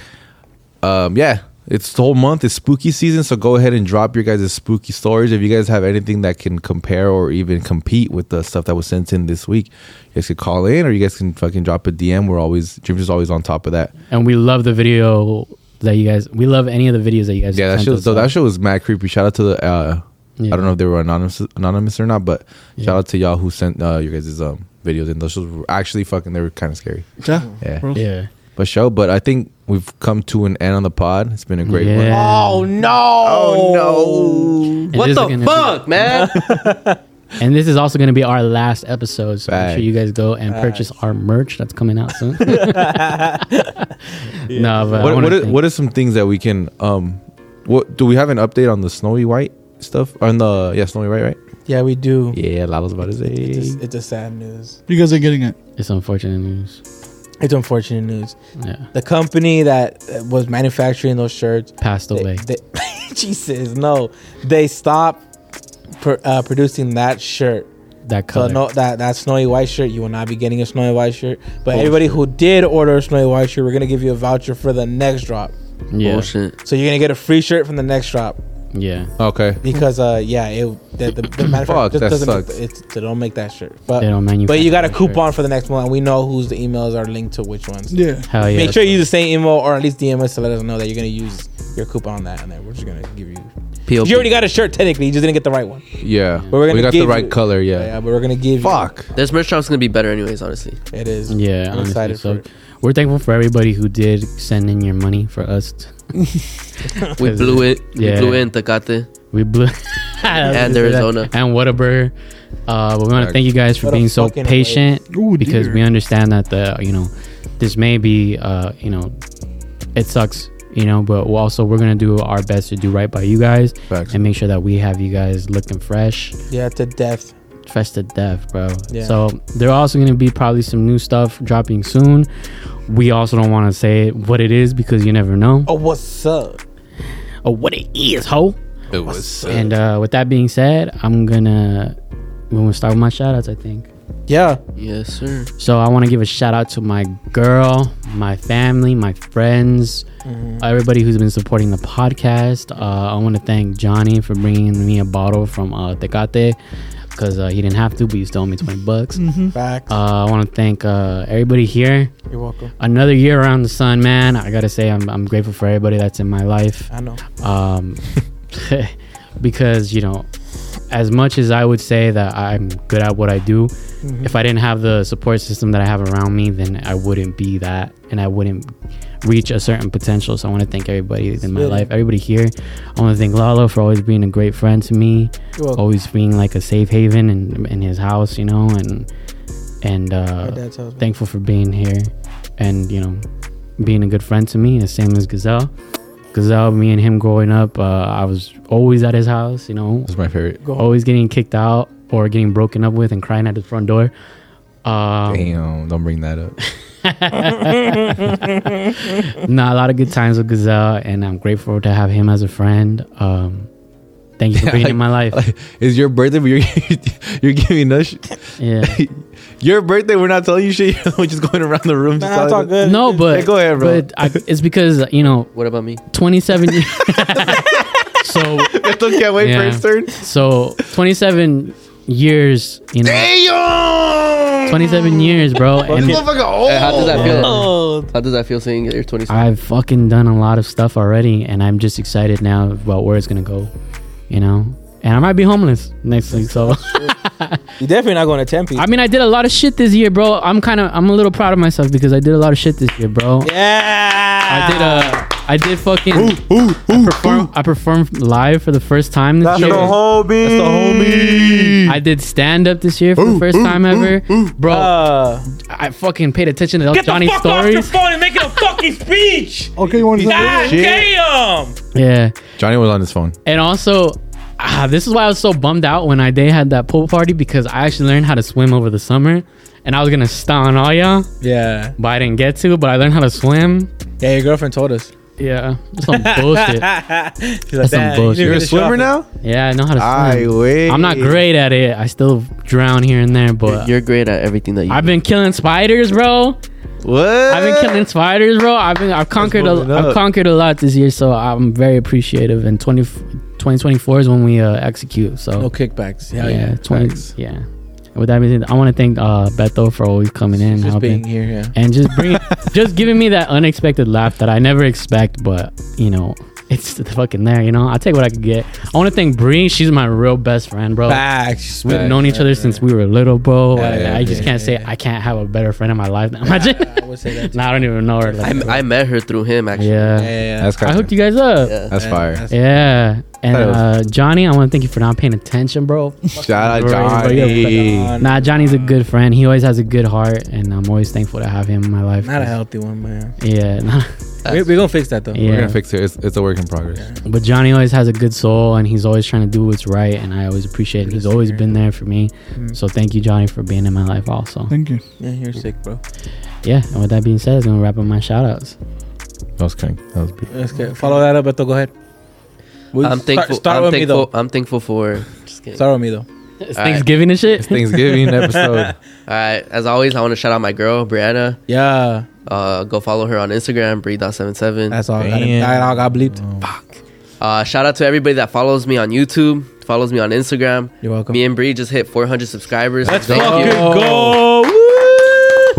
[SPEAKER 3] Um, yeah, it's the whole month. It's spooky season, so go ahead and drop your guys' spooky stories. If you guys have anything that can compare or even compete with the stuff that was sent in this week, you guys could call in or you guys can fucking drop a DM. We're always James is always on top of that.
[SPEAKER 1] And we love the video that you guys. We love any of the videos that you guys.
[SPEAKER 3] Yeah, that
[SPEAKER 1] sent
[SPEAKER 3] shit was
[SPEAKER 1] us.
[SPEAKER 3] dope. That shit was mad creepy. Shout out to the uh
[SPEAKER 1] Yeah.
[SPEAKER 3] I don't know if they were anonymous anonymous or not, but shout out to y'all who sent uh your guys' um videos and those shit were actually fucking they were kinda scary.
[SPEAKER 4] Yeah.
[SPEAKER 3] Yeah.
[SPEAKER 4] Bro.
[SPEAKER 1] Yeah.
[SPEAKER 3] But show, but I think we've come to an end on the pod. It's been a great one.
[SPEAKER 1] Yeah.
[SPEAKER 2] Oh no! Oh
[SPEAKER 1] And
[SPEAKER 5] What
[SPEAKER 1] this is
[SPEAKER 5] the
[SPEAKER 1] gonna be-
[SPEAKER 5] fuck, man?
[SPEAKER 1] and this is also going to be our last episode. So make
[SPEAKER 3] Facts.
[SPEAKER 1] sure you guys go and purchase our merch that's coming out soon. No, but I
[SPEAKER 3] What,
[SPEAKER 1] wanna
[SPEAKER 3] what, is,
[SPEAKER 1] thank-
[SPEAKER 3] what are some things that we can um what do we have an update on the snowy white stuff? On the yeah, snowy white, right?
[SPEAKER 2] Yeah, we do.
[SPEAKER 3] Yeah, that was about to
[SPEAKER 2] It's,
[SPEAKER 3] say.
[SPEAKER 2] it's a sad news.
[SPEAKER 4] You guys are getting it.
[SPEAKER 1] it's unfortunate news.
[SPEAKER 2] It's unfortunate news.
[SPEAKER 1] Yeah,
[SPEAKER 2] The company that uh, was manufacturing those shirts,
[SPEAKER 1] passed
[SPEAKER 2] they,
[SPEAKER 1] away.
[SPEAKER 2] they, Jesus, no, they stopped pr- uh, producing that shirt.
[SPEAKER 1] that color.
[SPEAKER 2] So no, that that snowy white shirt, you will not be getting a snowy white shirt. But everybody who did order a snowy white shirt, we're gonna give you a voucher for the next drop.
[SPEAKER 1] yeah,
[SPEAKER 5] Bullshit.
[SPEAKER 2] So you're gonna get a free shirt from the next drop
[SPEAKER 1] yeah.
[SPEAKER 3] Okay.
[SPEAKER 2] because uh yeah it the, the, the
[SPEAKER 3] Fuck,
[SPEAKER 2] manufacturer
[SPEAKER 3] that
[SPEAKER 2] just doesn't make
[SPEAKER 3] sucks.
[SPEAKER 2] the, it's, they don't make that shirt. But
[SPEAKER 1] They don't
[SPEAKER 2] but you got
[SPEAKER 1] manufacture
[SPEAKER 2] a
[SPEAKER 1] that
[SPEAKER 2] coupon for the next one, and we know whose the emails are linked to which ones.
[SPEAKER 4] Yeah.
[SPEAKER 1] Hell Oh, yeah.
[SPEAKER 2] Make sure you use the same email or at least DM us to let us know that you're gonna use your coupon on that, and then we're just gonna give you.
[SPEAKER 5] PLP.
[SPEAKER 2] You already got a shirt technically, you just didn't get the right one.
[SPEAKER 3] Yeah.
[SPEAKER 2] But we're gonna
[SPEAKER 3] we got the
[SPEAKER 2] give
[SPEAKER 3] right
[SPEAKER 2] you-
[SPEAKER 3] color,
[SPEAKER 2] Yeah,
[SPEAKER 3] yeah.
[SPEAKER 2] but we're gonna give. you-
[SPEAKER 3] Fuck.
[SPEAKER 5] This merch drop's gonna be better, anyways. Honestly,
[SPEAKER 2] it is.
[SPEAKER 1] Yeah,
[SPEAKER 2] I'm
[SPEAKER 1] honestly,
[SPEAKER 2] excited
[SPEAKER 1] so
[SPEAKER 2] for it.
[SPEAKER 1] We're thankful for everybody who did send in your money for us. t-
[SPEAKER 5] we blew it.
[SPEAKER 1] Yeah.
[SPEAKER 5] We blew it in Tecate.
[SPEAKER 1] We blew
[SPEAKER 5] And Arizona.
[SPEAKER 1] and Whataburger. Uh, but we want to thank you guys for
[SPEAKER 2] What a
[SPEAKER 1] being so
[SPEAKER 2] fucking
[SPEAKER 1] patient
[SPEAKER 4] Ooh,
[SPEAKER 1] because
[SPEAKER 4] dear.
[SPEAKER 1] we understand that the you know this may be uh, you know it sucks you know but we're also we're gonna do our best to do right by you guys
[SPEAKER 3] Facts.
[SPEAKER 1] and make sure that we have you guys looking fresh
[SPEAKER 2] Yeah, to death.
[SPEAKER 1] fresh to death bro
[SPEAKER 2] Yeah.
[SPEAKER 1] so there are also gonna be probably some new stuff dropping soon we also don't want to say what it is because you never know
[SPEAKER 2] Oh, what's up?
[SPEAKER 1] or what it is ho
[SPEAKER 3] It was
[SPEAKER 1] and uh, with that being said, I'm gonna we're gonna start with my shout outs, I think.
[SPEAKER 2] Yeah,
[SPEAKER 5] Yes, sir.
[SPEAKER 1] So I wanna give a shout out to my girl, my family, my friends, everybody who's been supporting the podcast. Uh, I wanna thank Johnny for bringing me a bottle from uh, Tecate because uh, he didn't have to, but he still owed me 20 bucks.
[SPEAKER 2] facts.
[SPEAKER 1] Uh, I wanna thank uh, everybody here.
[SPEAKER 2] You're welcome.
[SPEAKER 1] Another year around the sun, man. I gotta say, I'm, I'm grateful for everybody that's in my life
[SPEAKER 2] I know.
[SPEAKER 1] um, because you know as much as i would say that i'm good at what i do
[SPEAKER 2] Mm-hmm.
[SPEAKER 1] if i didn't have the support system that i have around me then i wouldn't be that and i wouldn't reach a certain potential so i want to thank everybody in my
[SPEAKER 2] Really?
[SPEAKER 1] life everybody here i want to thank lalo for always being a great friend to me
[SPEAKER 2] You're welcome.
[SPEAKER 1] always being like a safe haven in, in his house you know and and
[SPEAKER 2] My
[SPEAKER 1] uh
[SPEAKER 2] dad tells me.
[SPEAKER 1] thankful for being here and you know being a good friend to me the same as gazelle gazelle me and him growing up uh, i was always at his house you know
[SPEAKER 3] That's my favorite.
[SPEAKER 2] Go
[SPEAKER 1] always getting kicked out or getting broken up with and crying at his front door um,
[SPEAKER 3] Damn, don't bring that up.
[SPEAKER 1] nah, a lot of good times with gazelle and i'm grateful to have him as a friend um, thank you for being in my life
[SPEAKER 3] Is your birthday? But you're you're giving us sh-
[SPEAKER 1] yeah
[SPEAKER 3] your birthday. We're not telling you shit. We're just going around the room. Just
[SPEAKER 2] Nah, it's all
[SPEAKER 3] telling-
[SPEAKER 2] good.
[SPEAKER 1] no but
[SPEAKER 3] Hey, go ahead, bro.
[SPEAKER 1] but I, it's because you know
[SPEAKER 5] What about me?
[SPEAKER 1] 27 years so
[SPEAKER 3] Beto can't wait for
[SPEAKER 1] Yeah.
[SPEAKER 3] his turn.
[SPEAKER 1] so 27 years you know
[SPEAKER 3] Damn,
[SPEAKER 1] 27 years, bro. And
[SPEAKER 3] motherfucker.
[SPEAKER 2] Oh,
[SPEAKER 5] Hey, how does
[SPEAKER 3] old.
[SPEAKER 5] that feel? How does that feel seeing your 20s?
[SPEAKER 1] I've fucking done a lot of stuff already, and I'm just excited now about where it's gonna go, you know. And I might be homeless next week, so
[SPEAKER 2] You're definitely not going to Tempe.
[SPEAKER 1] I mean, I did a lot of shit this year, bro. I'm kind of, I'm a little proud of myself because I did a lot of shit this year, bro.
[SPEAKER 2] yeah.
[SPEAKER 1] I did uh, I did fucking. I performed. I performed live for the first time this year.
[SPEAKER 2] homie. That's the homie.
[SPEAKER 1] I did stand up this year for the first time ever, bro. I fucking paid attention to
[SPEAKER 2] Uh, get
[SPEAKER 1] Johnny's
[SPEAKER 2] the fuck off your
[SPEAKER 1] stories.
[SPEAKER 2] phone and make it a fucking speech.
[SPEAKER 4] Okay, you want to
[SPEAKER 2] God damn.
[SPEAKER 1] Yeah,
[SPEAKER 3] Johnny was on his phone.
[SPEAKER 1] and also. ah, this is why I was so bummed out when I they had that pool party because I actually learned how to swim over the summer, and I was gonna stunt on all y'all,
[SPEAKER 2] Yeah.
[SPEAKER 1] but I didn't get to. But I learned how to swim.
[SPEAKER 2] Yeah, your girlfriend told us.
[SPEAKER 1] Yeah, some bullshit.
[SPEAKER 2] She's like,
[SPEAKER 1] That's some
[SPEAKER 2] "Dad,
[SPEAKER 1] bullshit.
[SPEAKER 2] you
[SPEAKER 1] You're
[SPEAKER 2] need
[SPEAKER 3] You're a
[SPEAKER 2] to
[SPEAKER 3] swimmer
[SPEAKER 2] shop
[SPEAKER 3] now?
[SPEAKER 1] Yeah, I know how to
[SPEAKER 3] I
[SPEAKER 1] swim.
[SPEAKER 3] wait.
[SPEAKER 1] I'm not great at it. I still drown here and there, but
[SPEAKER 5] You're great at everything that you.
[SPEAKER 1] I've been killing spiders, bro.
[SPEAKER 3] What?
[SPEAKER 1] I've been killing spiders, bro. I've been I've conquered a,
[SPEAKER 3] moving
[SPEAKER 1] I've
[SPEAKER 3] up.
[SPEAKER 1] conquered a lot this year, so I'm very appreciative. And 20, 2024 is when we uh, execute. So
[SPEAKER 2] No kickbacks.
[SPEAKER 1] yeah,
[SPEAKER 2] Hell yeah.
[SPEAKER 1] twenty
[SPEAKER 3] Facts.
[SPEAKER 1] yeah. And With that being said, I want to thank uh, Beto for always coming in,
[SPEAKER 2] Just
[SPEAKER 1] helping,
[SPEAKER 2] being here, yeah.
[SPEAKER 1] and just bring just giving me that unexpected laugh that I never expect, but you know. It's fucking there, you know. I take what I can get. I want to thank Bree. She's my real best friend, bro.
[SPEAKER 2] Facts.
[SPEAKER 1] We've
[SPEAKER 2] facts.
[SPEAKER 1] known each other since we were little, bro.
[SPEAKER 2] Yeah,
[SPEAKER 1] Like,
[SPEAKER 2] yeah,
[SPEAKER 1] I just
[SPEAKER 2] yeah,
[SPEAKER 1] can't
[SPEAKER 2] yeah,
[SPEAKER 1] say
[SPEAKER 2] yeah.
[SPEAKER 1] I can't have a better friend in my life. now.
[SPEAKER 2] I would say that. too.
[SPEAKER 1] Nah, I don't even know her.
[SPEAKER 5] I,
[SPEAKER 1] Like,
[SPEAKER 5] I met her through him actually.
[SPEAKER 2] Yeah,
[SPEAKER 1] yeah.
[SPEAKER 2] yeah, yeah.
[SPEAKER 3] That's
[SPEAKER 1] I
[SPEAKER 3] kind
[SPEAKER 1] hooked you guys up. Yeah.
[SPEAKER 5] Yeah.
[SPEAKER 3] That's
[SPEAKER 2] Yeah,
[SPEAKER 3] fire.
[SPEAKER 2] that's-
[SPEAKER 1] And
[SPEAKER 3] Thought it was-
[SPEAKER 1] uh, Johnny, I want to thank you for not paying attention, bro.
[SPEAKER 3] Shout out
[SPEAKER 1] Bro, bro,
[SPEAKER 3] Johnny.
[SPEAKER 1] you're
[SPEAKER 2] Nah,
[SPEAKER 1] nah, Johnny's a good friend. He always has a good heart, and I'm always thankful to have him in my life.
[SPEAKER 2] Not a healthy one, man.
[SPEAKER 1] yeah, nah.
[SPEAKER 2] We're, we're gonna fix that though.
[SPEAKER 1] Yeah.
[SPEAKER 3] We're gonna fix it. It's, it's a work in progress.
[SPEAKER 1] but Johnny always has a good soul, and he's always trying to do what's right, and I always appreciate it. Mm. He's always been there for me. So thank you, Johnny, for being in my life also.
[SPEAKER 4] Thank you.
[SPEAKER 2] Yeah, you're sick, bro.
[SPEAKER 1] Yeah, and with that being said, that's going to wrap up my shout outs.
[SPEAKER 3] That was kind. That was beautiful.
[SPEAKER 2] Let's get, follow that up, Beto. Go ahead. We
[SPEAKER 5] I'm thankful.
[SPEAKER 2] Start, start
[SPEAKER 5] I'm
[SPEAKER 2] with
[SPEAKER 5] thankful.
[SPEAKER 2] me
[SPEAKER 5] I'm thankful for. Just
[SPEAKER 2] though.
[SPEAKER 5] kidding.
[SPEAKER 2] Start with me though.
[SPEAKER 1] It's
[SPEAKER 5] All right.
[SPEAKER 1] Thanksgiving and shit.
[SPEAKER 3] Thanksgiving episode.
[SPEAKER 5] All right. As always, I want to shout out my girl Brianna.
[SPEAKER 2] Yeah,
[SPEAKER 5] Uh, go follow her on Instagram, Bree.77.
[SPEAKER 2] that's all. I,
[SPEAKER 3] Damn.
[SPEAKER 2] got, I got bleeped.
[SPEAKER 5] Uh, shout out to everybody that follows me on YouTube, follows me on Instagram.
[SPEAKER 2] You're welcome.
[SPEAKER 5] Me and Bree just hit 400 subscribers.
[SPEAKER 2] Let's
[SPEAKER 5] Thank
[SPEAKER 2] fucking
[SPEAKER 5] you.
[SPEAKER 2] go. Woo!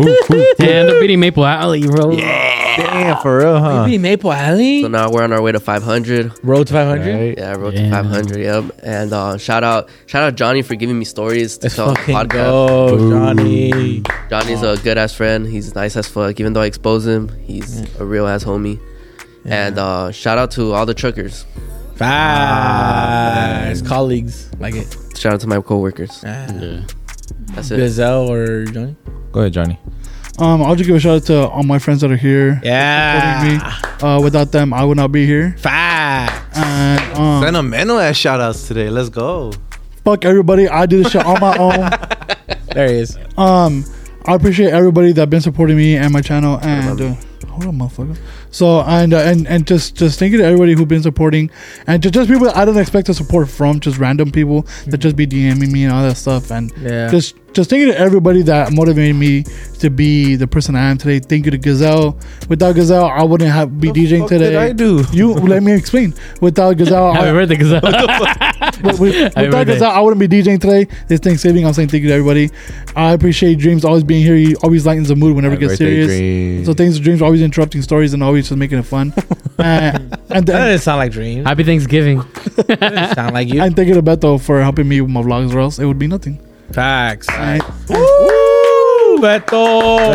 [SPEAKER 3] Ooh, ooh.
[SPEAKER 1] Yeah, they're beating Maple Alley, bro.
[SPEAKER 3] Damn, for real, huh?
[SPEAKER 2] Maybe Maple Alley.
[SPEAKER 5] So now we're on our way to 500.
[SPEAKER 2] Road to 500.
[SPEAKER 3] Right.
[SPEAKER 5] Yeah, I wrote
[SPEAKER 1] Damn.
[SPEAKER 5] to 500. Yep. And uh, shout out, shout out Johnny for giving me stories to
[SPEAKER 2] Let's
[SPEAKER 5] tell on the
[SPEAKER 2] fucking
[SPEAKER 5] podcast.
[SPEAKER 2] go, Johnny.
[SPEAKER 5] Johnny's a good ass friend. He's nice as fuck. Even though I expose him, he's a real ass homie. And uh, shout out to all the truckers.
[SPEAKER 2] Facts. Colleagues like it.
[SPEAKER 5] Shout out to my coworkers.
[SPEAKER 2] Ah.
[SPEAKER 1] Yeah.
[SPEAKER 5] That's it.
[SPEAKER 2] Gazelle or Johnny?
[SPEAKER 3] Go ahead, Johnny.
[SPEAKER 4] Um, I'll just give a shout out to all my friends that are here. supporting
[SPEAKER 2] Yeah.
[SPEAKER 4] me. Uh, without them, I would not be here.
[SPEAKER 2] Facts.
[SPEAKER 4] And um,
[SPEAKER 3] Sentimental ass shout outs today. Let's go.
[SPEAKER 4] fuck everybody. I do this shit on my own.
[SPEAKER 2] There he is.
[SPEAKER 4] Um, I appreciate everybody that been supporting me and my channel. And uh, hold on, motherfucker. So and uh, and and just just thank you to everybody who've been supporting, and just, just people that I don't expect the support from, just random people that just be DMing me and all that stuff. And
[SPEAKER 2] Yeah.
[SPEAKER 4] just just thank you to everybody that motivated me to be the person I am today. Thank you to Gazelle. Without Gazelle, I wouldn't have be DJing
[SPEAKER 3] fuck
[SPEAKER 4] today.
[SPEAKER 3] did I do?
[SPEAKER 4] You let me explain. Without Gazelle,
[SPEAKER 1] Happy
[SPEAKER 4] I,
[SPEAKER 1] birthday, uh, Gazelle.
[SPEAKER 4] but with, with that,
[SPEAKER 1] birthday.
[SPEAKER 4] because I, I wouldn't be DJing today. This Thanksgiving, I'm saying thank you to everybody. I appreciate Dreams always being here. He always lightens the mood whenever it gets serious. So thanks to Dreams for always interrupting stories and always just making it fun. uh, and,
[SPEAKER 2] That
[SPEAKER 4] and,
[SPEAKER 2] doesn't sound like dream.
[SPEAKER 1] Happy Thanksgiving.
[SPEAKER 2] sound like you.
[SPEAKER 4] and thank you to Beto for helping me with my vlogs, or else it would be nothing.
[SPEAKER 2] Facts.
[SPEAKER 4] Alright.
[SPEAKER 2] Woo, Beto.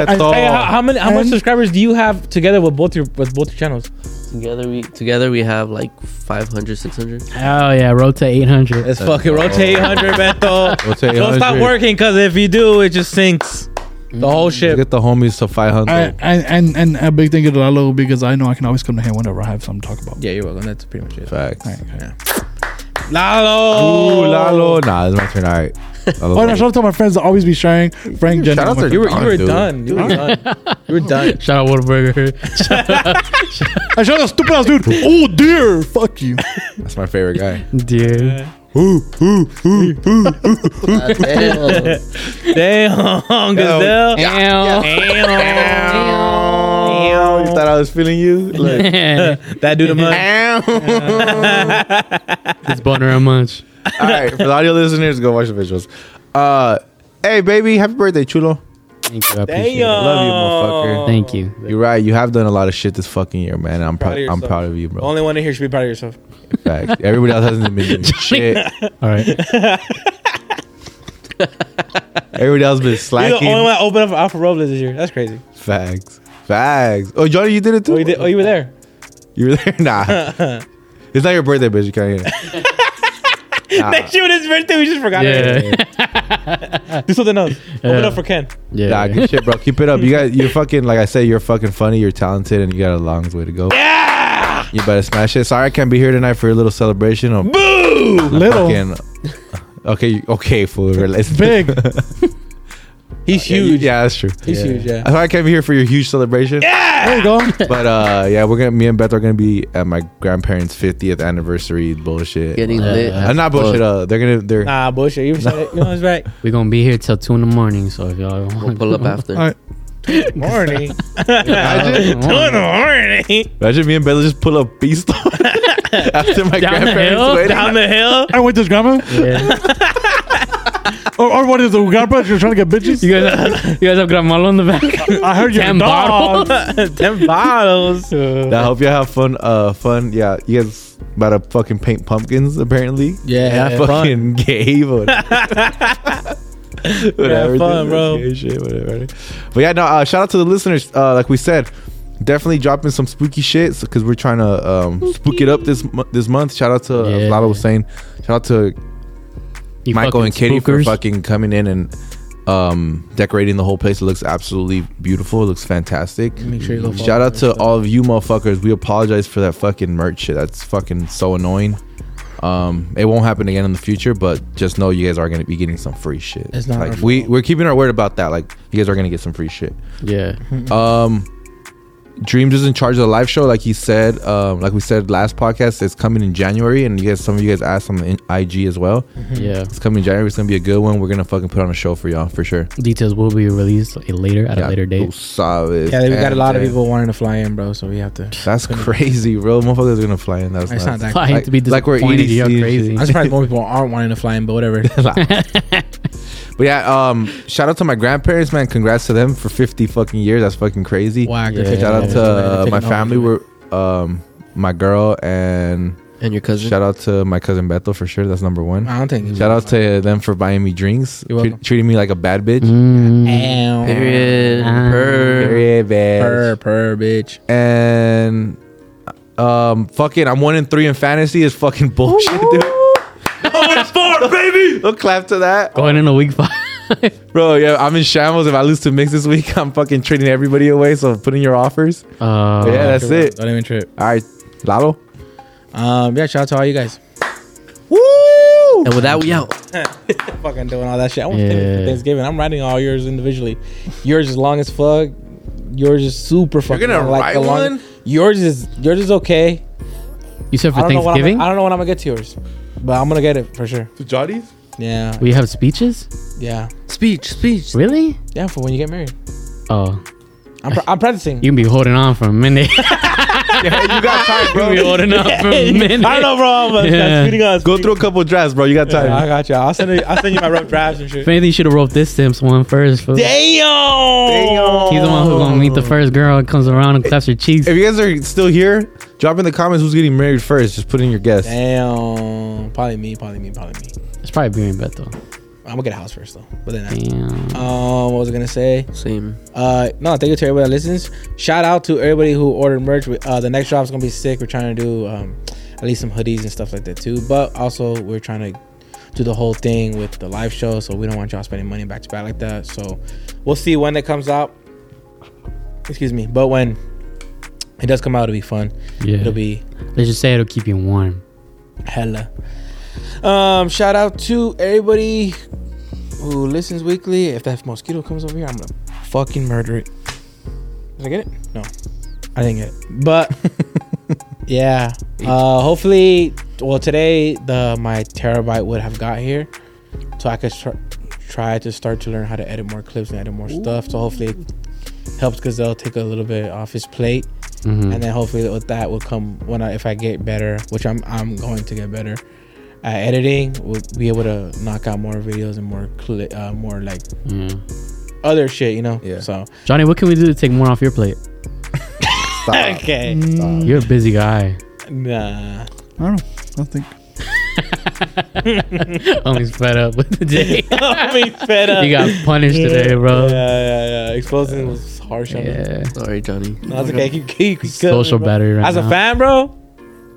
[SPEAKER 3] Beto.
[SPEAKER 2] Hey, how, how many? How much
[SPEAKER 4] And-
[SPEAKER 2] subscribers do you have together with both your with both your channels?
[SPEAKER 5] Together we together we have like 500, 600.
[SPEAKER 1] Oh yeah, road to 800.
[SPEAKER 2] Let's fucking rotate 800, Beto.
[SPEAKER 3] Rotate
[SPEAKER 2] Don't stop
[SPEAKER 3] 800.
[SPEAKER 2] working because if you do, it just sinks. The whole
[SPEAKER 3] Let's
[SPEAKER 2] shit.
[SPEAKER 3] get the homies to 500.
[SPEAKER 4] I, and, and and a big thank you to Lalo because I know I can always come to him whenever I have something to talk about.
[SPEAKER 2] Yeah, you're welcome. That's pretty much it.
[SPEAKER 3] Facts.
[SPEAKER 2] Lalo.
[SPEAKER 3] Ooh, Lalo. Nah, it's my turn. All right.
[SPEAKER 4] Oh, and shout out to my friends that always be sharing Frank Jenner.
[SPEAKER 3] Shout out to
[SPEAKER 2] You were, you were
[SPEAKER 3] Dude.
[SPEAKER 2] done. You were done. You were done.
[SPEAKER 1] Shout out Whataburger.
[SPEAKER 4] and shout out to stupid ass dude. Oh dear, fuck you.
[SPEAKER 3] That's my favorite guy.
[SPEAKER 1] Dude.
[SPEAKER 2] Damn, Gazelle. Damn.
[SPEAKER 3] You thought I was feeling you? Look.
[SPEAKER 2] That dude a month.
[SPEAKER 1] it's butter a munch.
[SPEAKER 3] All right, for the audio listeners, go watch the visuals. Uh, hey, baby, happy birthday, Chulo.
[SPEAKER 1] Thank you. I appreciate
[SPEAKER 2] Damn.
[SPEAKER 1] it.
[SPEAKER 3] Love you, motherfucker.
[SPEAKER 1] Thank you.
[SPEAKER 3] You're right. You have done a lot of shit this fucking year, man. I'm proud. I'm proud of you, bro.
[SPEAKER 2] Only one in here should be proud of yourself.
[SPEAKER 3] Facts. Everybody else hasn't been doing shit.
[SPEAKER 1] All right.
[SPEAKER 3] Everybody else been
[SPEAKER 2] You're the
[SPEAKER 3] slacking.
[SPEAKER 2] only one that opened up for Alpha Robles this year. That's crazy.
[SPEAKER 3] Facts. Facts. Oh, Johnny, you did it too.
[SPEAKER 2] Oh, you, did, oh, you were there.
[SPEAKER 3] You were there? Nah. it's not your birthday, bitch. You can't get it. Nah.
[SPEAKER 2] Next year when his birthday, we just forgot
[SPEAKER 1] Yeah.
[SPEAKER 2] it. Do something else. Open
[SPEAKER 1] Yeah.
[SPEAKER 2] up for Ken.
[SPEAKER 1] Yeah.
[SPEAKER 3] Nah, good shit, bro. Keep it up. You guys, you're fucking, like I said, you're fucking funny, you're talented, and you got a long way to go. Yeah! You better smash it. Sorry I can't be here tonight for your little celebration. Of
[SPEAKER 2] Boo!
[SPEAKER 4] Little.
[SPEAKER 3] Fucking, okay, you- okay, fool. Relax.
[SPEAKER 4] Big.
[SPEAKER 2] He's
[SPEAKER 3] Yeah, you-
[SPEAKER 2] huge.
[SPEAKER 3] Yeah, that's true.
[SPEAKER 2] He's huge, yeah.
[SPEAKER 3] Sorry I can't be here for your huge celebration.
[SPEAKER 4] There you go.
[SPEAKER 3] But uh, yeah, we're gonna, me and Beth are gonna be at my grandparents' 50th anniversary bullshit.
[SPEAKER 5] Getting
[SPEAKER 1] Yeah.
[SPEAKER 5] lit.
[SPEAKER 3] Uh, not bullshit. Uh, they're gonna, they're,
[SPEAKER 2] Nah, bullshit. You said it. You know it's right.
[SPEAKER 1] We're gonna be here till two in the morning, so if y'all want
[SPEAKER 5] We'll pull up after.
[SPEAKER 4] All right.
[SPEAKER 2] Morning.
[SPEAKER 3] imagine,
[SPEAKER 2] morning.
[SPEAKER 3] imagine me and Bella just pull up beast after my
[SPEAKER 1] Down the
[SPEAKER 3] grandparents'
[SPEAKER 1] hill?
[SPEAKER 3] wedding.
[SPEAKER 2] Down the hill.
[SPEAKER 4] I went to his grandma.
[SPEAKER 1] Yeah.
[SPEAKER 4] Or, or what is it? Grandpa, you're trying to get bitches?
[SPEAKER 1] You guys, have, you guys have Gramalo in the back.
[SPEAKER 4] I heard your
[SPEAKER 1] Damn
[SPEAKER 4] dog.
[SPEAKER 2] Ten bottles.
[SPEAKER 3] I hope y'all have fun. Uh, fun. Yeah, you guys about to fucking paint pumpkins apparently.
[SPEAKER 2] Yeah,
[SPEAKER 3] I
[SPEAKER 2] have fun.
[SPEAKER 3] fucking gave. Or whatever,
[SPEAKER 2] Have fun,
[SPEAKER 3] dude.
[SPEAKER 2] bro.
[SPEAKER 3] Yeah, shit, whatever. But yeah, no. Uh, shout out to the listeners. Uh, like we said, definitely dropping some spooky shit because we're trying to um, spook it up this mo- this month. Shout out to
[SPEAKER 1] Yeah.
[SPEAKER 3] as Lala was saying. Shout out to
[SPEAKER 1] You
[SPEAKER 3] Michael
[SPEAKER 1] fucking
[SPEAKER 3] and Katie for
[SPEAKER 1] spookers.
[SPEAKER 3] fucking coming in and um decorating the whole place. It looks absolutely beautiful. It looks fantastic.
[SPEAKER 2] Make sure you go follow
[SPEAKER 3] Shout out
[SPEAKER 2] her.
[SPEAKER 3] to all of you motherfuckers. We apologize for that fucking merch shit. That's fucking so annoying. Um, it won't happen again in the future, but just know you guys are gonna be getting some free shit.
[SPEAKER 2] It's not
[SPEAKER 3] like
[SPEAKER 2] our
[SPEAKER 3] we
[SPEAKER 2] fault.
[SPEAKER 3] we're keeping our word about that. Like you guys are gonna get some free shit.
[SPEAKER 1] Yeah.
[SPEAKER 3] Um, Dreams is in charge of the live show, like he said. Um, like we said last podcast, it's coming in January, and you guys, some of you guys asked on the in- IG as well.
[SPEAKER 1] Yeah.
[SPEAKER 3] It's coming in January. It's gonna be a good one. We're gonna fucking put on a show for y'all for sure.
[SPEAKER 1] Details will be released later at a later
[SPEAKER 3] tú
[SPEAKER 1] date.
[SPEAKER 3] sabes.
[SPEAKER 2] Yeah, we got a lot of
[SPEAKER 3] And, uh,
[SPEAKER 2] people wanting to fly in, bro. So we have to.
[SPEAKER 3] That's crazy, bro. Motherfuckers gonna fly in. That's
[SPEAKER 2] It's not that.
[SPEAKER 1] I hate to be
[SPEAKER 3] like we're E
[SPEAKER 1] disappointed. Like
[SPEAKER 3] EDC
[SPEAKER 1] You're
[SPEAKER 3] and
[SPEAKER 1] crazy.
[SPEAKER 2] I'm surprised more people aren't wanting to fly in, but whatever.
[SPEAKER 3] But yeah, um, shout out to my grandparents, man. Congrats to them for 50 fucking years. That's fucking crazy.
[SPEAKER 2] Whack.
[SPEAKER 1] Yeah.
[SPEAKER 2] They're
[SPEAKER 3] Shout out
[SPEAKER 2] taking
[SPEAKER 3] to
[SPEAKER 2] over. They're
[SPEAKER 3] uh,
[SPEAKER 2] taking
[SPEAKER 3] my
[SPEAKER 2] over.
[SPEAKER 3] family. We're um, my girl and
[SPEAKER 5] And your cousin.
[SPEAKER 3] shout out to my cousin Beto for sure. That's number one.
[SPEAKER 2] I don't think.
[SPEAKER 3] Shout out to them for buying me drinks,
[SPEAKER 2] You're
[SPEAKER 3] tre-
[SPEAKER 2] welcome.
[SPEAKER 3] treating me like a bad bitch.
[SPEAKER 1] Mm.
[SPEAKER 2] Damn.
[SPEAKER 5] Period.
[SPEAKER 1] Ah.
[SPEAKER 5] Purr.
[SPEAKER 3] Very bad.
[SPEAKER 2] Per per bitch.
[SPEAKER 3] And um, fucking, I'm one in three in fantasy. Is fucking bullshit, dude. Oh, it's four, baby. Don't clap to that.
[SPEAKER 1] Going in a week five.
[SPEAKER 3] Bro, yeah, I'm in shambles. If I lose to Mix this week, I'm fucking trading everybody away. So put in your offers.
[SPEAKER 2] Oh,
[SPEAKER 1] Uh,
[SPEAKER 3] yeah, that's
[SPEAKER 2] Don't
[SPEAKER 3] it.
[SPEAKER 2] Don't even trip.
[SPEAKER 3] All right, Lalo.
[SPEAKER 2] Um, yeah. Shout out to all you guys.
[SPEAKER 5] And with that, we out.
[SPEAKER 2] fucking doing all that shit. I want to thank you
[SPEAKER 1] Yeah.
[SPEAKER 2] for Thanksgiving. I'm writing all yours individually. Yours is long as fuck. Yours is super fucking.
[SPEAKER 3] gonna
[SPEAKER 2] long,
[SPEAKER 3] write
[SPEAKER 2] the long-
[SPEAKER 3] one?
[SPEAKER 2] Yours is yours is okay.
[SPEAKER 1] You said
[SPEAKER 2] I
[SPEAKER 1] for
[SPEAKER 2] don't know when I'm.
[SPEAKER 1] Thanksgiving?
[SPEAKER 2] I don't know when I'm gonna get to yours, but I'm gonna get it for sure.
[SPEAKER 3] To Jotties?
[SPEAKER 2] Yeah,
[SPEAKER 1] We have speeches?
[SPEAKER 2] yeah,
[SPEAKER 5] Speech, speech.
[SPEAKER 1] Really?
[SPEAKER 2] yeah. For when you get married,
[SPEAKER 1] Oh.
[SPEAKER 2] I'm, pra- I'm practicing.
[SPEAKER 1] You can be holding on for a minute.
[SPEAKER 3] Yeah, you got time,
[SPEAKER 1] you can be
[SPEAKER 3] bro.
[SPEAKER 1] holding on for
[SPEAKER 2] I
[SPEAKER 1] a
[SPEAKER 2] don't
[SPEAKER 1] minute.
[SPEAKER 2] know, bro. But
[SPEAKER 1] Yeah.
[SPEAKER 2] speeding us.
[SPEAKER 3] Go through a couple drafts, bro. You got time.
[SPEAKER 2] I got you. I'll send you. I'll send you my rough drafts and
[SPEAKER 1] If
[SPEAKER 2] shit.
[SPEAKER 1] anything, you should have roped this Sims one first. fool.
[SPEAKER 2] Damn.
[SPEAKER 1] He's the one who's gonna meet the first girl that comes around and claps her cheeks.
[SPEAKER 3] If you guys are still here, drop in the comments who's getting married first. Just put in your guess.
[SPEAKER 2] Damn. Probably me. Probably me. Probably me.
[SPEAKER 1] It's probably Beer and Beto.
[SPEAKER 2] I'm gonna get a house first though. But then. I-
[SPEAKER 1] Damn.
[SPEAKER 2] um, what was I gonna say?
[SPEAKER 5] Same.
[SPEAKER 2] Uh, no, thank you to everybody that listens. Shout out to everybody who ordered merch. We- Uh, the next drop's gonna be sick. We're trying to do um, at least some hoodies and stuff like that too. But also, we're trying to do the whole thing with the live show, so we don't want y'all spending money back to back like that. So we'll see when that comes out. Excuse me, but when it does come out, it'll be fun.
[SPEAKER 1] Yeah.
[SPEAKER 2] It'll be
[SPEAKER 1] Let's just say it'll keep you warm.
[SPEAKER 2] hella. Um, shout out to everybody who listens weekly. If that mosquito comes over here, I'm gonna fucking murder it. Did I get it? No, I didn't get it. But yeah, uh, hopefully, well, today the my terabyte would have got here, so I could start, try to start to learn how to edit more clips and edit more stuff. So hopefully, it helps Gazelle take a little bit off his plate
[SPEAKER 1] Mhm.
[SPEAKER 2] and then hopefully with that will come when I if I get better, which I'm I'm going to get better at editing, we'll be able to knock out more videos and more cli uh, more like
[SPEAKER 1] Yeah.
[SPEAKER 2] other shit, you know.
[SPEAKER 3] Yeah.
[SPEAKER 2] So
[SPEAKER 1] Johnny, what can we do to take more off your plate?
[SPEAKER 3] Stop.
[SPEAKER 2] okay,
[SPEAKER 1] You're a busy guy.
[SPEAKER 2] uh, nah.
[SPEAKER 4] I don't know. I think.
[SPEAKER 1] Homie's fed up with the day.
[SPEAKER 2] I'm fed up.
[SPEAKER 1] you got punished today, bro.
[SPEAKER 2] Yeah, yeah, yeah. Exposing was harsh on me.
[SPEAKER 1] Yeah.
[SPEAKER 5] Sorry, Johnny.
[SPEAKER 2] No, it's okay. Keep, keep, keep
[SPEAKER 1] Social
[SPEAKER 2] bro.
[SPEAKER 1] battery right
[SPEAKER 2] As
[SPEAKER 1] now.
[SPEAKER 2] a fan, bro,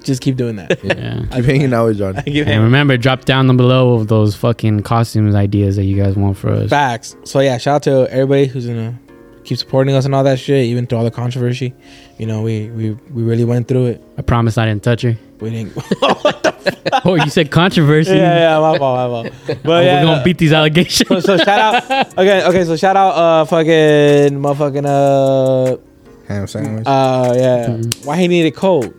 [SPEAKER 2] just keep doing that.
[SPEAKER 1] Yeah.
[SPEAKER 3] Keep hanging out with John.
[SPEAKER 2] Keep
[SPEAKER 1] And remember, drop down the below of those fucking costumes ideas that you guys want for us.
[SPEAKER 2] Facts. So yeah, shout out to everybody who's gonna keep supporting us and all that shit, even through all the controversy. You know, we we, we really went through it.
[SPEAKER 1] I promise I didn't touch her.
[SPEAKER 2] We didn't.
[SPEAKER 1] oh, you said controversy. Oh,
[SPEAKER 2] yeah, yeah, my fault, my fault. But yeah,
[SPEAKER 1] We're gonna
[SPEAKER 2] no.
[SPEAKER 1] beat these allegations.
[SPEAKER 2] so, so shout out. Okay, okay. So shout out, uh, fucking motherfucking, uh,
[SPEAKER 3] Ham sandwich.
[SPEAKER 2] uh, yeah. Why he needed cold?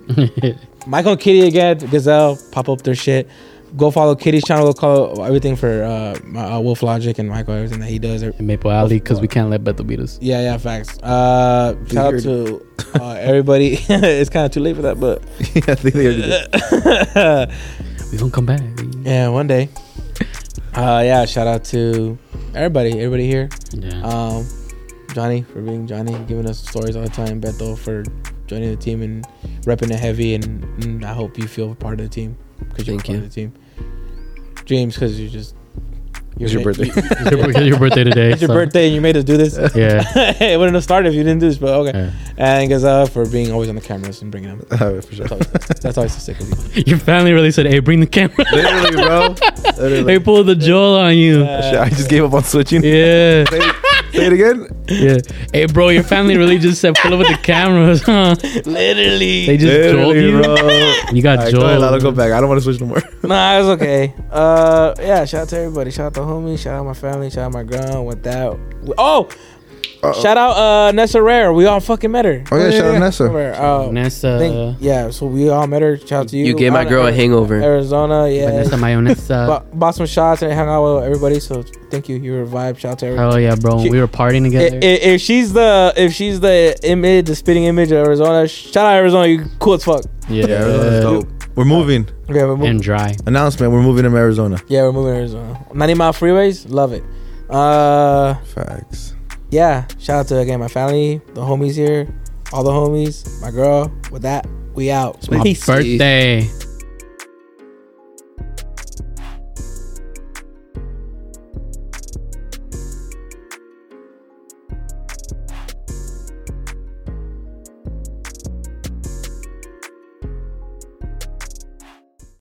[SPEAKER 2] Michael and Kitty again, Gazelle, pop up their shit. Go follow Kitty's channel. Go follow everything for uh, my- uh, Wolf Logic and Michael, everything that he does.
[SPEAKER 1] And Maple Alley, because we can't let Bethel beat us.
[SPEAKER 2] Yeah, yeah, facts. Uh, shout out to uh, everybody. it's kind of too late for that, but
[SPEAKER 3] yeah, I think they already did.
[SPEAKER 1] We gonna come back.
[SPEAKER 2] yeah, one day. Uh, yeah, shout out to everybody, everybody here.
[SPEAKER 1] Yeah.
[SPEAKER 2] Um, Johnny for being Johnny, giving us stories all the time. Beto for joining the team and repping it heavy, and, and I hope you feel part of the team because you're
[SPEAKER 5] Thank
[SPEAKER 2] part
[SPEAKER 5] you.
[SPEAKER 2] of the team. James, because you just
[SPEAKER 3] It's your
[SPEAKER 2] ma-
[SPEAKER 3] birthday.
[SPEAKER 2] you-
[SPEAKER 1] it's your, it's your birthday today.
[SPEAKER 2] it's your
[SPEAKER 1] so-
[SPEAKER 2] birthday, and you made us do this.
[SPEAKER 1] Yeah.
[SPEAKER 2] it wouldn't have started if you didn't do this, but okay.
[SPEAKER 1] yeah.
[SPEAKER 2] And Gazelle for being always on the cameras and bringing them.
[SPEAKER 3] Uh, for sure.
[SPEAKER 2] That's always, that's always so sick of you.
[SPEAKER 1] Your family really said, "Hey, bring the camera."
[SPEAKER 3] Literally, bro. Literally.
[SPEAKER 1] they pulled the Joel on you.
[SPEAKER 3] Shit, I just gave up on switching.
[SPEAKER 1] Yeah,
[SPEAKER 3] Say it again.
[SPEAKER 1] yeah. Hey, bro, your family really just said, "Pull up with the cameras." Huh?
[SPEAKER 2] Literally.
[SPEAKER 1] They just Joel
[SPEAKER 3] Literally,
[SPEAKER 1] you.
[SPEAKER 3] bro.
[SPEAKER 1] You got
[SPEAKER 3] Alright, go ahead, Lalo,
[SPEAKER 1] Joel.
[SPEAKER 3] go back. I don't want to switch no more.
[SPEAKER 2] Nah, it's okay. Uh, yeah. Shout out to everybody. Shout out to homie. Shout out my family. Shout out my ground. With that. Oh, shout out uh Nessa Rare. We all fucking met her.
[SPEAKER 3] Oh, yeah, shout out Nessa.
[SPEAKER 2] Rare. Uh,
[SPEAKER 1] Vanessa,
[SPEAKER 2] think- yeah. So we all met her. Shout out to you.
[SPEAKER 5] You, gave my
[SPEAKER 2] Anna,
[SPEAKER 5] girl a hangover.
[SPEAKER 2] Arizona.
[SPEAKER 1] Vanessa
[SPEAKER 2] Yeah.
[SPEAKER 1] Mayonesa.
[SPEAKER 2] Bought, bought some shots and hung out with everybody. So thank you. You were a vibe. Shout out to everybody.
[SPEAKER 1] Oh yeah, bro.
[SPEAKER 2] She-
[SPEAKER 1] we were partying
[SPEAKER 2] I-
[SPEAKER 1] together.
[SPEAKER 2] i- If she's the if she's the image, the spitting image of Arizona, shout out Arizona, you cool as fuck.
[SPEAKER 1] yeah.
[SPEAKER 3] Yeah, Arizona's dope. We're moving.
[SPEAKER 2] Okay, we're moving.
[SPEAKER 1] And dry.
[SPEAKER 3] Announcement: We're moving to Arizona.
[SPEAKER 2] Yeah, we're moving to Arizona. 90 mile freeways, love it. Uh,
[SPEAKER 3] Facts.
[SPEAKER 2] yeah, shout out to again my family, the homies here, all the homies, my girl. With that, we out.
[SPEAKER 1] My
[SPEAKER 5] Peace.
[SPEAKER 1] birthday.